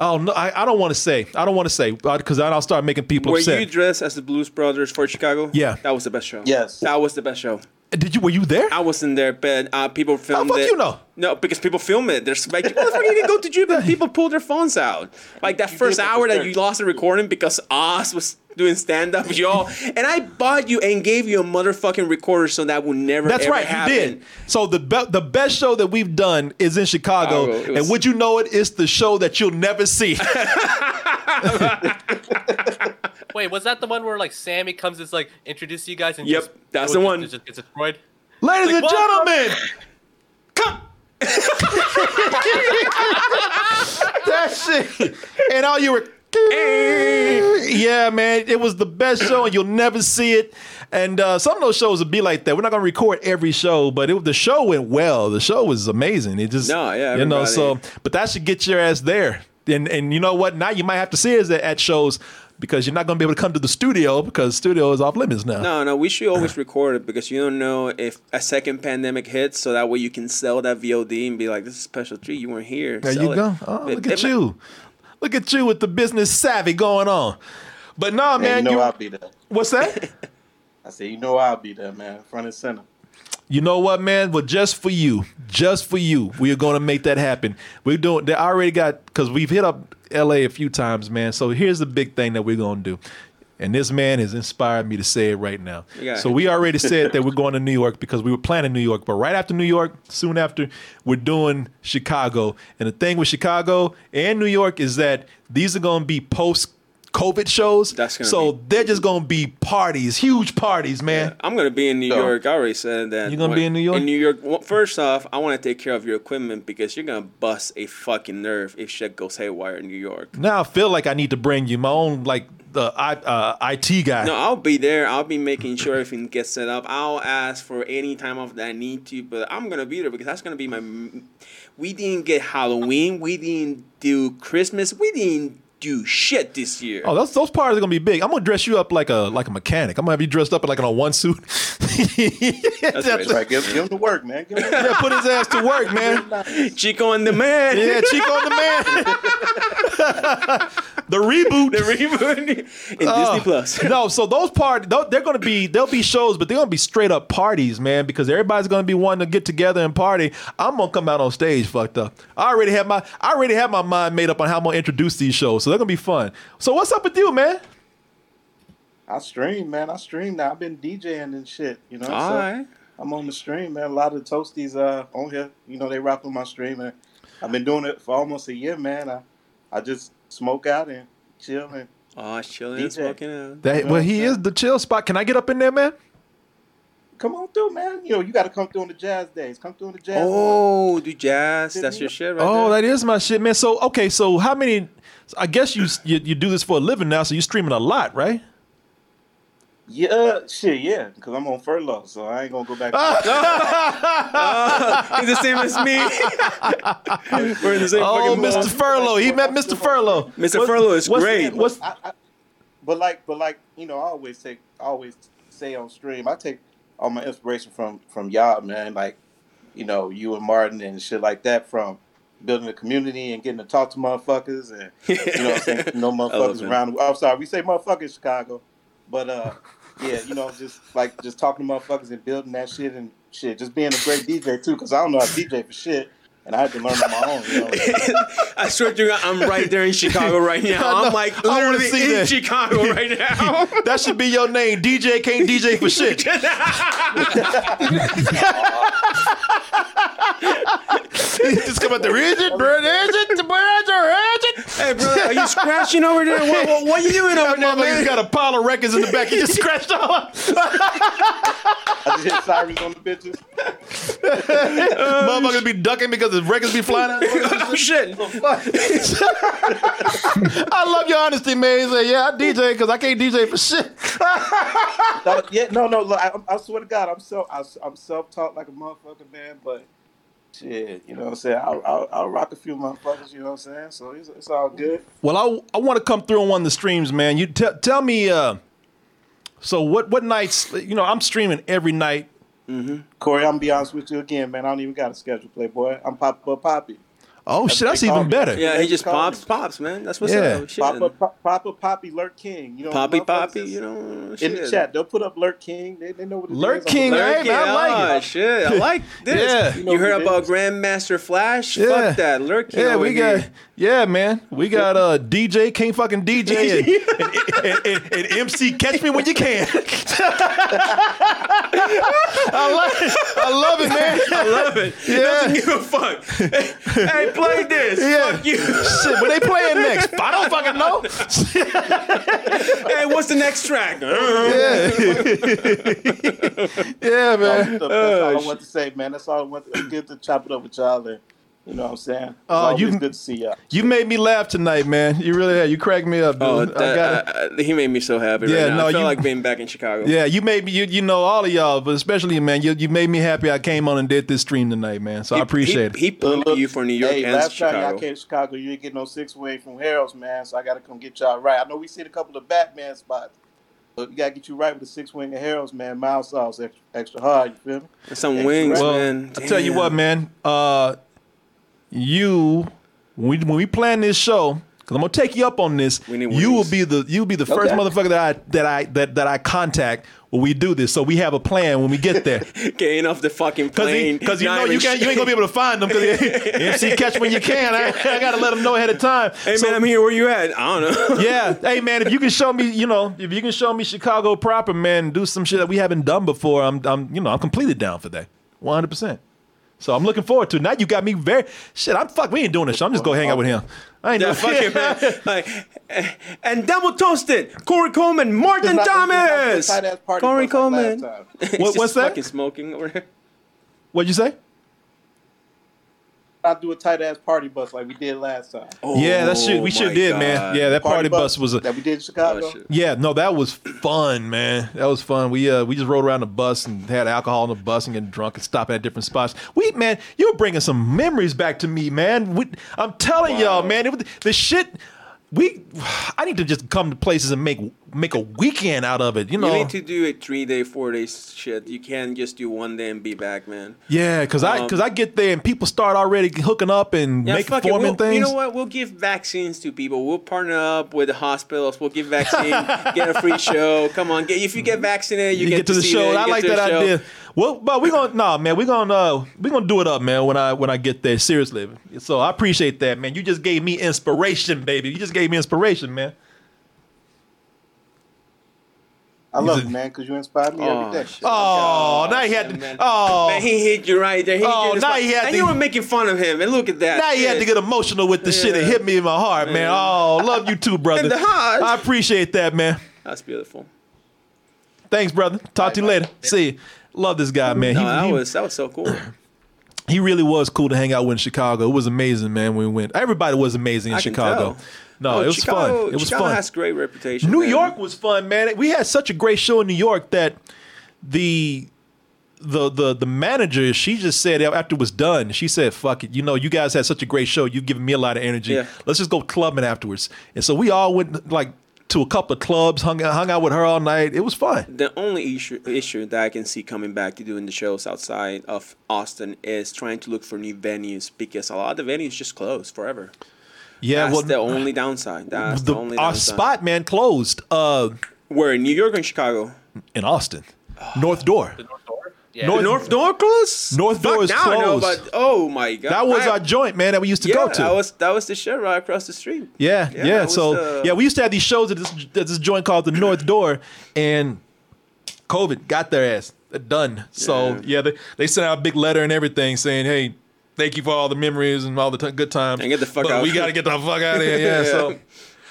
[SPEAKER 4] Oh no, I, I don't want to say. I don't want to say because then I'll start making people
[SPEAKER 5] Were
[SPEAKER 4] upset.
[SPEAKER 5] you dressed as the Blues Brothers for Chicago?
[SPEAKER 4] Yeah.
[SPEAKER 5] that was the best show.
[SPEAKER 4] Yes.
[SPEAKER 5] that was the best show.
[SPEAKER 4] Did you? Were you there?
[SPEAKER 5] I was in there, but uh, people filmed
[SPEAKER 4] fuck
[SPEAKER 5] it.
[SPEAKER 4] you know?
[SPEAKER 5] No, because people film it. There's like, what the fuck you didn't go to Juba? People pull their phones out. Like that first hour that you lost the recording because Oz was doing stand up, y'all. And I bought you and gave you a motherfucking recorder so that would never.
[SPEAKER 4] That's
[SPEAKER 5] ever
[SPEAKER 4] right,
[SPEAKER 5] happen.
[SPEAKER 4] you did. So the be- the best show that we've done is in Chicago,
[SPEAKER 5] Chicago, Oh, it was-
[SPEAKER 4] and would you know it? It's the show that you'll never see.
[SPEAKER 10] Wait, was that the one where like Sammy comes is like introduce you guys and
[SPEAKER 5] Yep,
[SPEAKER 10] just,
[SPEAKER 5] that's the one.
[SPEAKER 10] Just, just gets destroyed.
[SPEAKER 4] Ladies and gentlemen, that shit. And all you were. Yeah, man, it was the best show, and you'll never see it. And uh, some of those shows would be like that. We're not gonna record every show, but it, the show went well. The show was amazing. It just,
[SPEAKER 5] No, yeah,
[SPEAKER 4] you know.
[SPEAKER 5] everybody-
[SPEAKER 4] So, but that should get your ass there. And and you know what? Now you might have to see us at, at shows because you're not gonna be able to come to the studio because studio is off limits now.
[SPEAKER 5] No, no, we should
[SPEAKER 4] Uh.
[SPEAKER 5] always record it because you don't know if a second pandemic hits, so that way you can sell that VOD and be like, "This is special treat. You weren't here."
[SPEAKER 4] There
[SPEAKER 5] Sell
[SPEAKER 4] you
[SPEAKER 5] it.
[SPEAKER 4] go. Oh,
[SPEAKER 5] It-
[SPEAKER 4] look
[SPEAKER 5] it
[SPEAKER 4] at
[SPEAKER 5] might-
[SPEAKER 4] you. Look at you with the business savvy going on. But no, nah,
[SPEAKER 17] Man,
[SPEAKER 4] man,
[SPEAKER 17] you know
[SPEAKER 4] you-
[SPEAKER 17] I'll be there.
[SPEAKER 4] what's that?
[SPEAKER 17] I said, you know I'll be there, man, front and center.
[SPEAKER 4] You know what, man? Well, just for you, just for you, we are going to make that happen. We're doing. They already got because we've hit up L.A. a few times, man. So here's the big thing that we're going to do, and this man has inspired me to say it right now.
[SPEAKER 5] We got-
[SPEAKER 4] So we already said that we're going to New York because we were planning New York, but right after New York, soon after, we're doing Chicago. And the thing with Chicago and New York is that these are going to be post. COVID shows, That's
[SPEAKER 5] gonna
[SPEAKER 4] so they're just gonna be parties, huge parties, man.
[SPEAKER 5] I'm gonna be in New
[SPEAKER 4] So-
[SPEAKER 5] York. I already said that.
[SPEAKER 4] You gonna be in New York?
[SPEAKER 5] In New York. Well, first off, I want to take care of your equipment because you're gonna bust a fucking nerve if shit goes haywire in New York.
[SPEAKER 4] Now I feel like I need to bring you my own like uh, I, uh, IT guy.
[SPEAKER 5] No, I'll be there. I'll be making sure everything gets set up. I'll ask for any time off that I need to, but I'm gonna be there because that's gonna be my. We didn't get Halloween. We didn't do Christmas. We didn't do shit this year.
[SPEAKER 4] Oh, those those parties are gonna be big. I'm gonna dress you up like a like a mechanic. I'm gonna have you dressed up in like in a one suit.
[SPEAKER 17] That's, right. Give, give him the work, man. Give him
[SPEAKER 4] yeah, put his ass to work, man.
[SPEAKER 5] Chico and the man.
[SPEAKER 4] Yeah, Chico and the man. the reboot. Uh,
[SPEAKER 5] The reboot in Disney Plus.
[SPEAKER 4] no, so those part tho- they're gonna be they'll be shows, but they're gonna be straight up parties, man, because everybody's gonna be wanting to get together and party. I'm gonna come out on stage fucked up. I already have my I already have my mind made up on how I'm gonna introduce these shows, so they're gonna be fun. So what's up with you, man?
[SPEAKER 17] I stream, man. I stream now. I've been DJing and shit. You know,
[SPEAKER 5] All right.
[SPEAKER 17] I'm on the stream, man. A lot of toasties uh on here. You know, they rock with my stream, and I've been doing it for almost a year, man. I, I just smoke out and chill and.
[SPEAKER 5] Oh, chilling
[SPEAKER 17] and
[SPEAKER 5] smoking out.
[SPEAKER 4] That well, he is the chill spot. Can I get up in there, man?
[SPEAKER 17] Come on through, man. You know, you got to come through on the jazz days. Come through on the jazz.
[SPEAKER 5] Oh, do jazz. That's your shit, right?
[SPEAKER 4] oh, that is my shit, man. So okay, so how many? I guess you, you you do this for a living now, so you're streaming a lot, right?
[SPEAKER 17] Yeah, shit, yeah. Because I'm on furlough, so I ain't gonna go back.
[SPEAKER 5] He's the same as me. We're in the same
[SPEAKER 4] oh,
[SPEAKER 5] fucking boat.
[SPEAKER 4] Mr. Furlough, he met Mr. Furlough.
[SPEAKER 5] Mr.
[SPEAKER 4] What-
[SPEAKER 5] Furlough is
[SPEAKER 4] what's-
[SPEAKER 5] great.
[SPEAKER 4] What's
[SPEAKER 17] But like, but like, you know, I always take, I always say on stream, I take all my inspiration from from y'all, man. Like, you know, you and Martin and shit like that from building a community and getting to talk to motherfuckers and you know, what I'm saying, no
[SPEAKER 5] love
[SPEAKER 17] motherfuckers
[SPEAKER 5] it.
[SPEAKER 17] around. I'm sorry, we say motherfuckers in Chicago, but uh, yeah, you know, just like just talking to motherfuckers and building that shit and shit, just being a great DJ too, because I don't know how to DJ for shit. And I had to learn on my own. You know?
[SPEAKER 5] I swear to God, I'm right there in Chicago right now. I'm like
[SPEAKER 4] I wanna
[SPEAKER 5] literally
[SPEAKER 4] see
[SPEAKER 5] in
[SPEAKER 4] that.
[SPEAKER 5] Chicago right now.
[SPEAKER 4] that should be your name. DJ can't DJ for shit. Just come out the region, bro.
[SPEAKER 5] Hey, brother, are you scratching over there? What, what, what you doing over there, man?
[SPEAKER 4] He's got a pile of records in the back. He just scratched all up.
[SPEAKER 17] I just hit sirens on the bitches.
[SPEAKER 4] Motherfuckers be ducking because the records be flying out.
[SPEAKER 5] oh, shit.
[SPEAKER 4] I love your honesty, man. He said, yeah, I DJ because I can't DJ for shit.
[SPEAKER 17] No, yeah, no, no. Look, I, I swear to God, I'm self, I, am self-taught like a motherfucker, man. But shit, you know what I'm saying? I'll, I'll, I'll rock a few motherfuckers. You know what I'm saying? So it's, it's all good.
[SPEAKER 4] Well, I, I want to come through on one of the streams, man. You te- tell me. Uh, so what what nights? You know, I'm streaming every night.
[SPEAKER 5] Mm-hmm.
[SPEAKER 17] Corey, I'm gonna be honest with you again, man. I don't even got a schedule, Playboy. I'm pop up poppy.
[SPEAKER 4] Oh shit, that's
[SPEAKER 17] they call
[SPEAKER 4] even
[SPEAKER 17] me.
[SPEAKER 4] better.
[SPEAKER 5] Yeah, he just
[SPEAKER 17] Call
[SPEAKER 5] pops, pops, man. That's what's
[SPEAKER 4] Yeah.
[SPEAKER 5] up. Shit.
[SPEAKER 17] Pop up, pop, pop up poppy, lurk king. You know,
[SPEAKER 5] Poppy,
[SPEAKER 17] motherfuckers
[SPEAKER 5] poppy,
[SPEAKER 17] is
[SPEAKER 5] you know.
[SPEAKER 17] In the chat, they'll put up lurk king. They, they know what it is.
[SPEAKER 4] Lurk King, ah,
[SPEAKER 17] I'm-
[SPEAKER 4] Hey, man, I like it.
[SPEAKER 5] oh, shit, I like this.
[SPEAKER 4] Yeah.
[SPEAKER 5] You, heard about Grandmaster Flash?
[SPEAKER 4] Yeah.
[SPEAKER 5] Fuck that. Lurking
[SPEAKER 4] Yeah,
[SPEAKER 5] over
[SPEAKER 4] we
[SPEAKER 5] here.
[SPEAKER 4] got. Yeah, man, we got uh, DJ can't fucking DJ and, and, and- and MC catch me when you can. I, love, I love it, man.
[SPEAKER 5] I love it. He
[SPEAKER 4] Yeah.
[SPEAKER 5] doesn't give a fuck. hey, played this. Fuck you.
[SPEAKER 4] Shit, what they playing next? I don't fucking know.
[SPEAKER 5] hey, what's the next track?
[SPEAKER 4] yeah,
[SPEAKER 17] man. That's all
[SPEAKER 4] Oh,
[SPEAKER 17] I want to say, man. That's all I want to get to chop it up with y'all. And, you know what I'm saying? It's
[SPEAKER 4] Oh,
[SPEAKER 17] always
[SPEAKER 4] you-
[SPEAKER 17] good to see y'all.
[SPEAKER 4] You made me laugh tonight, man. You really had. You cracked me up, dude.
[SPEAKER 5] Oh,
[SPEAKER 4] I got
[SPEAKER 5] that, I- I- he made me so happy.
[SPEAKER 4] Yeah,
[SPEAKER 5] right now.
[SPEAKER 4] no,
[SPEAKER 5] I felt
[SPEAKER 4] you-
[SPEAKER 5] like being back in Chicago.
[SPEAKER 4] Yeah, you made me. You, you know all of y'all, but especially you, man. You you made me happy. I came on and did this stream tonight, man. So I appreciate
[SPEAKER 5] He
[SPEAKER 4] it.
[SPEAKER 5] pumped you for New York
[SPEAKER 17] Hey,
[SPEAKER 5] and
[SPEAKER 17] last time
[SPEAKER 5] Chicago.
[SPEAKER 17] y'all came to Chicago, you didn't get no six way from Harold's, man. So I got to come get y'all right. I know we seen a couple of Batman spots. But we gotta get you right with the six wing of Harold's, man. Mild sauce extra, extra hard, you feel me? Extra right.
[SPEAKER 4] Well, I tell you what, man. Uh, you when we, when we plan this show, because I'm gonna take you up on this. You will be the you will be the first
[SPEAKER 5] Okay.
[SPEAKER 4] motherfucker that I that I that, that I contact when we do this. So we have a plan when we get there.
[SPEAKER 5] Getting off the fucking plane.
[SPEAKER 4] Because you
[SPEAKER 5] not
[SPEAKER 4] know
[SPEAKER 5] even
[SPEAKER 4] you can't, you ain't gonna be able to find them. Because MC catch when you can. I, I gotta let them know ahead of time.
[SPEAKER 5] Hey man, I'm here. Where you at? I don't know.
[SPEAKER 4] yeah. Hey man, if you can show me, you know, if you can show me Chicago proper, man, do some shit that we haven't done before. I'm, I'm, you know, I'm completely down for that, 100. percent So I'm looking forward to. it. Now you got me very shit. I'm fuck. We ain't doing this. Shit. I'm just gonna hang out with him. I ain't
[SPEAKER 5] Yeah,
[SPEAKER 4] doing
[SPEAKER 5] fuck it, man. Like, eh, and double toasted Corey Coleman, Martin
[SPEAKER 17] It's not-
[SPEAKER 5] Thomas,
[SPEAKER 17] it's not the tight ass party
[SPEAKER 5] Corey
[SPEAKER 17] bus like last
[SPEAKER 5] Coleman.
[SPEAKER 17] time.
[SPEAKER 5] He's
[SPEAKER 4] What-
[SPEAKER 5] just
[SPEAKER 4] what's that?
[SPEAKER 5] Fucking smoking over here.
[SPEAKER 4] What'd you say?
[SPEAKER 17] I do a tight ass party bus like we did last time.
[SPEAKER 4] Yeah, that shit- we Oh, should my did, man. God. Yeah, that party bus was a-
[SPEAKER 17] that we did in Chicago.
[SPEAKER 4] Yeah, no, that was fun, man. That was fun. We uh, we just rode around the bus and had alcohol on the bus and getting drunk and stopping at different spots. We man, you're bringing some memories back to me, man. We, I'm telling y'all, man, it, was- the shit. We, I need to just come to places and make make a weekend out of it. You
[SPEAKER 5] You,
[SPEAKER 4] know,
[SPEAKER 5] need to do a three day, four day shit. You can't just do one day and be back, man.
[SPEAKER 4] yeah, because I
[SPEAKER 5] Um,
[SPEAKER 4] because I get there and people start already hooking up and
[SPEAKER 5] Yeah,
[SPEAKER 4] making
[SPEAKER 5] fuck it.
[SPEAKER 4] forming
[SPEAKER 5] We'll-
[SPEAKER 4] things.
[SPEAKER 5] You know what? We'll give vaccines to people. We'll partner up with the hospitals. We'll give vaccine, get a free show. Come on, get if you get vaccinated, you,
[SPEAKER 4] you, get, to the
[SPEAKER 5] see
[SPEAKER 4] show.
[SPEAKER 5] that, you
[SPEAKER 4] I
[SPEAKER 5] get
[SPEAKER 4] like
[SPEAKER 5] to the
[SPEAKER 4] that
[SPEAKER 5] show.
[SPEAKER 4] idea. Well, but we're gonna nah, man. We're gonna uh, we're gonna do it up, man. When I when I get there, seriously. So I appreciate that, man. You just gave me inspiration, baby. You just gave me inspiration, man.
[SPEAKER 17] I love it, man, because you inspired me
[SPEAKER 5] Oh,
[SPEAKER 17] every day.
[SPEAKER 5] shit.
[SPEAKER 4] Oh, now he had to. Oh,
[SPEAKER 5] Man, he hit you right there. He
[SPEAKER 4] Oh,
[SPEAKER 5] hit you
[SPEAKER 4] now he had
[SPEAKER 5] and
[SPEAKER 4] to-
[SPEAKER 5] you were making fun of him. And look at that.
[SPEAKER 4] now he had to
[SPEAKER 5] shit.
[SPEAKER 4] get emotional with the shit. It hit me in my heart, man. Oh, love you too, brother.
[SPEAKER 5] the heart.
[SPEAKER 4] I appreciate that, man.
[SPEAKER 5] That's beautiful.
[SPEAKER 4] Thanks, brother. Talk to you later. See you. Love this guy, man.
[SPEAKER 5] No,
[SPEAKER 4] He-
[SPEAKER 5] that
[SPEAKER 4] he,
[SPEAKER 5] was that was so cool.
[SPEAKER 4] he really was cool to hang out with in Chicago. It was amazing, man. When we went, everybody was amazing in
[SPEAKER 5] I can
[SPEAKER 4] Chicago.
[SPEAKER 5] tell.
[SPEAKER 4] No,
[SPEAKER 5] Oh,
[SPEAKER 4] it was
[SPEAKER 5] Chicago,
[SPEAKER 4] fun. It was
[SPEAKER 5] Chicago
[SPEAKER 4] fun.
[SPEAKER 5] has great reputation.
[SPEAKER 4] New
[SPEAKER 5] man.
[SPEAKER 4] York was fun, man. We had such a great show in New York that the the the the manager she just said after it was done, she said, "Fuck it, you know, you guys had such a great show. You've given me a lot of energy.
[SPEAKER 5] Yeah.
[SPEAKER 4] Let's just go clubbing afterwards." And so we all went like to a couple of clubs, hung hung out with her all night. It was fun.
[SPEAKER 5] The only issue issue that I can see coming back to doing the shows outside of Austin is trying to look for new venues because a lot of the venues just closed forever.
[SPEAKER 4] Yeah,
[SPEAKER 5] That's
[SPEAKER 4] well,
[SPEAKER 5] the only downside. That's the,
[SPEAKER 4] the-
[SPEAKER 5] only
[SPEAKER 4] our
[SPEAKER 5] downside.
[SPEAKER 4] spot man closed uh,
[SPEAKER 5] Where in New York and Chicago?
[SPEAKER 4] in Austin, North Door.
[SPEAKER 5] North, North Door closed.
[SPEAKER 4] North Door is
[SPEAKER 5] now I know,
[SPEAKER 4] closed.
[SPEAKER 5] but oh my god,
[SPEAKER 4] That was
[SPEAKER 5] I-
[SPEAKER 4] our joint, man, that we used to
[SPEAKER 5] yeah,
[SPEAKER 4] go to.
[SPEAKER 5] That was that was the show right across the street.
[SPEAKER 4] Yeah,
[SPEAKER 5] Yeah,
[SPEAKER 4] yeah.
[SPEAKER 5] that was
[SPEAKER 4] So
[SPEAKER 5] the-
[SPEAKER 4] yeah, we used to have these shows at this at this joint called the North Door, and COVID got their ass done. So yeah, they, they sent out a big letter and everything saying, "Hey, thank you for all the memories and all the t- good times."
[SPEAKER 5] And get the fuck
[SPEAKER 4] but
[SPEAKER 5] out.
[SPEAKER 4] We gotta get the fuck out of here. Yeah. So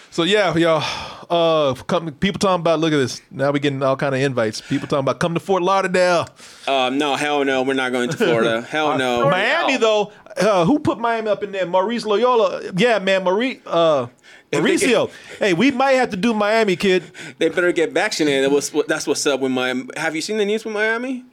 [SPEAKER 4] so yeah, y'all. Uh, come, people talking about look at this. Now we're getting all kind of invites. People talking about come to Fort Lauderdale.
[SPEAKER 5] Um, no, hell no, we're not going to Florida. Hell no,
[SPEAKER 4] Miami though. Uh, who put Miami up in there? Maurice Loyola. Yeah, man, Maurice. Uh, Mauricio. hey, we might have to do Miami, kid.
[SPEAKER 5] They better get vaccinated. That was what- that's what's up with Miami. Have you seen the news with Miami?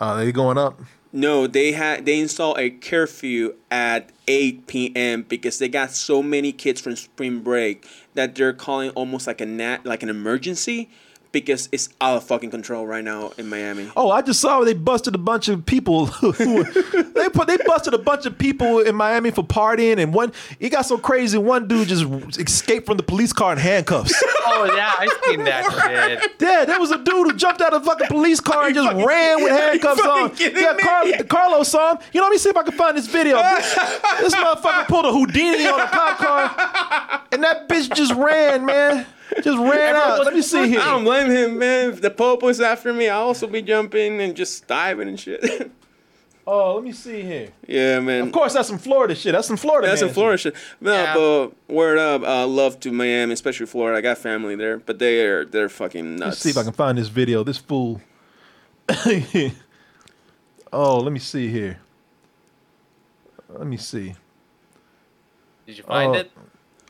[SPEAKER 4] Oh, they going up.
[SPEAKER 5] No, they had they installed a curfew at 8 p.m. because they got so many kids from spring break that they're calling almost like a nat like an emergency because it's out of fucking control right now in Miami.
[SPEAKER 4] Oh, I just saw they busted a bunch of people. Who were, they put they busted a bunch of people in Miami for partying, and one it got so crazy. One dude just escaped from the police car in handcuffs.
[SPEAKER 10] Oh yeah, I seen that shit.
[SPEAKER 4] Yeah, there was a dude who jumped out of the fucking police car and just ran with
[SPEAKER 10] are you
[SPEAKER 4] handcuffs
[SPEAKER 10] fucking
[SPEAKER 4] on.
[SPEAKER 10] kidding
[SPEAKER 4] Yeah,
[SPEAKER 10] me?
[SPEAKER 4] Car- Carlos saw him. You know, let me see if I can find this video. This, this motherfucker pulled a Houdini on a cop car, and that bitch just ran, man. Just ran out. Let me see here.
[SPEAKER 5] I don't blame him, man. If the Pope was after me, I'll also be jumping and just diving and shit.
[SPEAKER 4] Oh, let me see here.
[SPEAKER 5] Yeah, man.
[SPEAKER 4] Of course, that's some Florida shit. That's some Florida.
[SPEAKER 5] That's in
[SPEAKER 4] man.
[SPEAKER 5] Florida shit. No,
[SPEAKER 4] Yeah.
[SPEAKER 5] but word up. I love to Miami, especially Florida. I got family there, but they are they're fucking
[SPEAKER 4] Let's
[SPEAKER 5] nuts.
[SPEAKER 4] see if I can find this video. This fool. oh, let me see here. Let me see.
[SPEAKER 10] Did you find
[SPEAKER 4] Uh,
[SPEAKER 10] it?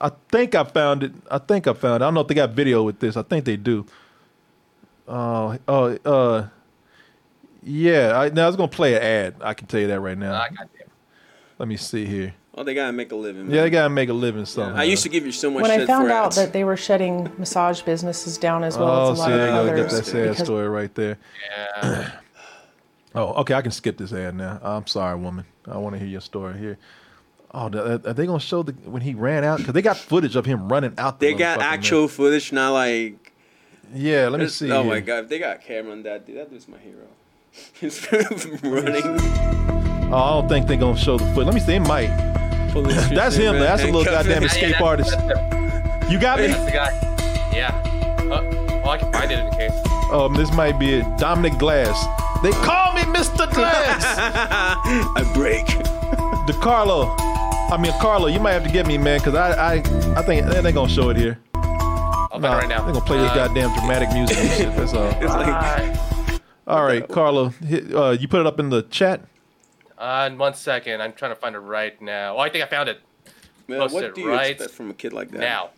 [SPEAKER 4] I think I found it. I think I found it. I don't know if they got video with this. I think they do. Oh, oh, uh, yeah. I, now I was gonna play an ad. I can tell you that right now. Let me see here.
[SPEAKER 5] Oh, they gotta make a living. Man.
[SPEAKER 4] Yeah, they gotta make a living somehow.
[SPEAKER 5] I used to give you so much
[SPEAKER 18] when
[SPEAKER 5] shit
[SPEAKER 18] I found
[SPEAKER 5] for
[SPEAKER 18] out
[SPEAKER 5] ads.
[SPEAKER 18] that they were shutting massage businesses down as well as a
[SPEAKER 4] Oh, see,
[SPEAKER 18] lot
[SPEAKER 4] there
[SPEAKER 18] of
[SPEAKER 4] you go. Get
[SPEAKER 18] others.
[SPEAKER 4] that sad
[SPEAKER 18] because-
[SPEAKER 4] story right there. Yeah. oh, okay. I can skip this ad now. I'm sorry, woman. I want to hear your story here. Oh, th- are they gonna show the when he ran out? Because they got footage of him running out. The
[SPEAKER 5] they got
[SPEAKER 4] motherfucking
[SPEAKER 5] actual footage, not like.
[SPEAKER 4] Yeah, let me
[SPEAKER 5] It's-
[SPEAKER 4] see
[SPEAKER 5] Oh
[SPEAKER 4] here.
[SPEAKER 5] my god, if they got a camera on that dude, that dude's my hero. He's running.
[SPEAKER 4] Oh, I don't think they're gonna show the foot. Let me see. It might. that's
[SPEAKER 10] Shit,
[SPEAKER 4] him.
[SPEAKER 10] man.
[SPEAKER 4] That's a little
[SPEAKER 10] Handcuffed.
[SPEAKER 4] goddamn
[SPEAKER 10] Yeah,
[SPEAKER 4] escape
[SPEAKER 10] that's-
[SPEAKER 4] artist. You got me.
[SPEAKER 10] That's the guy. Yeah. Oh, oh, I can find it in case.
[SPEAKER 4] Um, this might be it. Dominic Glass. They call me Mr. Glass.
[SPEAKER 5] I break.
[SPEAKER 4] DeCarlo. I mean, Carlo, you might have to get me, man, because I, I, I think they ain't gonna show it here.
[SPEAKER 10] I'll find it right now.
[SPEAKER 4] They're gonna play this
[SPEAKER 10] Uh,
[SPEAKER 4] goddamn dramatic music and shit. That's all. all right, Carlo, hit, uh, you put it up in the chat.
[SPEAKER 10] Uh, in one second, I'm trying to find it right now. Oh, I think I found it.
[SPEAKER 5] Man,
[SPEAKER 10] Post
[SPEAKER 5] what
[SPEAKER 10] it
[SPEAKER 5] do you
[SPEAKER 10] right
[SPEAKER 5] expect from a kid like that?
[SPEAKER 10] now.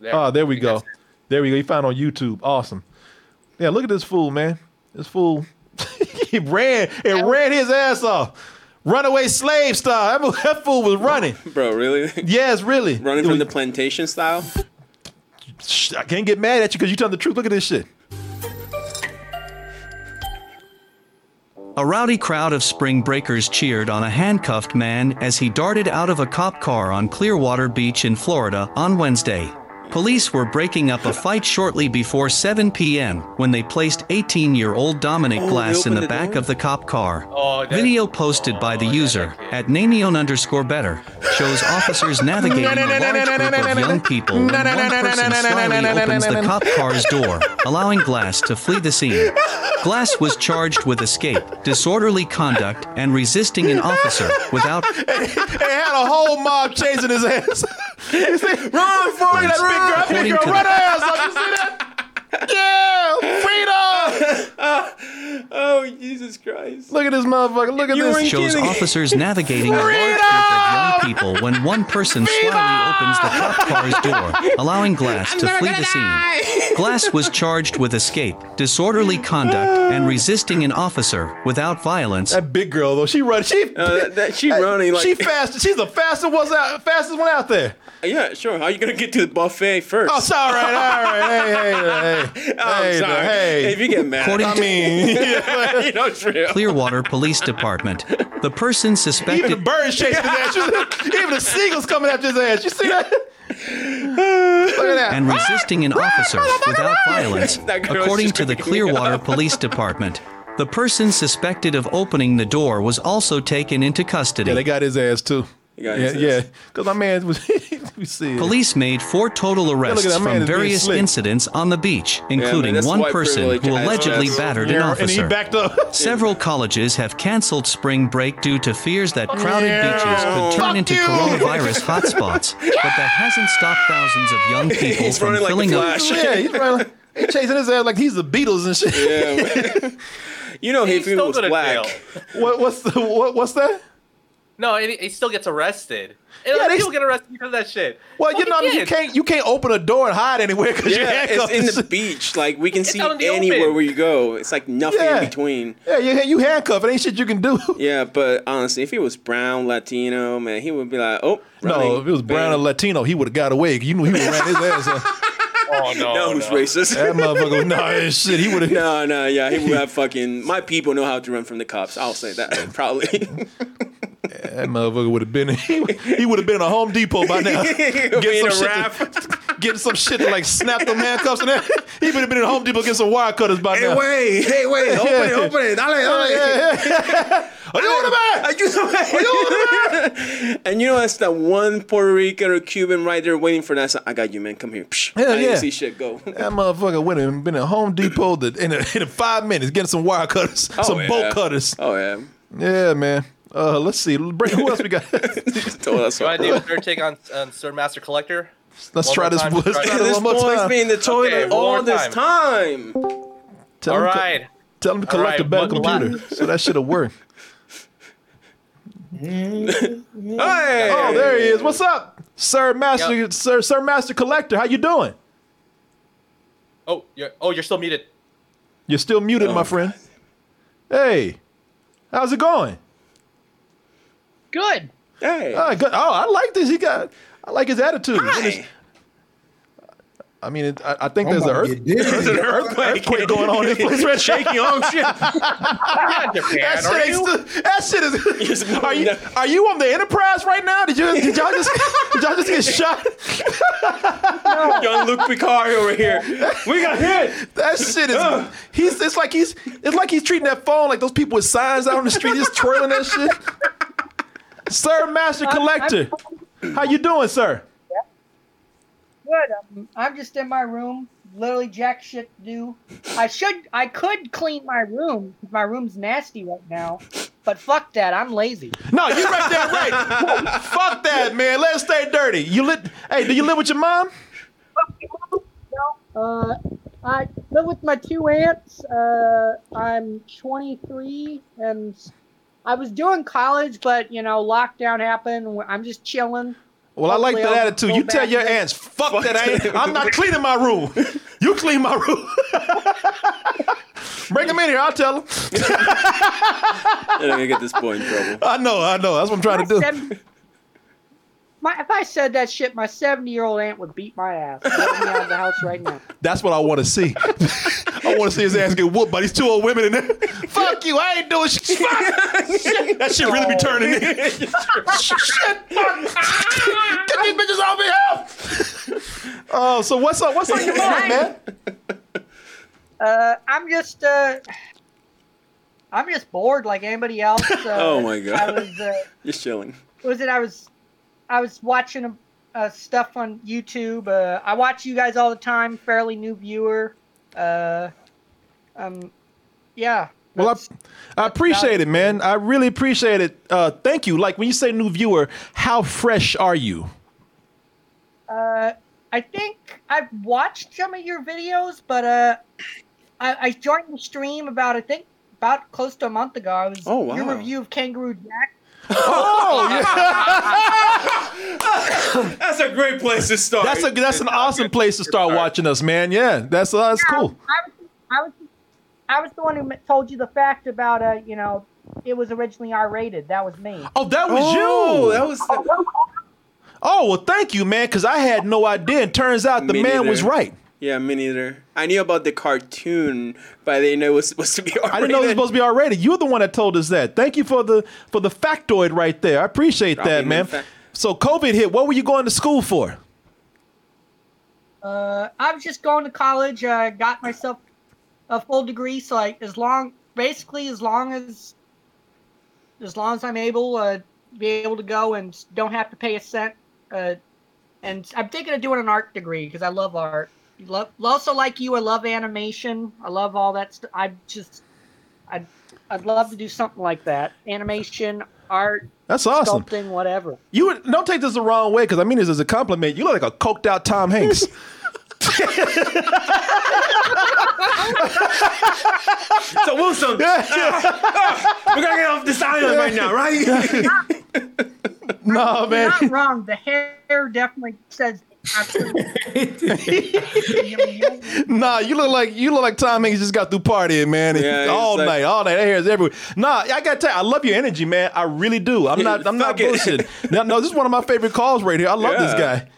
[SPEAKER 10] There.
[SPEAKER 4] Oh, there we go. There we go. You found on YouTube. Awesome. Yeah, look at this fool, man. This fool, he ran and ran his ass off. Runaway slave style. That mo- That fool was running.
[SPEAKER 5] Bro, really?
[SPEAKER 4] Yes, really.
[SPEAKER 5] Running from the plantation style?
[SPEAKER 4] Shh, I can't get mad at you because you telling the truth. Look at this shit.
[SPEAKER 19] A rowdy crowd of spring breakers cheered on a handcuffed man as he darted out of a cop car on Clearwater Beach in Florida on Wednesday. Police were breaking up a fight shortly before 7 p.m. when they placed 18 year old Dominic
[SPEAKER 20] Oh, they
[SPEAKER 19] Glass in
[SPEAKER 20] opened
[SPEAKER 19] the
[SPEAKER 20] the
[SPEAKER 19] back
[SPEAKER 20] door?
[SPEAKER 19] of the cop car.
[SPEAKER 20] Oh, that- Oh,
[SPEAKER 19] Video posted by the user at Nanion underscore better shows officers navigating a large group of young people when one person slyly opens the cop car's door, allowing Glass to flee the scene. Glass was charged with escape, disorderly conduct, and resisting an officer without
[SPEAKER 4] They had a whole mob chasing his ass. He said, run for it,
[SPEAKER 19] Police.
[SPEAKER 4] that big girl, that big
[SPEAKER 19] According
[SPEAKER 4] girl,
[SPEAKER 19] to
[SPEAKER 4] run
[SPEAKER 19] the-
[SPEAKER 4] her ass off. You see that? Yeah,
[SPEAKER 5] freedom. oh, Jesus Christ.
[SPEAKER 4] Look at this motherfucker. Look at
[SPEAKER 5] You
[SPEAKER 4] this.
[SPEAKER 5] weren't
[SPEAKER 19] shows officers navigating a large group of young people when one person slyly opens the cop car's door, allowing Glass to flee the scene. Glass was charged with escape, disorderly conduct, and resisting an officer without violence. That
[SPEAKER 4] big girl though, she runs. She
[SPEAKER 5] Uh, she running like
[SPEAKER 4] she fast. She's the fastest one out, fastest one out there.
[SPEAKER 5] Yeah, sure. How you gonna get to the buffet first? Oh,
[SPEAKER 4] Oh, sorry, all right, all right, hey, hey, hey,
[SPEAKER 5] I'm
[SPEAKER 4] hey,
[SPEAKER 5] sorry.
[SPEAKER 4] hey.
[SPEAKER 5] If you get mad,
[SPEAKER 19] According
[SPEAKER 5] I
[SPEAKER 19] to-
[SPEAKER 5] mean, you know, it's real.
[SPEAKER 19] Clearwater Police Department. The person
[SPEAKER 4] Even the
[SPEAKER 19] suspected
[SPEAKER 4] birds chasing his ass. You see- Even the seagulls coming after his ass. You see that? Look at that.
[SPEAKER 19] and resisting an officer without violence,
[SPEAKER 4] That girl
[SPEAKER 19] according to the
[SPEAKER 4] shook me
[SPEAKER 19] Clearwater
[SPEAKER 4] up.
[SPEAKER 19] Police Department. The person suspected of opening the door was also taken into custody.
[SPEAKER 4] Yeah, they got his ass too. yeah,
[SPEAKER 19] got his ass.
[SPEAKER 4] yeah. Because my man was. we see. it.
[SPEAKER 19] Police made four total
[SPEAKER 4] look at
[SPEAKER 19] arrests
[SPEAKER 4] that man
[SPEAKER 19] from
[SPEAKER 4] is being
[SPEAKER 19] various
[SPEAKER 4] slick.
[SPEAKER 19] incidents on the beach, including
[SPEAKER 4] that's
[SPEAKER 19] one
[SPEAKER 4] white
[SPEAKER 19] person
[SPEAKER 4] privilege.
[SPEAKER 19] who
[SPEAKER 4] I-
[SPEAKER 19] allegedly
[SPEAKER 4] that's-
[SPEAKER 19] battered an
[SPEAKER 4] Yeah, and he
[SPEAKER 19] officer.
[SPEAKER 4] backed up.
[SPEAKER 19] Several colleges have canceled spring break due to fears that crowded
[SPEAKER 4] Yeah.
[SPEAKER 19] beaches could turn
[SPEAKER 4] Fuck
[SPEAKER 19] into
[SPEAKER 4] you.
[SPEAKER 19] coronavirus hotspots, but that hasn't stopped thousands of young people
[SPEAKER 4] He's
[SPEAKER 19] from
[SPEAKER 4] running like
[SPEAKER 19] filling
[SPEAKER 4] the
[SPEAKER 19] up.
[SPEAKER 4] Flash. Yeah, he's running like- he chasing his ass like he's the Beatles and shit.
[SPEAKER 5] you know, if he
[SPEAKER 10] still
[SPEAKER 5] was
[SPEAKER 10] gonna
[SPEAKER 5] black,
[SPEAKER 10] jail.
[SPEAKER 4] What, what's the, what, what's that?
[SPEAKER 10] No, and he, he still gets arrested. And
[SPEAKER 4] Yeah,
[SPEAKER 10] yeah,
[SPEAKER 4] they
[SPEAKER 10] they still get arrested because of that shit.
[SPEAKER 4] Well, you know, I mean, you
[SPEAKER 10] did.
[SPEAKER 4] can't you can't open a door and hide anywhere because you're
[SPEAKER 5] yeah, it's
[SPEAKER 4] handcuffed.
[SPEAKER 5] in
[SPEAKER 4] and
[SPEAKER 5] the
[SPEAKER 4] shit.
[SPEAKER 5] beach. Like we can see
[SPEAKER 4] out in the
[SPEAKER 5] anywhere
[SPEAKER 4] open.
[SPEAKER 5] where you go. It's like nothing
[SPEAKER 4] Yeah.
[SPEAKER 5] in between.
[SPEAKER 4] yeah, you, you handcuffed. It ain't shit you can do.
[SPEAKER 5] Yeah, but honestly, if he was brown, Latino, man, he would be like, oh,
[SPEAKER 4] No, if it was brown or Latino, he would have got away. You knew he would have ran his ass off.
[SPEAKER 10] Oh no,
[SPEAKER 5] no, who's racist?
[SPEAKER 4] That motherfucker, nah, shit, he would have.
[SPEAKER 5] No, no, yeah, he would have fucking. My people know how to run from the cops. I'll say that probably.
[SPEAKER 4] That motherfucker would have been. He, would have been a Home Depot by now.
[SPEAKER 5] Be in a
[SPEAKER 4] shit. To, getting some shit to like snap them handcuffs and that. He would have been in a Home Depot getting some wire cutters by now.
[SPEAKER 5] wait, hey, wait, open it, open it, dale, dale.
[SPEAKER 4] Are you on the back?
[SPEAKER 5] Are you on And you know, that's that one Puerto Rican or Cuban right there waiting for that. So, I got you, man. Come here. Psh,
[SPEAKER 4] Hell
[SPEAKER 5] I didn't
[SPEAKER 4] yeah.
[SPEAKER 5] see shit go.
[SPEAKER 4] That motherfucker would have been at Home Depot the, in, a, in a five minutes getting some wire cutters,
[SPEAKER 5] Oh,
[SPEAKER 4] some
[SPEAKER 5] yeah.
[SPEAKER 4] bolt cutters.
[SPEAKER 5] Oh yeah.
[SPEAKER 4] Yeah, man. Uh, let's see. Bra- Who else we got?
[SPEAKER 10] Do I do a third take on, on Sir Master Collector?
[SPEAKER 4] Let's try this- let's try this
[SPEAKER 5] This
[SPEAKER 4] one more
[SPEAKER 5] boy's
[SPEAKER 4] time.
[SPEAKER 5] been in the toilet
[SPEAKER 10] Okay, one
[SPEAKER 5] all
[SPEAKER 10] more
[SPEAKER 5] this time.
[SPEAKER 4] Tell
[SPEAKER 10] All
[SPEAKER 4] him to-
[SPEAKER 10] right.
[SPEAKER 4] tell him to
[SPEAKER 10] All
[SPEAKER 4] collect
[SPEAKER 10] right,
[SPEAKER 4] a better
[SPEAKER 10] buckle up.
[SPEAKER 4] computer. so that should have worked.
[SPEAKER 5] Hey!
[SPEAKER 4] Oh, there he is. What's up, Sir Master?
[SPEAKER 10] Yep.
[SPEAKER 4] Sir Sir Master Collector, how you doing?
[SPEAKER 10] Oh, you're, oh, you're still muted.
[SPEAKER 4] You're still muted, my friend. Hey, how's it going?
[SPEAKER 21] Good.
[SPEAKER 5] Hey.
[SPEAKER 4] Oh, good. oh, I like this. He got. I like his attitude. I mean, it, I, I think there's an, earth, there's an earth- earthquake going on in this place right
[SPEAKER 1] Shaking, oh, shit.
[SPEAKER 4] that,
[SPEAKER 1] Japan,
[SPEAKER 4] shit
[SPEAKER 1] are
[SPEAKER 4] ain't
[SPEAKER 1] you?
[SPEAKER 4] still- that shit is. Are you, are you on the Enterprise right now? Did you? Did y'all just? did y'all just get shot?
[SPEAKER 5] Young Luke Picard over here. We got hit.
[SPEAKER 4] That shit is. he's. It's like he's. It's like he's treating that phone like those people with signs out on the street, just twirling that shit. Sir, Master Collector, how you doing, sir?
[SPEAKER 21] Good. I'm, I'm just in my room, literally jack shit to do. I should, I could clean my room. 'cause My room's nasty right now, but fuck that. I'm lazy.
[SPEAKER 4] No, you right there, right. Fuck that, man. Let's stay dirty. You lit. Hey, do you live with your mom?
[SPEAKER 21] Uh, I live with my two aunts. Uh, I'm 23, and I was doing college, but you know, lockdown happened. I'm just chilling.
[SPEAKER 4] Well, I like
[SPEAKER 21] Hopefully
[SPEAKER 4] that
[SPEAKER 21] I'll
[SPEAKER 4] attitude.
[SPEAKER 21] go
[SPEAKER 4] You tell
[SPEAKER 21] back
[SPEAKER 4] your
[SPEAKER 21] to-
[SPEAKER 4] aunts, fuck, that. I ain't, I'm not cleaning my room. You clean my room. Bring them in here. I'll tell them.
[SPEAKER 5] I'm gonna get this boy in trouble.
[SPEAKER 4] I know. I know. That's what I'm trying to do.
[SPEAKER 21] Seven- My, if I said that shit, my 70 year old aunt would beat my ass. Let me out of the house right now.
[SPEAKER 4] That's what I want to see. I want to see his ass get whooped by these two old women in there. Fuck you. I ain't doing shit. Fuck. That shit really be turning in. Get these bitches off me. Help. Oh, so what's up? What's on your mind, man?
[SPEAKER 21] Uh, I'm just, uh, I'm just bored like anybody else. Uh,
[SPEAKER 5] Oh my
[SPEAKER 21] I
[SPEAKER 5] God.
[SPEAKER 21] was, uh,
[SPEAKER 5] Just chilling.
[SPEAKER 21] what was it? I was, I was watching uh, stuff on YouTube. Uh, I watch you guys all the time. Fairly new viewer. Uh, um, yeah.
[SPEAKER 4] Well, I, I appreciate it, man. I really appreciate it. Uh, thank you. Like when you say new viewer, how fresh are you?
[SPEAKER 21] Uh, I think I've watched some of your videos, but uh, I, I joined the stream about I think about close to a month ago. I was
[SPEAKER 5] Oh, wow.
[SPEAKER 21] your review of Kangaroo Jack.
[SPEAKER 4] Oh,
[SPEAKER 5] That's a great place to start.
[SPEAKER 4] That's a that's an awesome place to start watching us, man. Yeah, that's uh, that's cool.
[SPEAKER 21] I was, I was, I was the one who told you the fact about uh, you know, it was originally R rated. That was me.
[SPEAKER 4] Oh, that was you.
[SPEAKER 5] That was.
[SPEAKER 4] Oh well, thank you, man. Because I had no idea. And turns out the
[SPEAKER 5] Me
[SPEAKER 4] man was
[SPEAKER 5] neither.
[SPEAKER 4] right.
[SPEAKER 5] Yeah, me neither. I knew about the cartoon, but I didn't know it was supposed to be.
[SPEAKER 4] I didn't know it was supposed to be R rated. You're the one that told us that. Thank you for the for the factoid right there. I appreciate
[SPEAKER 5] Drop me
[SPEAKER 4] that,
[SPEAKER 5] in
[SPEAKER 4] man.
[SPEAKER 5] the fact-
[SPEAKER 4] So COVID hit. What were you going to school for?
[SPEAKER 21] Uh, I was just going to college. I got myself a full degree, so like as long, basically as long as, as long as I'm able uh, be able to go and s- don't have to pay a cent. Uh, and I'm thinking of doing an art degree because I love art. Love, also like you, I love animation. I love all that stuff. I just, I, would I'd love to do something like that. Animation, art.
[SPEAKER 4] That's awesome.
[SPEAKER 21] Sculpting, whatever.
[SPEAKER 4] You would, don't take this the wrong way because I mean this as a compliment. You look like a coked out Tom Hanks.
[SPEAKER 1] So Wilson, uh, we're gonna get off this island right now, right?
[SPEAKER 4] no,
[SPEAKER 21] You're
[SPEAKER 4] man.
[SPEAKER 21] not wrong. The hair definitely says.
[SPEAKER 4] Nah, you look like you look like Tom Hanks just got through partying, man.
[SPEAKER 5] Yeah, it's
[SPEAKER 4] all
[SPEAKER 5] like-
[SPEAKER 4] night, all night. That hair is everywhere. Nah, I gotta tell you, I love your energy, man. I really do. I'm not I'm not
[SPEAKER 5] Fuck it.
[SPEAKER 4] bullshitting. no, no, this is one of my favorite calls right here. I love this
[SPEAKER 5] Yeah.
[SPEAKER 4] guy.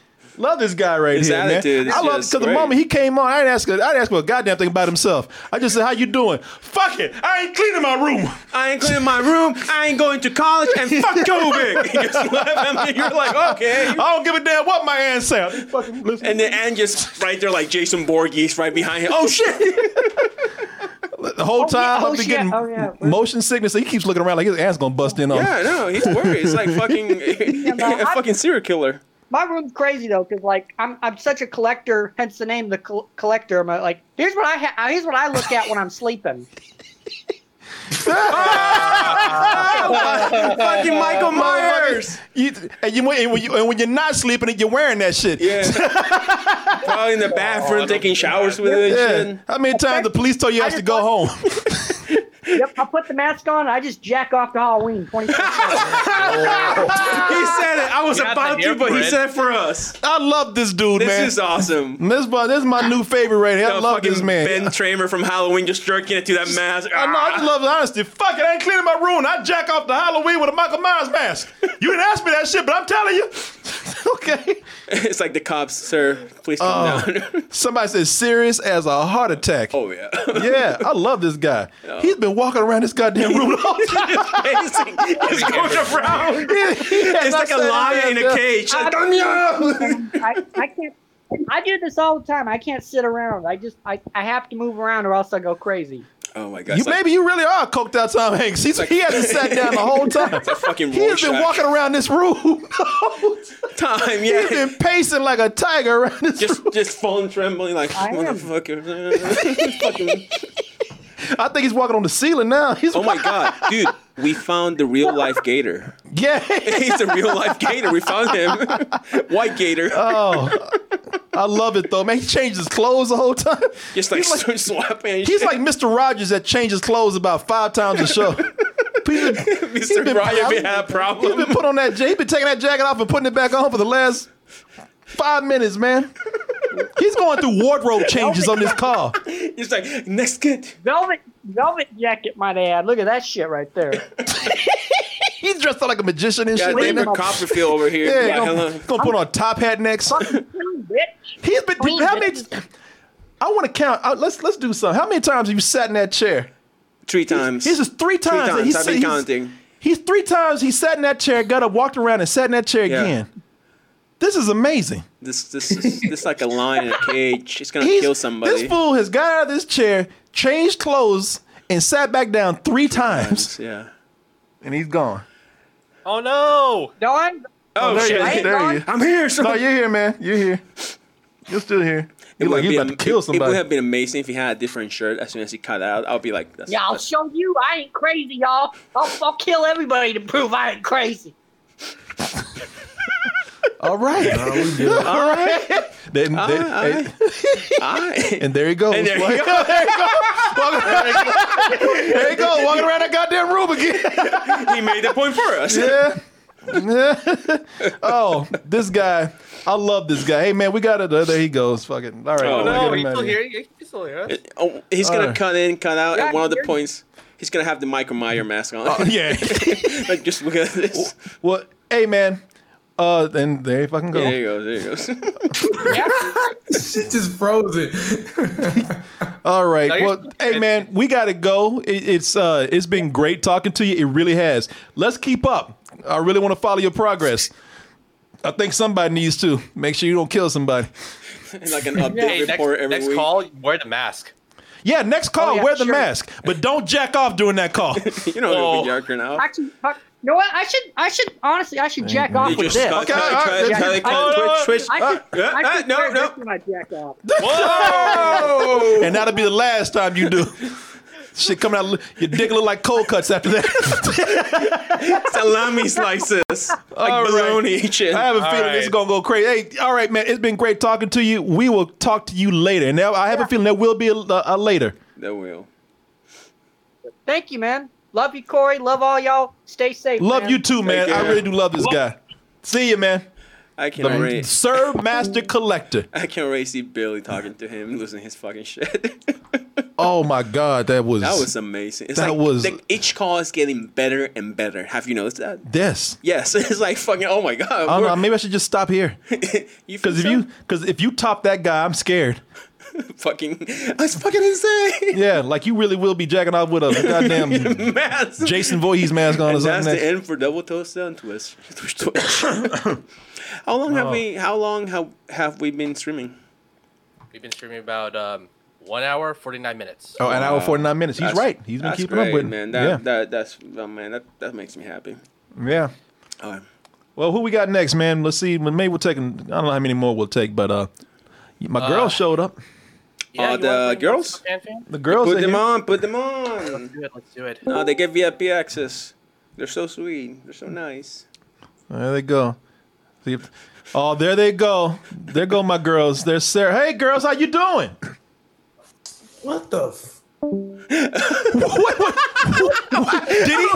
[SPEAKER 4] Love this guy right
[SPEAKER 5] His
[SPEAKER 4] here,
[SPEAKER 5] attitude
[SPEAKER 4] man.
[SPEAKER 5] is
[SPEAKER 4] I love
[SPEAKER 5] just
[SPEAKER 4] because the
[SPEAKER 5] great.
[SPEAKER 4] moment he came on, I didn't ask I didn't ask him a goddamn thing about himself. I just said, How you doing? Fuck it. I ain't cleaning my room.
[SPEAKER 5] I ain't cleaning my room. I ain't going to college. And fuck COVID. He just left, and you're like, okay. I
[SPEAKER 4] don't give a damn what my aunt said. And
[SPEAKER 5] then Ann just right there, like Jason Voorhees, right behind him. Oh shit!
[SPEAKER 4] The whole time
[SPEAKER 5] oh,
[SPEAKER 4] I've been
[SPEAKER 5] shit.
[SPEAKER 4] getting
[SPEAKER 5] Oh, yeah.
[SPEAKER 4] motion sickness. He keeps looking around like his ass gonna bust in on. him.
[SPEAKER 5] Yeah, no, he's worried. It's like fucking a fucking serial killer.
[SPEAKER 21] My room's crazy though, because like I'm I'm such a collector, hence the name, uh, the col- collector. I'm uh, like, here's what I ha- here's what I look at when I'm sleeping.
[SPEAKER 4] Fucking
[SPEAKER 5] Michael
[SPEAKER 4] Myers. You, and, you, and, when you, and when you're not sleeping and you're wearing that shit. Yeah.
[SPEAKER 5] Probably
[SPEAKER 4] Oh,
[SPEAKER 5] in the bathroom taking showers with it and shit.
[SPEAKER 4] How many times the police told you you have to go home?
[SPEAKER 21] yep, I put the mask on. I just jack off to Halloween. 24
[SPEAKER 5] He said it. I was
[SPEAKER 4] You're not
[SPEAKER 5] about
[SPEAKER 4] here
[SPEAKER 5] to, but
[SPEAKER 4] for
[SPEAKER 5] he
[SPEAKER 4] it.
[SPEAKER 5] said it for us.
[SPEAKER 4] I love this dude,
[SPEAKER 5] This
[SPEAKER 4] man.
[SPEAKER 5] is awesome.
[SPEAKER 4] This, boy, this is my new favorite right here. I
[SPEAKER 5] The
[SPEAKER 4] love
[SPEAKER 5] fucking
[SPEAKER 4] this man.
[SPEAKER 5] Ben Tramer from Halloween just jerking it through that mask. Ah.
[SPEAKER 4] I know, I just love the honesty. Fuck it, I ain't cleaning my room. I jack off the Halloween with a Michael Myers mask. You didn't ask me that shit, but I'm telling you. okay.
[SPEAKER 5] it's like the cops, sir. Please calm
[SPEAKER 4] Uh,
[SPEAKER 5] down.
[SPEAKER 4] somebody says serious as a heart attack.
[SPEAKER 5] Oh yeah.
[SPEAKER 4] yeah, I love this guy. He's been walking around this goddamn room all
[SPEAKER 5] It's going around. It's like a lion in a cage. Like, "Damn you!"
[SPEAKER 21] I, I can't. I do this all the time. I can't sit around. I just I, I have to move around or else I go crazy.
[SPEAKER 5] Oh my
[SPEAKER 4] You, maybe you really are coked out, Tom Hanks. He's, he hasn't sat down the whole time.
[SPEAKER 5] It's a fucking
[SPEAKER 4] He has been
[SPEAKER 5] Rorschach.
[SPEAKER 4] walking around this room.
[SPEAKER 5] Time, yeah.
[SPEAKER 4] He's been pacing like a tiger around this
[SPEAKER 5] just, room. Just phone trembling like
[SPEAKER 4] I am.
[SPEAKER 5] motherfucker. Fucking-
[SPEAKER 4] I think he's walking on the ceiling now. He's
[SPEAKER 5] oh my god, dude! We found the real life gator.
[SPEAKER 4] Yeah,
[SPEAKER 5] he's a real life gator. We found him, white gator.
[SPEAKER 4] Oh, I love it though, man. He changed his clothes the whole time.
[SPEAKER 5] Just like, swapping. and
[SPEAKER 4] He's
[SPEAKER 5] shit.
[SPEAKER 4] like Mr. Rogers that changes clothes about five times a show.
[SPEAKER 5] Mr. Ryan been had
[SPEAKER 4] He's
[SPEAKER 5] problem.
[SPEAKER 4] been put on that. He's been taking that jacket off and putting it back on for the last five minutes, man. He's going through wardrobe changes on this car.
[SPEAKER 5] He's like next kid.
[SPEAKER 21] Velvet velvet jacket, might I add. Look at that shit right there.
[SPEAKER 4] He's dressed up like a magician and
[SPEAKER 5] Yeah,
[SPEAKER 4] shit. right
[SPEAKER 5] David
[SPEAKER 4] now.
[SPEAKER 5] Copperfield over here. Like,
[SPEAKER 4] Yeah,
[SPEAKER 5] hello.
[SPEAKER 4] gonna, gonna put on a top hat next. He's been. how many? I want to count. uh, let's let's do something. How many times have you sat in that chair?
[SPEAKER 5] Three times.
[SPEAKER 4] This is three
[SPEAKER 5] Three
[SPEAKER 4] times. that
[SPEAKER 5] times.
[SPEAKER 4] he
[SPEAKER 5] I've
[SPEAKER 4] sat-
[SPEAKER 5] been
[SPEAKER 4] he's-
[SPEAKER 5] counting.
[SPEAKER 4] He's three times. He sat in that chair, got up, walked around, and sat in that chair
[SPEAKER 5] Yeah.
[SPEAKER 4] again. This is amazing.
[SPEAKER 5] This this is this is like a lion in a cage. It's gonna
[SPEAKER 4] He's-
[SPEAKER 5] kill somebody.
[SPEAKER 4] This fool has got out of this chair, changed clothes, and sat back down three times.
[SPEAKER 5] Yeah.
[SPEAKER 4] And he's gone.
[SPEAKER 10] Oh no!
[SPEAKER 21] Don.
[SPEAKER 4] Oh, there
[SPEAKER 10] shit.
[SPEAKER 4] You,
[SPEAKER 10] Hey,
[SPEAKER 4] there
[SPEAKER 10] Don.
[SPEAKER 4] you.
[SPEAKER 5] I'm here. So.
[SPEAKER 4] No, you're here, man. You're here. You're still here. You're like
[SPEAKER 5] would
[SPEAKER 4] you
[SPEAKER 5] be
[SPEAKER 4] about to
[SPEAKER 5] am-
[SPEAKER 4] kill
[SPEAKER 5] It would
[SPEAKER 4] somebody.
[SPEAKER 5] have been amazing if he had a different shirt as soon as he cut out. I'll be like, that's,
[SPEAKER 21] Yeah, I'll show you. I ain't crazy, y'all. I'll, I'll kill everybody to prove I ain't crazy.
[SPEAKER 4] All right.
[SPEAKER 5] All right.
[SPEAKER 4] Then-
[SPEAKER 5] All
[SPEAKER 4] then-
[SPEAKER 5] right.
[SPEAKER 4] and-
[SPEAKER 5] All right.
[SPEAKER 4] And there he goes.
[SPEAKER 5] And there you
[SPEAKER 4] Walking-
[SPEAKER 5] go.
[SPEAKER 4] there you go. Walking around- there you go. Walking around that goddamn room again.
[SPEAKER 5] he made the point for us.
[SPEAKER 4] Yeah. Yeah. oh, this guy. I love this guy. Hey man, we got it. Oh, there he goes. Fucking. All right.
[SPEAKER 5] Oh,
[SPEAKER 4] we'll
[SPEAKER 5] no,
[SPEAKER 4] get him
[SPEAKER 5] he's
[SPEAKER 4] out of
[SPEAKER 10] Still
[SPEAKER 4] here.
[SPEAKER 10] here? Yeah, He's still here.
[SPEAKER 5] It- oh, he's gonna
[SPEAKER 4] Alright.
[SPEAKER 5] cut in, cut out,
[SPEAKER 10] Yeah,
[SPEAKER 5] and one of the
[SPEAKER 10] you're-
[SPEAKER 5] points, he's gonna have the Michael Meyer mask on.
[SPEAKER 4] Oh, yeah. Oh,
[SPEAKER 5] like just look at this.
[SPEAKER 4] Well, hey man. Uh, then there he fucking
[SPEAKER 5] Yeah,
[SPEAKER 4] goes.
[SPEAKER 5] there he goes. There he goes.
[SPEAKER 15] Shit just frozen.
[SPEAKER 4] All right.
[SPEAKER 15] Now you're-
[SPEAKER 4] Well, hey man, we gotta go. It, it's uh, it's been great talking to you. It really has. Let's keep up. I really want to follow your progress. I think somebody needs to make sure you don't kill somebody.
[SPEAKER 5] like an update report
[SPEAKER 10] next,
[SPEAKER 5] every
[SPEAKER 10] next
[SPEAKER 5] week.
[SPEAKER 10] call, wear the mask.
[SPEAKER 4] Yeah, next call,
[SPEAKER 10] Oh, yeah,
[SPEAKER 4] wear the
[SPEAKER 10] sure.
[SPEAKER 4] mask, but don't jack off during that call.
[SPEAKER 5] you know
[SPEAKER 10] Oh.
[SPEAKER 5] who we are now.
[SPEAKER 21] Actually, fuck- you know what? I should, I should, honestly, I should jack off
[SPEAKER 5] You
[SPEAKER 21] with
[SPEAKER 5] just
[SPEAKER 21] this.
[SPEAKER 5] cut, cut, cut,
[SPEAKER 21] I should-
[SPEAKER 5] cut,
[SPEAKER 21] I
[SPEAKER 5] cut,
[SPEAKER 21] should-
[SPEAKER 5] twitch, twitch.
[SPEAKER 21] I should-
[SPEAKER 5] Ah,
[SPEAKER 21] I
[SPEAKER 5] ah,
[SPEAKER 21] should
[SPEAKER 5] no,
[SPEAKER 21] wear
[SPEAKER 5] no.
[SPEAKER 21] this when I jack off.
[SPEAKER 4] and that'll be the last time you do. Shit coming out, your dick look like cold cuts after that.
[SPEAKER 5] Salami slices, like
[SPEAKER 4] All right.
[SPEAKER 5] bologna. shit.
[SPEAKER 4] I have a
[SPEAKER 5] All
[SPEAKER 4] feeling this is
[SPEAKER 5] right.
[SPEAKER 4] gonna go crazy. Hey, all right, man, it's been great talking to you. We will talk to you later, and now I have a feeling there will be a, a, a later.
[SPEAKER 5] That will.
[SPEAKER 21] Thank you, man. Love you, Corey. Love all y'all. Stay safe.
[SPEAKER 4] Love
[SPEAKER 21] man.
[SPEAKER 4] you too, man. I really do love this guy. See you, man.
[SPEAKER 5] I can
[SPEAKER 4] The
[SPEAKER 5] already.
[SPEAKER 4] Sir Master Collector.
[SPEAKER 5] I can already see Billy talking to him, losing his fucking shit.
[SPEAKER 4] Oh my God, that was
[SPEAKER 5] That was amazing. It's
[SPEAKER 4] that
[SPEAKER 5] like,
[SPEAKER 4] was
[SPEAKER 5] like each call is getting better and better. Have you noticed that?
[SPEAKER 4] this.
[SPEAKER 5] Yes, it's like fucking. Oh my god!
[SPEAKER 4] I don't
[SPEAKER 5] we're-
[SPEAKER 4] know. Maybe I should just stop here. Because if you because if you top that guy, I'm scared.
[SPEAKER 5] fucking that's fucking insane.
[SPEAKER 4] Yeah, like you really will be jacking off with a goddamn
[SPEAKER 5] Mask.
[SPEAKER 4] Jason Voorhees mask on or
[SPEAKER 5] And
[SPEAKER 4] something.
[SPEAKER 5] that's the
[SPEAKER 4] next.
[SPEAKER 5] end for double toast and twist. twist, twist. how long have
[SPEAKER 10] Oh.
[SPEAKER 5] we? How long have have we been streaming?
[SPEAKER 10] We've been streaming about um, one hour, 49 minutes.
[SPEAKER 4] Oh, an hour
[SPEAKER 5] Wow.
[SPEAKER 4] forty nine minutes. He's
[SPEAKER 5] That's-
[SPEAKER 4] right. He's been
[SPEAKER 5] that's
[SPEAKER 4] keeping
[SPEAKER 5] great,
[SPEAKER 4] up with it.
[SPEAKER 5] man. That, that that's oh, man. That that makes me happy.
[SPEAKER 4] yeah, yeah.
[SPEAKER 5] All right.
[SPEAKER 4] Well, who we got next, man? Let's see. Maybe we'll take. an- I don't know how many more we'll take, but uh, my
[SPEAKER 10] Uh,
[SPEAKER 4] girl showed up.
[SPEAKER 10] Yeah,
[SPEAKER 5] uh,
[SPEAKER 10] you wanna
[SPEAKER 5] the
[SPEAKER 10] bring
[SPEAKER 5] girls?
[SPEAKER 10] Fan Fan?
[SPEAKER 4] The girls
[SPEAKER 5] Put
[SPEAKER 4] are
[SPEAKER 5] them
[SPEAKER 4] here.
[SPEAKER 5] on. Put them on.
[SPEAKER 10] Let's do it. Let's do it.
[SPEAKER 5] No, they get VIP access. They're so sweet. They're so nice.
[SPEAKER 4] There they go. See if- Oh, there they go. There go my girls. There's Sarah. Hey, girls, how you doing?
[SPEAKER 22] What the? F-
[SPEAKER 4] Did he?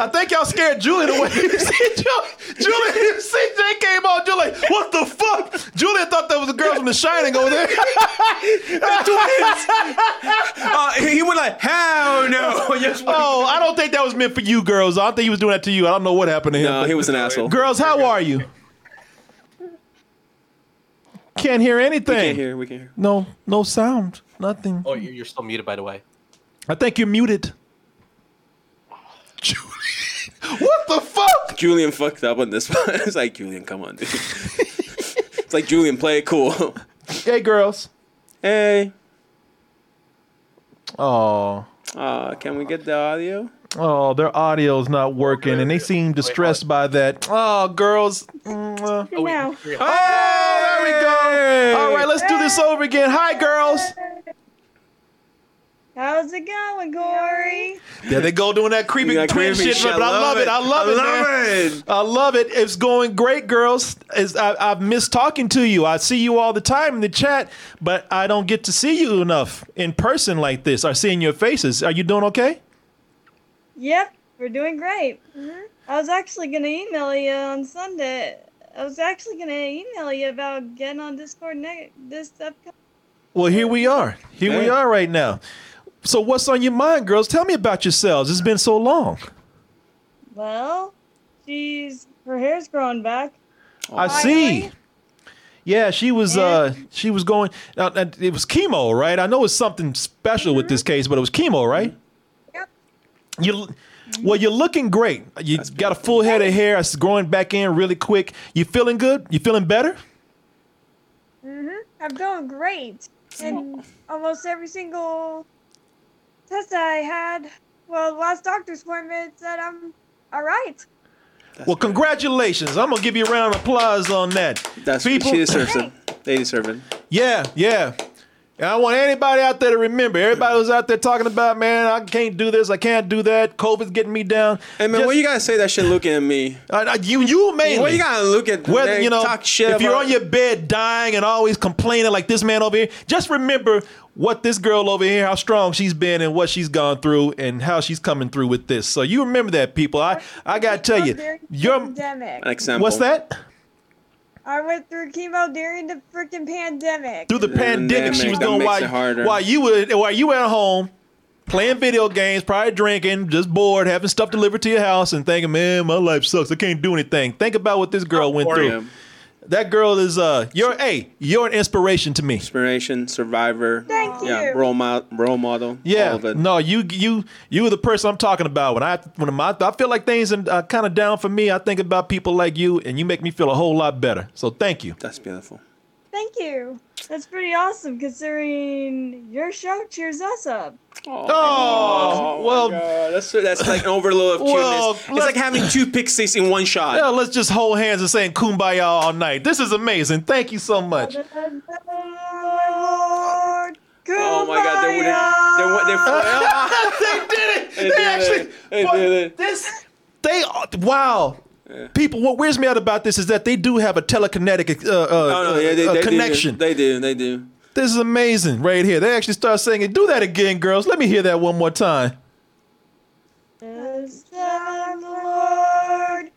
[SPEAKER 4] I think y'all scared Julian away. You see, Ju- Julian, you see, Jay came on. Julian, what the fuck? Julian thought that was the girl from The Shining over there.
[SPEAKER 9] Uh, he went like, hell no.
[SPEAKER 4] oh, I don't think that was meant for you, girls. I don't think he was doing that to you. I don't know what happened to him.
[SPEAKER 5] No, Oh, he was an asshole.
[SPEAKER 4] Girls, how are you? Can't hear anything.
[SPEAKER 10] We can't hear, we can't hear.
[SPEAKER 4] No, no sound. Nothing.
[SPEAKER 10] Oh, you- you're still muted, by the way.
[SPEAKER 4] I think you're muted. what the fuck?
[SPEAKER 5] Julian fucked up on this one. It's like Julian, come on, dude. it's like Julian, play it cool.
[SPEAKER 4] Hey, girls.
[SPEAKER 5] Hey.
[SPEAKER 4] Oh,
[SPEAKER 5] Uh, can we get the audio?
[SPEAKER 4] oh, their audio's not working, and they seem distressed by that. Oh, girls. Oh,
[SPEAKER 9] now.
[SPEAKER 5] Oh,
[SPEAKER 4] there we go. All right, let's do this over again. Hi, girls.
[SPEAKER 23] How's it going, Corey?
[SPEAKER 4] There they go doing that creepy
[SPEAKER 9] Yeah,
[SPEAKER 4] twin
[SPEAKER 9] creepy
[SPEAKER 4] shit,
[SPEAKER 9] shit.
[SPEAKER 4] but I love it. I love it.
[SPEAKER 9] I
[SPEAKER 4] man. I love it. It's going great, girls. It's, I, I've missed talking to you. I see you all the time in the chat, but I don't get to see you enough in person like this. Or seeing your faces. Are you doing okay?
[SPEAKER 23] Yep, we're doing great. Mhm. I was actually gonna email you on Sunday. I was actually gonna email you about getting on Discord ne- this upcoming.
[SPEAKER 4] Well, here we are. Here we
[SPEAKER 23] Hey.
[SPEAKER 4] are right now. So, what's on your mind, girls? Tell me about yourselves. It's been so long.
[SPEAKER 23] Well, she's her hair's growing back.
[SPEAKER 5] Oh.
[SPEAKER 4] I see. Yeah, she was. Uh, she was going. Uh, uh, it was chemo, right? I know it's something special with this case, but it was chemo, right? Mm-hmm. Yep. You. Well, you're looking great. You got a full head of hair. It's growing back in really quick. You feeling good? You feeling better?
[SPEAKER 23] Mhm. I'm doing great. And almost every single test I had, well, last doctor's appointment said I'm all right.
[SPEAKER 4] well, congratulations. I'm gonna give you a round of applause on that.
[SPEAKER 5] That's She deserves it. They deserve it.
[SPEAKER 4] Yeah, yeah. And I want anybody out there to remember. Everybody was out there talking about, man, I can't do this, I can't do that. COVID's getting me down.
[SPEAKER 5] Hey man, why you gotta say that shit looking at me?
[SPEAKER 4] you you mainly.
[SPEAKER 5] Why you gotta look at
[SPEAKER 4] whether you know
[SPEAKER 5] talk shit
[SPEAKER 4] if you're
[SPEAKER 5] about-
[SPEAKER 4] on your bed dying and always complaining like this man over here, just remember what this girl over here, how strong she's been and what she's gone through and how she's coming through with this. So you remember that, people. I I gotta tell you,
[SPEAKER 23] During
[SPEAKER 4] you're
[SPEAKER 23] pandemic.
[SPEAKER 4] What's that?
[SPEAKER 23] I went through chemo during the freaking pandemic.
[SPEAKER 4] through the pandemic, she was going
[SPEAKER 5] makes it
[SPEAKER 4] while,
[SPEAKER 5] harder.
[SPEAKER 4] while you were while you were at home playing video games, probably drinking, just bored, having stuff delivered to your house, and thinking, "Man, my life sucks. I can't do anything." Think about what this girl went
[SPEAKER 5] for
[SPEAKER 4] through.
[SPEAKER 5] you.
[SPEAKER 4] That girl is uh, you're hey, you're an inspiration to me.
[SPEAKER 5] Inspiration, survivor. Thank Yeah,
[SPEAKER 4] you.
[SPEAKER 5] role, mo- role model.
[SPEAKER 4] Yeah, no, you you you were the person I'm talking about. When I when my, I feel like things are kind of down for me, I think about people like you, and you make me feel a whole lot better. So thank you.
[SPEAKER 5] That's beautiful.
[SPEAKER 23] Thank you. That's pretty awesome considering your show cheers us up.
[SPEAKER 4] Oh, well,
[SPEAKER 5] that's that's like an overload of cuteness.
[SPEAKER 4] Well,
[SPEAKER 5] it's
[SPEAKER 4] let's-
[SPEAKER 5] like having two pixies in one shot.
[SPEAKER 4] Yeah, let's just hold hands and saying kumbaya all night. This is amazing. Thank you so much.
[SPEAKER 5] Oh my god, they would have. They, would- they,
[SPEAKER 4] they did it. They, actually. Boy, This. They are- wow. People, what wears me out about this is that they do have a telekinetic uh, uh,
[SPEAKER 5] Oh, no, yeah, they,
[SPEAKER 4] uh,
[SPEAKER 5] they
[SPEAKER 4] connection.
[SPEAKER 5] Do, they do. They do.
[SPEAKER 4] This is amazing right here. They actually start singing. Do that again, girls. Let me hear that one more time.
[SPEAKER 23] As thou, Lord,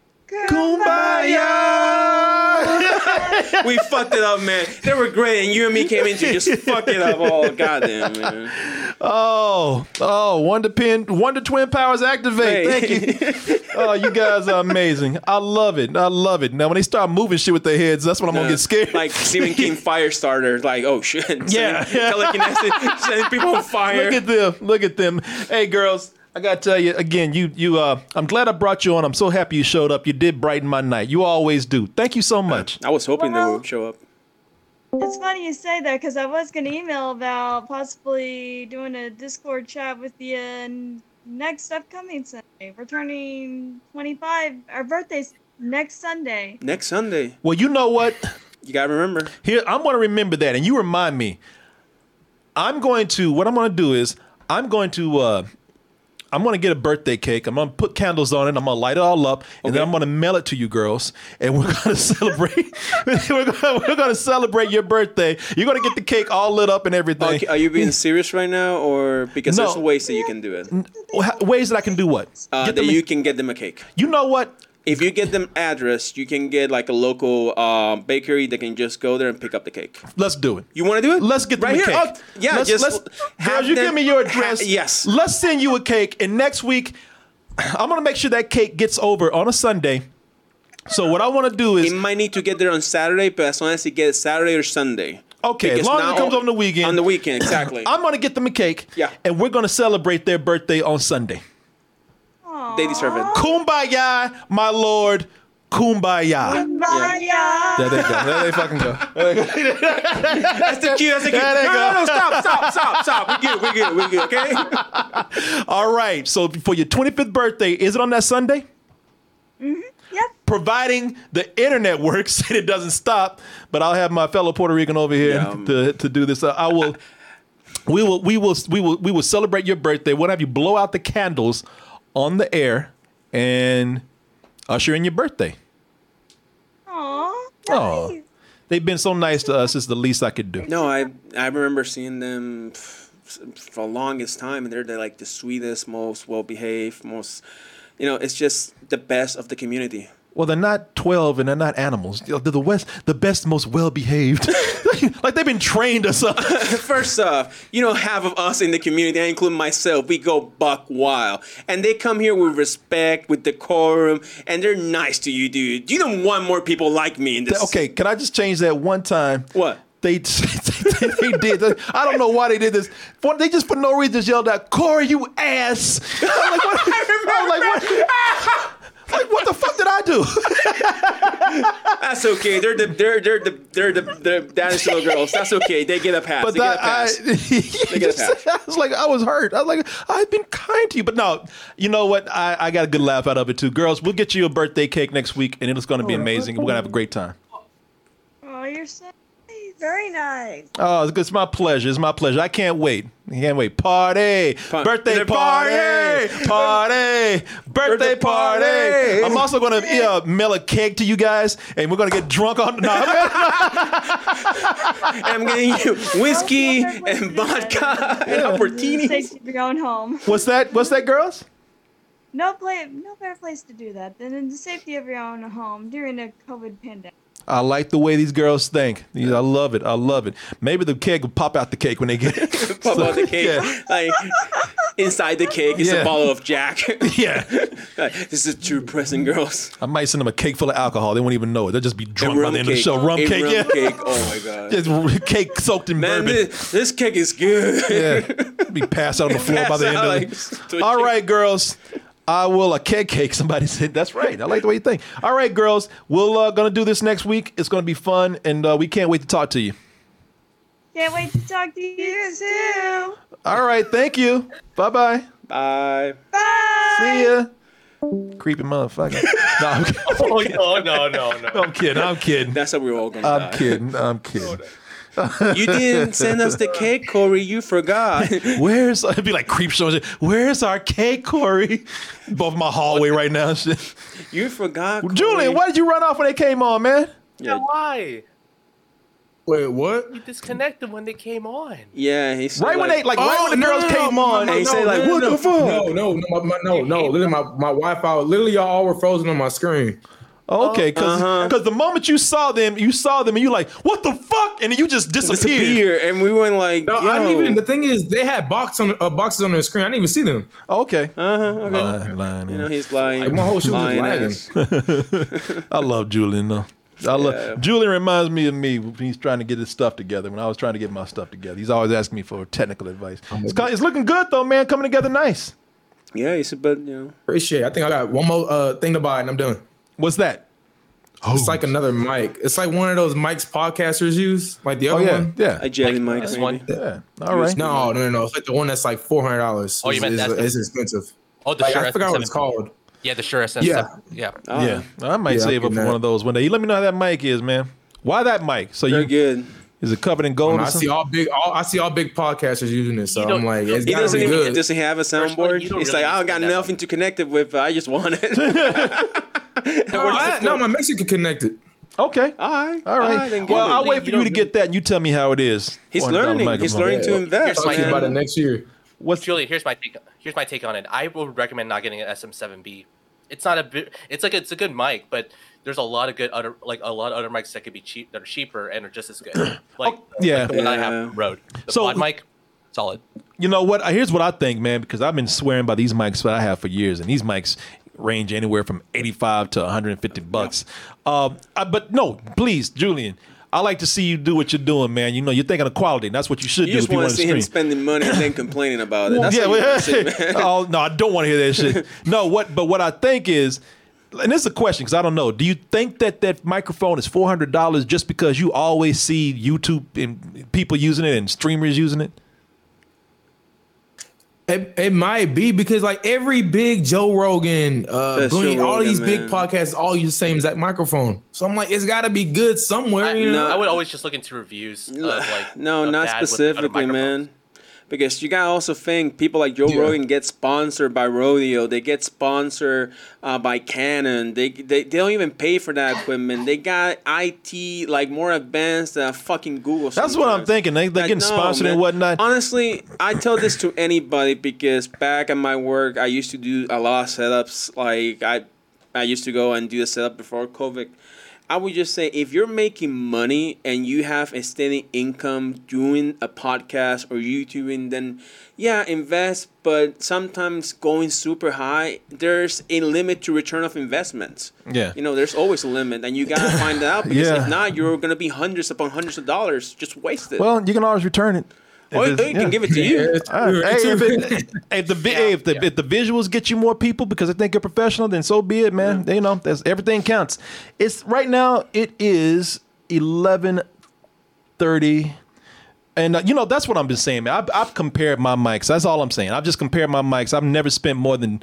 [SPEAKER 5] Kumbaya. we fucked it up, man. They were great, and you and me came in to just fuck it up all goddamn, man.
[SPEAKER 4] Oh, oh, Wonder Pin, Wonder Twin powers activate. Thank you. oh, you guys are amazing. I love it. I love it. Now when they start moving shit with their heads, that's when I'm gonna
[SPEAKER 5] Uh,
[SPEAKER 4] get scared.
[SPEAKER 5] Like Stephen King Firestarter, like oh shit,
[SPEAKER 4] Yeah.
[SPEAKER 5] Sending telekinesis, sending people on fire.
[SPEAKER 4] Look at them. Look at them. Hey, girls. I gotta tell you again. You, you. Uh, I'm glad I brought you on. I'm so happy you showed up. You did brighten my night. You always do. Thank you so much.
[SPEAKER 5] I was hoping they would show up.
[SPEAKER 23] It's funny you say that because I was going to email about possibly doing a Discord chat with you n- next upcoming Sunday. We're turning 25. Our birthday's next Sunday.
[SPEAKER 5] Next Sunday.
[SPEAKER 4] Well, you know what?
[SPEAKER 5] You gotta remember.
[SPEAKER 4] Here, I'm gonna remember that, and you remind me. I'm going to what I'm going to do is I'm going to uh, I'm going to get a birthday cake. I'm going to put candles on it. I'm going to light it all up, and then I'm going to mail it to you girls, and we're going to celebrate. we're going we're going to celebrate your birthday. You're going to get the cake all lit up and everything.
[SPEAKER 5] Okay, are you being serious right now, or because
[SPEAKER 4] No.
[SPEAKER 5] there's ways that you can do it?
[SPEAKER 4] Wha- ways that I can do what?
[SPEAKER 5] Uh,
[SPEAKER 4] Get
[SPEAKER 5] that
[SPEAKER 4] them a-
[SPEAKER 5] you can get them a cake.
[SPEAKER 4] You know what?
[SPEAKER 5] If you get them address, you can get like a local uh, bakery that can just go there and pick up the cake.
[SPEAKER 4] Let's do it.
[SPEAKER 5] You want to do it?
[SPEAKER 4] Let's get them
[SPEAKER 5] right
[SPEAKER 4] a
[SPEAKER 5] here.
[SPEAKER 4] cake.
[SPEAKER 5] Oh, yeah,
[SPEAKER 4] let's,
[SPEAKER 5] just
[SPEAKER 4] let's,
[SPEAKER 5] have
[SPEAKER 4] girls, you
[SPEAKER 5] them-
[SPEAKER 4] give me your address.
[SPEAKER 5] ha- yes.
[SPEAKER 4] Let's send you a cake, and next week I'm gonna make sure that cake gets over on a Sunday. So what I want to do is
[SPEAKER 5] it might need to get there on Saturday, but as long as you get it Saturday or Sunday.
[SPEAKER 4] Okay, as
[SPEAKER 5] Because
[SPEAKER 4] long as it
[SPEAKER 5] now-
[SPEAKER 4] comes on the weekend.
[SPEAKER 5] On the weekend, exactly.
[SPEAKER 4] I'm gonna get them a cake. Yeah. And we're gonna celebrate their birthday on Sunday.
[SPEAKER 5] They deserve it.
[SPEAKER 4] Kumbaya, my lord. Kumbaya. There they go. There they fucking go. There they go.
[SPEAKER 5] that's the cue. That's the cue.
[SPEAKER 4] There
[SPEAKER 5] No,
[SPEAKER 4] they
[SPEAKER 5] no,
[SPEAKER 4] go.
[SPEAKER 5] no, stop, stop, stop, stop. We good, we good, we good. Okay.
[SPEAKER 4] All right. So for your 25th birthday, is it on that Sunday?
[SPEAKER 23] Yep.
[SPEAKER 4] Providing the internet works and it doesn't stop, but I'll have my fellow Puerto Rican over here to, to do this. Uh, I will. We will. We will. We will. We will celebrate your birthday. We'll have you blow out the candles on the air and usher in your birthday.
[SPEAKER 23] Aww.
[SPEAKER 4] Oh, they've been so nice to us. It's the least I could do.
[SPEAKER 5] No, I I remember seeing them f- for the longest time, and they're, they're like the sweetest, most well behaved, most. You know, it's just the best of the community.
[SPEAKER 4] Well, they're not twelve and they're not animals. They're the west, the best, most well behaved. like they've been trained or something.
[SPEAKER 5] First off, you know, half of us in the community, I include myself, we go buck wild. And they come here with respect, with decorum, and they're nice to you, dude. You don't want more people like me in this.
[SPEAKER 4] Okay, can I just change that one time?
[SPEAKER 5] What?
[SPEAKER 4] They, they, did. that. I don't know why they did this. For, they just for no reason just yelled out, "Corey, you ass!" I was like, what? I was like, what? like, what the fuck did I do?
[SPEAKER 5] That's okay. They're the they're they're the they're the they're daddy's little girls. That's okay. They get a pass.
[SPEAKER 4] But
[SPEAKER 5] they get a
[SPEAKER 4] that-
[SPEAKER 5] pass. they get a pass.
[SPEAKER 4] I was like, I was hurt. I was like, I've been kind to you, but no, you know what? I, I got a good laugh out of it too. Girls, we'll get you a birthday cake next week, and it's going to be amazing. We're going to have a great time.
[SPEAKER 23] Oh, you're so very nice.
[SPEAKER 4] Oh, it's, good. it's my pleasure. It's my pleasure. I can't wait. I can't wait. Party. Birthday party. Party. Birthday party.
[SPEAKER 22] party.
[SPEAKER 4] I'm also going to uh, mail a cake to you guys, and we're going to get drunk on. No,
[SPEAKER 5] I'm getting you whiskey and vodka and a
[SPEAKER 23] You
[SPEAKER 5] portini.
[SPEAKER 23] said you'd be going home.
[SPEAKER 4] What's that? What's that, girls?
[SPEAKER 23] No play, no better place to do that than in the safety of your own home during a COVID pandemic.
[SPEAKER 4] I like the way these girls think. These- I love it. I love it. Maybe the keg will pop out the cake when they get it.
[SPEAKER 5] Pop out the cake.
[SPEAKER 4] Yeah.
[SPEAKER 5] Like inside the cake is
[SPEAKER 4] Yeah.
[SPEAKER 5] a bottle of Jack.
[SPEAKER 4] yeah.
[SPEAKER 5] this is true pressing girls.
[SPEAKER 4] I might send them a cake full of alcohol. They won't even know it. They'll just be drunk by
[SPEAKER 5] rum
[SPEAKER 4] the end of the
[SPEAKER 5] cake.
[SPEAKER 4] show. Rum
[SPEAKER 5] A
[SPEAKER 4] cake.
[SPEAKER 5] rum
[SPEAKER 4] yeah.
[SPEAKER 5] cake. Oh my God.
[SPEAKER 4] Just r- cake soaked in
[SPEAKER 5] Man,
[SPEAKER 4] bourbon.
[SPEAKER 5] this, this cake is good.
[SPEAKER 4] Yeah. Be passed out on the floor by the end of it.
[SPEAKER 5] Pass out, like,
[SPEAKER 4] All right, girls. I will a keg cake. Somebody said that's right. I like the way you think. All right, girls. We're uh, gonna do this next week. It's gonna be fun, and uh, we can't wait to talk to you.
[SPEAKER 23] Can't wait to talk to you too.
[SPEAKER 4] All right. Thank you. Bye bye.
[SPEAKER 5] Bye.
[SPEAKER 23] Bye.
[SPEAKER 4] See ya. Creepy motherfucker. no, I'm kidding.
[SPEAKER 10] Oh, no, no, no, no.
[SPEAKER 4] I'm kidding. I'm kidding.
[SPEAKER 5] That's how we were all gonna
[SPEAKER 4] I'm
[SPEAKER 5] die.
[SPEAKER 4] kidding. I'm kidding.
[SPEAKER 5] You didn't send us the cake, Corey. You forgot.
[SPEAKER 4] Where's it'd be like creep show? and shit. Where's our cake, Corey? Both my hallway right now. and shit.
[SPEAKER 5] You forgot.
[SPEAKER 4] Julian, why did you run off when they came on, man?
[SPEAKER 10] Yeah, why?
[SPEAKER 4] Wait, what?
[SPEAKER 10] You disconnected when they came on.
[SPEAKER 5] Yeah, he said
[SPEAKER 4] Right when they- like, right Oh, when the no, girls no, came no, on, no,
[SPEAKER 5] and he
[SPEAKER 4] no,
[SPEAKER 5] said like,
[SPEAKER 4] no,
[SPEAKER 5] "What
[SPEAKER 4] no,
[SPEAKER 5] the fuck?"
[SPEAKER 15] No, no, no, my, my- no, no. Literally, my, my Wi-Fi. Literally, y'all all were frozen on my screen.
[SPEAKER 4] Okay,
[SPEAKER 5] Uh,
[SPEAKER 4] because
[SPEAKER 5] uh-huh.
[SPEAKER 4] the moment you saw them, you saw them, and you like, what the fuck? And then you just disappeared.
[SPEAKER 5] Disappear, and we went like,
[SPEAKER 15] No, I didn't even. The thing is, they had box on uh, boxes on their screen. I didn't even see them.
[SPEAKER 4] Okay.
[SPEAKER 5] Uh huh. Okay.
[SPEAKER 4] Lying, lying,
[SPEAKER 5] You know he's lying.
[SPEAKER 15] Like, my whole shoe was
[SPEAKER 5] Lying
[SPEAKER 15] lagging.
[SPEAKER 5] ass.
[SPEAKER 4] I love Julian though. I love Julian reminds me of me when he's trying to get his stuff together. When I was trying to get my stuff together, he's always asking me for technical advice. It's, co- it's looking good though, man. Coming together nice.
[SPEAKER 5] Yeah, it's about you know.
[SPEAKER 15] Appreciate. it. I think I got one more uh, thing to buy, and I'm done.
[SPEAKER 4] What's that?
[SPEAKER 15] It's like another mic. It's like one of those mics podcasters use, like the
[SPEAKER 4] Oh,
[SPEAKER 15] other
[SPEAKER 4] yeah,
[SPEAKER 15] one.
[SPEAKER 4] yeah.
[SPEAKER 5] A Jerry mic.
[SPEAKER 10] this
[SPEAKER 5] maybe.
[SPEAKER 10] one?
[SPEAKER 4] Yeah.
[SPEAKER 10] All right.
[SPEAKER 15] No, no, no, no. It's like the one that's like four hundred dollars.
[SPEAKER 10] Oh, you meant that's the-
[SPEAKER 15] it's expensive.
[SPEAKER 10] Oh, the
[SPEAKER 15] Like,
[SPEAKER 10] Shure
[SPEAKER 15] I forgot what
[SPEAKER 10] SM7.
[SPEAKER 15] it's called.
[SPEAKER 10] Yeah, the Sure SM7.
[SPEAKER 15] Yeah.
[SPEAKER 10] Yeah.
[SPEAKER 4] yeah, I might
[SPEAKER 15] Yeah,
[SPEAKER 4] save
[SPEAKER 15] I'm
[SPEAKER 4] up for
[SPEAKER 15] getting
[SPEAKER 4] one of those one day. You let me know how that mic is, man. Why that mic? So
[SPEAKER 5] They're
[SPEAKER 4] you
[SPEAKER 5] good.
[SPEAKER 4] Is it covered in gold?
[SPEAKER 15] I
[SPEAKER 4] or
[SPEAKER 15] see
[SPEAKER 4] something?
[SPEAKER 15] all big, all, I see all big podcasters using this, so
[SPEAKER 4] don't-
[SPEAKER 15] I'm like, it's
[SPEAKER 5] he
[SPEAKER 15] gotta
[SPEAKER 5] doesn't
[SPEAKER 15] be
[SPEAKER 5] even
[SPEAKER 15] good.
[SPEAKER 5] does he have a soundboard? He's
[SPEAKER 15] don't
[SPEAKER 5] like,
[SPEAKER 15] really
[SPEAKER 5] I don't got nothing to connect it with. But I just want it.
[SPEAKER 15] no, I- no, my Mexican connected.
[SPEAKER 4] Okay.
[SPEAKER 5] All right.
[SPEAKER 4] All right. well, I'll wait for you to get that, and you tell me how it is.
[SPEAKER 5] He's
[SPEAKER 4] $400
[SPEAKER 5] learning. He's
[SPEAKER 4] microphone.
[SPEAKER 5] learning to invest,
[SPEAKER 15] Talk to you
[SPEAKER 5] man.
[SPEAKER 15] about it next year.
[SPEAKER 4] What's
[SPEAKER 10] Julie? Here's my take. Here's my take on it. I would recommend not getting an SM7B. It's not a. bi- It's like it's a good mic, but there's a lot of good other like a lot of other mics that could be cheap that are cheaper and are just as good. Like
[SPEAKER 4] yeah.
[SPEAKER 10] like the one I have on the Rode. The
[SPEAKER 4] So-
[SPEAKER 10] pod mic, solid.
[SPEAKER 4] You know what? Here's what I think, man, because I've been swearing by these mics that I have for years, and these mics range anywhere from 85 to 150 bucks. Um, I- but no, please, Julian, I like to see you do what you're doing, man. You know, you're thinking of quality, and that's what you should
[SPEAKER 5] You
[SPEAKER 4] do
[SPEAKER 5] just
[SPEAKER 4] if you
[SPEAKER 5] want
[SPEAKER 4] want
[SPEAKER 5] to
[SPEAKER 4] to
[SPEAKER 5] see him
[SPEAKER 4] stream.
[SPEAKER 5] spending money Uh, and then complaining about it.
[SPEAKER 4] Well,
[SPEAKER 5] That's
[SPEAKER 4] yeah,
[SPEAKER 5] what you wanna see,
[SPEAKER 4] well,
[SPEAKER 5] man.
[SPEAKER 4] oh no, I don't want to hear that shit. No, what? But what I think is, and this is a question because I don't know. Do you think that that microphone is four hundred dollars just because you always see YouTube and people using it and streamers using it?
[SPEAKER 15] It, it might be because like every big Joe Rogan, uh,
[SPEAKER 4] That's
[SPEAKER 15] Boone,
[SPEAKER 4] Joe
[SPEAKER 15] all
[SPEAKER 4] Rogan,
[SPEAKER 15] these big
[SPEAKER 4] man.
[SPEAKER 15] podcasts, all use the same exact microphone. So I'm like, it's got to be good somewhere. you know?
[SPEAKER 10] I would always just look into reviews. uh, Of, like
[SPEAKER 5] No,
[SPEAKER 10] of bad
[SPEAKER 5] not
[SPEAKER 10] with other
[SPEAKER 5] specifically,
[SPEAKER 10] microphones.
[SPEAKER 5] man. Because you gotta also think people like Joe
[SPEAKER 10] Yeah.
[SPEAKER 5] Rogan get sponsored by Rodeo. They get sponsored uh, by Canon. They, they they don't even pay for that equipment. They got IT like more advanced than fucking Google.
[SPEAKER 4] That's what I'm thinking. They, they're
[SPEAKER 5] Like,
[SPEAKER 4] getting
[SPEAKER 5] no,
[SPEAKER 4] sponsored
[SPEAKER 5] man.
[SPEAKER 4] and whatnot.
[SPEAKER 5] Honestly, I tell this to anybody because back at my work, I used to do a lot of setups. Like I, I used to go and do the setup before COVID. I would just say if you're making money and you have a steady income doing a podcast or YouTubing, then yeah, invest. But sometimes going super high, there's a limit to return of investments.
[SPEAKER 4] Yeah.
[SPEAKER 5] You know, there's always a limit, and you gotta find that out because
[SPEAKER 4] Yeah.
[SPEAKER 5] if not, you're gonna be hundreds upon hundreds of dollars just wasted.
[SPEAKER 4] Well, you can always return it.
[SPEAKER 5] Oh,
[SPEAKER 4] If
[SPEAKER 5] oh,
[SPEAKER 4] it's-
[SPEAKER 5] you can give it to you. Yeah, it's
[SPEAKER 4] All right.
[SPEAKER 5] true,
[SPEAKER 4] Hey,
[SPEAKER 5] it's
[SPEAKER 4] if,
[SPEAKER 5] true.
[SPEAKER 4] it- if the vi- if the if the visuals get you more people because I think you're professional, then so be it, man. You know, that's everything counts. It's right now. It is eleven thirty. And uh, you know that's what I've been saying, man. I've, I've compared my mics. That's all I'm saying. I've just compared my mics. I've never spent more than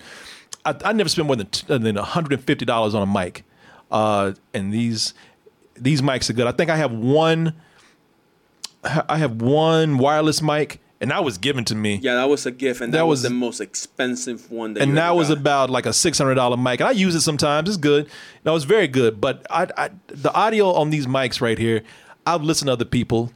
[SPEAKER 4] I, I never spent more than t- uh, than 150 dollars on a mic. Uh, and these these mics are good. I think I have one. I have one wireless mic, and that was given to me.
[SPEAKER 5] Yeah, that was a gift, and that,
[SPEAKER 4] That
[SPEAKER 5] was, the
[SPEAKER 4] was-
[SPEAKER 5] most expensive one. That
[SPEAKER 4] and
[SPEAKER 5] you
[SPEAKER 4] that
[SPEAKER 5] ever
[SPEAKER 4] was
[SPEAKER 5] got.
[SPEAKER 4] about like a six hundred dollar mic, and I use it sometimes. It's good. That was very good, but I, I the audio on these mics right here, I've listened to other people.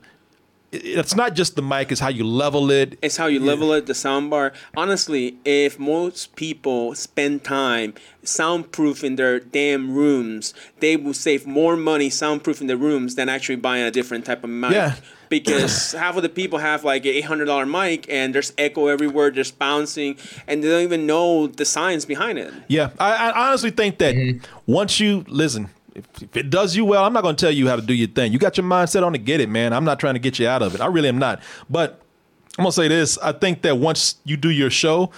[SPEAKER 4] It- It's not just the mic; it's how you level it.
[SPEAKER 5] It's how you level it, the soundbar. Honestly, if most people spend time soundproofing their damn rooms, they will save more money soundproofing their rooms than actually buying a different type of mic.
[SPEAKER 4] Yeah.
[SPEAKER 5] Because half of the people have like an eight hundred dollar mic, and there's echo everywhere, there's bouncing, and they don't even know the science behind it.
[SPEAKER 4] Yeah, I, I honestly think that once you listen, if, if it does you well, I'm not going to tell you how to do your thing. You got your mindset on it, get it, man. I'm not trying to get you out of it. I really am not. But I'm going to say this: I think that once you do your show,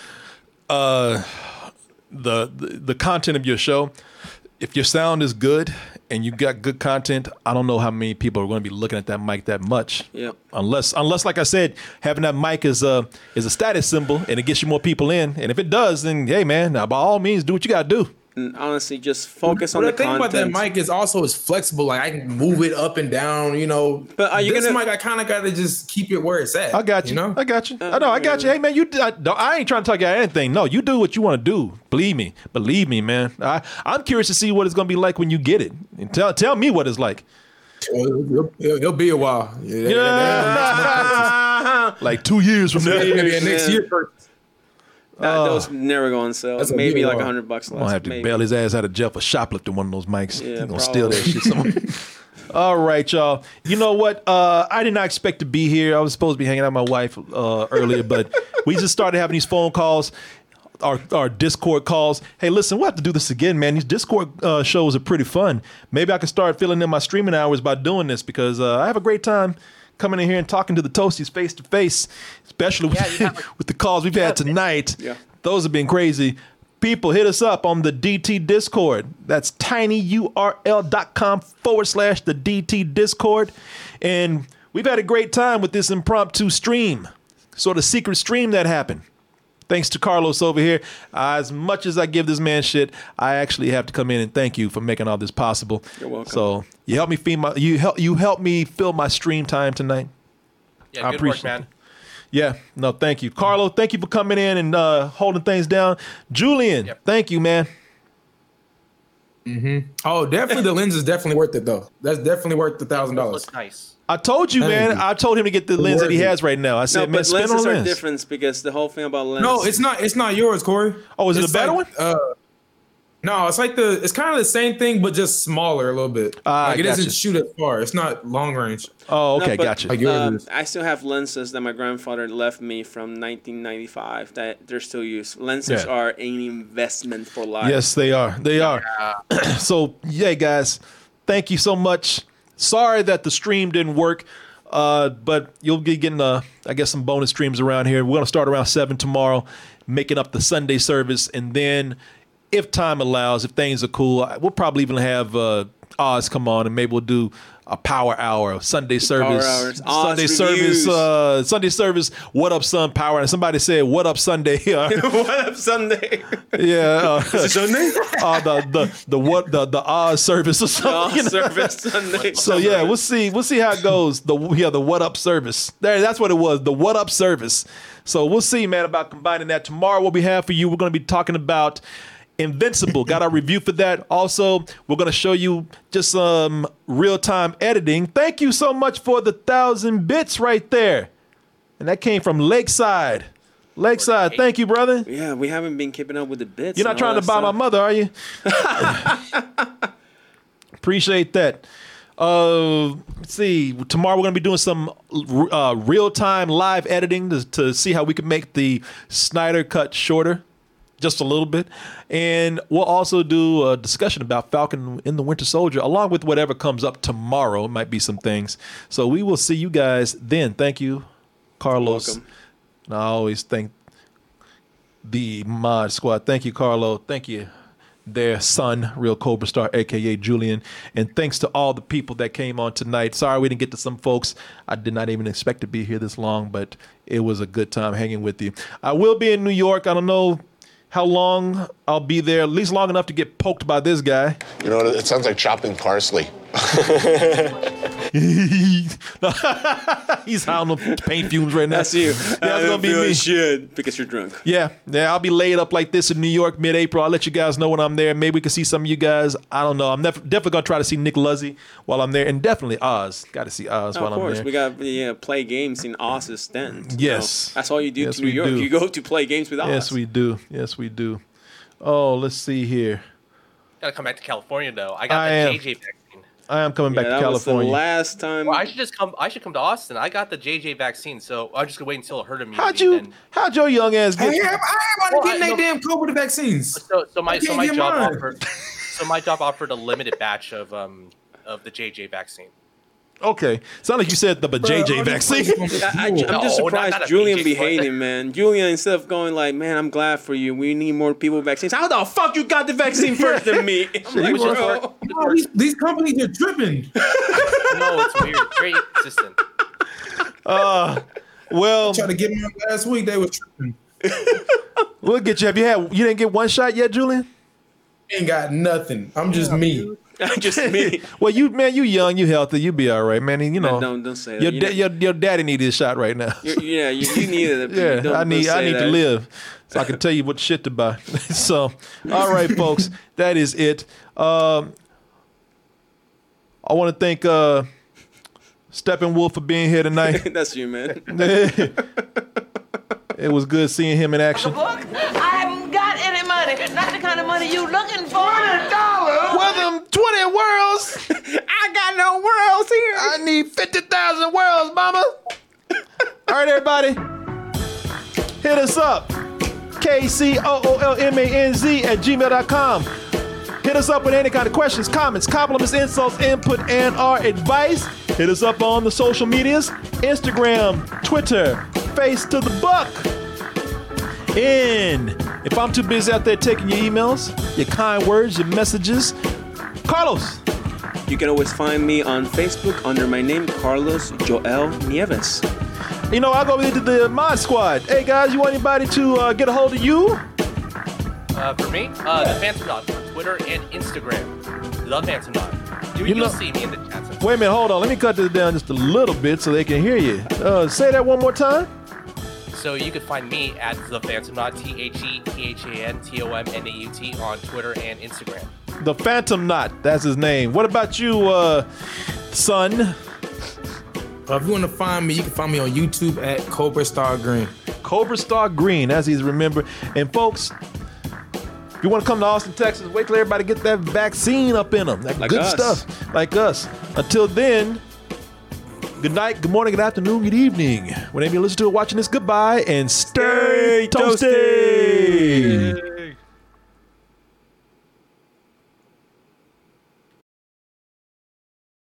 [SPEAKER 4] uh, the, the the content of your show, if your sound is good and you got good content, I don't know how many people are going to be looking at that mic that much.
[SPEAKER 5] Yep.
[SPEAKER 4] Unless, unless, like I said, having that mic is a is a status symbol, and it gets you more people in. And if it does, then hey, man, now by all means, do what you got to do.
[SPEAKER 5] And honestly, just focus on
[SPEAKER 15] But
[SPEAKER 5] the
[SPEAKER 15] the thing
[SPEAKER 5] content.
[SPEAKER 15] about that mic is also it's flexible. Like I can move it up and down. You know, but
[SPEAKER 5] are you
[SPEAKER 15] this
[SPEAKER 5] gonna-
[SPEAKER 15] mic? I kind of got to just keep it where it's at.
[SPEAKER 4] I got you.
[SPEAKER 15] Eh, know?
[SPEAKER 4] I got you. I know. I got you. Hey, man, you. I, don't- I ain't trying to talk you out of anything. No, you do what you want to do. Believe me. Believe me, man. I, I'm curious to see what it's gonna be like when you get it. And tell tell me what it's like.
[SPEAKER 15] It'll, it'll- it'll be a while. Yeah,
[SPEAKER 4] Like two years from now.
[SPEAKER 15] Yeah, yeah, yeah, next year. Uh,
[SPEAKER 5] That, that was never going on sale.
[SPEAKER 4] That's a
[SPEAKER 5] Maybe
[SPEAKER 4] big
[SPEAKER 5] like
[SPEAKER 4] one.
[SPEAKER 5] hundred bucks
[SPEAKER 4] I'm gonna
[SPEAKER 5] less.
[SPEAKER 4] have to
[SPEAKER 5] maybe.
[SPEAKER 4] bail his ass out of jail for shoplifting one of those mics. He's
[SPEAKER 5] Yeah,
[SPEAKER 4] gonna steal that
[SPEAKER 5] probably.
[SPEAKER 4] shit somewhere. All right, y'all. You know what? Uh, I did not expect to be here. I was supposed to be hanging out with my wife uh, earlier, but we just started having these phone calls, our our Discord calls. Hey, listen, we'll have to do this again, man. These Discord uh, shows are pretty fun. Maybe I can start filling in my streaming hours by doing this because uh, I have a great time coming in here and talking to the Toasties face to face, especially with, with the calls we've had tonight.
[SPEAKER 5] Yeah.
[SPEAKER 4] Those have been crazy. People, hit us up on the DT Discord. That's tinyurl.com forward slash the DT Discord. And we've had a great time with this impromptu stream, sort of secret stream that happened. Thanks to Carlos over here. Uh, as much as I give this man shit, I actually have to come in and thank you for making all this possible. You're welcome. So you help me feed my you help you help me fill my stream time tonight.
[SPEAKER 10] Yeah, good work, man.
[SPEAKER 4] it. Yeah, no, thank you, Carlo. Thank you for coming in and uh, holding things down. Julian, thank you, man.
[SPEAKER 15] Mm-hmm. Oh, definitely the lens is definitely worth it though. That's definitely worth the thousand dollars.
[SPEAKER 10] nice.
[SPEAKER 4] I told you,
[SPEAKER 15] Thank
[SPEAKER 4] man.
[SPEAKER 15] you.
[SPEAKER 4] I told him to get the
[SPEAKER 15] It's
[SPEAKER 4] lens that he
[SPEAKER 15] worth it.
[SPEAKER 4] has right now. I said,
[SPEAKER 15] No,
[SPEAKER 4] man,
[SPEAKER 15] but
[SPEAKER 4] spin on
[SPEAKER 5] lenses
[SPEAKER 4] the
[SPEAKER 5] are
[SPEAKER 4] lens.
[SPEAKER 5] different because the whole thing about lenses.
[SPEAKER 15] No, it's not. It's not yours, Corey.
[SPEAKER 4] Oh, is it
[SPEAKER 15] It's
[SPEAKER 4] a better
[SPEAKER 15] like, Uh, no, it's like the. It's kind of the same thing, but just smaller a little bit. like it doesn't
[SPEAKER 4] Ah, gotcha.
[SPEAKER 15] shoot as far. It's not long range.
[SPEAKER 4] Oh,
[SPEAKER 5] No, but,
[SPEAKER 15] Like yours
[SPEAKER 5] um,
[SPEAKER 15] is.
[SPEAKER 5] I still have lenses that my grandfather left me from 1995 that they're still used. Lenses
[SPEAKER 4] Yeah.
[SPEAKER 5] are an investment for life.
[SPEAKER 4] Yes, they are. They are. so, yeah, guys, thank you so much. Sorry that the stream didn't work, uh, but you'll be getting, uh, I guess, some bonus streams around here. We're going to start around 7 tomorrow, making up the Sunday service. And then, if time allows, if things are cool, I- we'll probably even have uh, Oz come on and maybe we'll do a power hour, of Sunday service,
[SPEAKER 5] hours. Oz
[SPEAKER 4] Sunday
[SPEAKER 5] reviews.
[SPEAKER 4] service, uh, Sunday service, what up, son, power. And somebody said, what up, Sunday.
[SPEAKER 5] what up, Sunday?
[SPEAKER 4] Yeah. Uh,
[SPEAKER 5] Is it Sunday?
[SPEAKER 4] Uh, the, the the what the the Oz service or something. you know?
[SPEAKER 5] service Sunday.
[SPEAKER 4] So yeah, we'll see. We'll see how it goes. The yeah, the what up service. There, that's what it was. The what up service. So we'll see, man, about combining that. Tomorrow, what we have for you, we're going to be talking about Invincible. Got our review for that. Also, we're going to show you just some real time editing. Thank you so much for the thousand bits right there, and that came from Lakeside. Lakeside, thank you, brother.
[SPEAKER 5] Yeah, we haven't been keeping up with the bits.
[SPEAKER 4] You're not
[SPEAKER 5] and all
[SPEAKER 4] trying
[SPEAKER 5] that
[SPEAKER 4] to buy
[SPEAKER 5] stuff.
[SPEAKER 4] my mother, are you? Appreciate that. Uh, let's see. Tomorrow we're gonna be doing some uh, real time live editing to, to see how we can make the Snyder cut shorter, just a little bit, and we'll also do a discussion about Falcon in the Winter Soldier, along with whatever comes up tomorrow. It might be some things. So we will see you guys then. Thank you, Carlos.
[SPEAKER 5] welcome.
[SPEAKER 4] And I always thank the mod squad. Thank you, Carlo. Thank you, their son, Real Cobra Star, aka Julian. And thanks to all the people that came on tonight. Sorry we didn't get to some folks. I did not even expect to be here this long, but it was a good time hanging with you. I will be in New York. I don't know how long I'll be there, at least long enough to get poked by this guy.
[SPEAKER 14] You know, it sounds like chopping parsley.
[SPEAKER 4] He's howling paint fumes right now.
[SPEAKER 5] That's you.
[SPEAKER 4] Yeah,
[SPEAKER 5] I
[SPEAKER 4] it's gonna
[SPEAKER 5] don't
[SPEAKER 4] be
[SPEAKER 5] feel
[SPEAKER 4] me.
[SPEAKER 5] shit because you're drunk.
[SPEAKER 4] Yeah, yeah, I'll be laid up like this in New York mid-April. I'll let you guys know when I'm there. Maybe we can see some of you guys. I don't know. I'm def- definitely gonna try to see Nick Luzzy while I'm there, and definitely Oz. Got to see Oz
[SPEAKER 5] Oh,
[SPEAKER 4] while
[SPEAKER 5] of course,
[SPEAKER 4] I'm
[SPEAKER 5] we
[SPEAKER 4] there.
[SPEAKER 5] got yeah, play games in Oz's stand.
[SPEAKER 4] Yes.
[SPEAKER 5] that's all you do
[SPEAKER 4] Yes,
[SPEAKER 5] to New
[SPEAKER 4] we
[SPEAKER 5] York.
[SPEAKER 4] do.
[SPEAKER 5] You go to play games with Oz.
[SPEAKER 4] yes, we do. Yes, we do. Oh, let's see here.
[SPEAKER 10] Gotta come back to California though. I got
[SPEAKER 4] I
[SPEAKER 10] the
[SPEAKER 4] am.
[SPEAKER 10] JJ vaccine.
[SPEAKER 4] I am coming
[SPEAKER 5] Yeah,
[SPEAKER 4] back
[SPEAKER 5] that
[SPEAKER 4] to
[SPEAKER 5] was the
[SPEAKER 4] California.
[SPEAKER 5] last time.
[SPEAKER 10] Well, I should just come. I should come to Austin. I got the JJ vaccine, so I'm just gonna wait until herd immunity.
[SPEAKER 4] how'd you? How'd your young ass get?
[SPEAKER 10] Hey, I'm- I'm
[SPEAKER 15] Why
[SPEAKER 10] Well, I-
[SPEAKER 15] didn't they damn COVID vaccines?
[SPEAKER 10] So, so my
[SPEAKER 15] I
[SPEAKER 10] so
[SPEAKER 15] can't
[SPEAKER 10] my
[SPEAKER 15] get
[SPEAKER 10] job
[SPEAKER 15] mine.
[SPEAKER 10] offered so my job offered a limited batch of um of the JJ vaccine.
[SPEAKER 4] okay, sound like you said the JJ vaccine.
[SPEAKER 5] I, am
[SPEAKER 10] No,
[SPEAKER 5] just
[SPEAKER 10] not-
[SPEAKER 5] surprised
[SPEAKER 10] not a
[SPEAKER 5] Julian
[SPEAKER 10] BJ
[SPEAKER 5] be
[SPEAKER 10] sport.
[SPEAKER 5] hating, man. Julian, instead of going like, "Man, I'm glad for you. We need more people with vaccines." How the fuck you got the vaccine first than me? I'm
[SPEAKER 15] Shit,
[SPEAKER 5] like,
[SPEAKER 15] you work-
[SPEAKER 5] bro.
[SPEAKER 15] No, these, these companies are tripping.
[SPEAKER 10] no, it's weird. Very consistent.
[SPEAKER 4] Uh, well,
[SPEAKER 15] Trying to get me last week. They were tripping.
[SPEAKER 4] we'll get you. Have you had? You didn't get one shot yet, Julian?
[SPEAKER 15] Ain't got nothing. I'm just me.
[SPEAKER 5] just me.
[SPEAKER 4] well, you man, you young, you healthy, you be all right, man. And, you know,
[SPEAKER 5] Man, don't- don't say that.
[SPEAKER 4] Your,
[SPEAKER 5] You
[SPEAKER 4] da-
[SPEAKER 5] know-
[SPEAKER 4] your your daddy need his shot right now.
[SPEAKER 5] You're- yeah, you, you needed it.
[SPEAKER 4] yeah,
[SPEAKER 5] Don't-
[SPEAKER 4] I
[SPEAKER 5] don't
[SPEAKER 4] need I
[SPEAKER 5] say
[SPEAKER 4] need to
[SPEAKER 5] that.
[SPEAKER 4] live so I can tell you what shit to buy. so, all right, folks, that is it. Um, I want to thank uh, Steppenwolf for being here tonight.
[SPEAKER 5] That's you, man.
[SPEAKER 4] it was good seeing him in action.
[SPEAKER 2] book. I haven't got any money. Not the kind of money you looking for. Twenty
[SPEAKER 4] dollars. With them twenty worlds.
[SPEAKER 2] I got no worlds here.
[SPEAKER 4] I need fifty thousand worlds, mama. All right, everybody. Hit us up. K-C-O-O-L-M-A-N-Z at gmail.com. Hit us up with any kind of questions, comments, compliments, insults, input, and our advice. Hit us up on the social medias, Instagram, Twitter, Face to the Buck. And if I'm too busy out there taking your emails, your kind words, your messages, Carlos.
[SPEAKER 5] You can always find me on Facebook under my name Carlos Joel Nieves.
[SPEAKER 4] You know, I go into the Mod Squad. Hey guys, you want anybody to uh, get a hold of you?
[SPEAKER 10] Uh, for me, uh, the Phantom Dog on Twitter and Instagram. The Phantom Dog. You,
[SPEAKER 4] You
[SPEAKER 10] you
[SPEAKER 4] know-
[SPEAKER 10] will see me in the chat.
[SPEAKER 4] Wait a minute, hold on. Let me cut this down just a little bit so they can hear you. Uh, say that one more time.
[SPEAKER 10] So you can find me at the Phantom Knot, T H E P H A N T O M N A U T on Twitter and Instagram.
[SPEAKER 4] The Phantom Knot. That's his name. What about you, uh, son?
[SPEAKER 15] Uh, if you want to find me, you can find me on YouTube at Cobra Star Green.
[SPEAKER 4] Cobra Star Green, as he's remembered. And folks, if you want to come to Austin, Texas, wait till everybody get that vaccine up in them. That
[SPEAKER 5] Like
[SPEAKER 4] good
[SPEAKER 5] us.
[SPEAKER 4] stuff, like us. Until then, good night, good morning, good afternoon, good evening. Whenever you listen to it, watching this, goodbye and stay, toasty.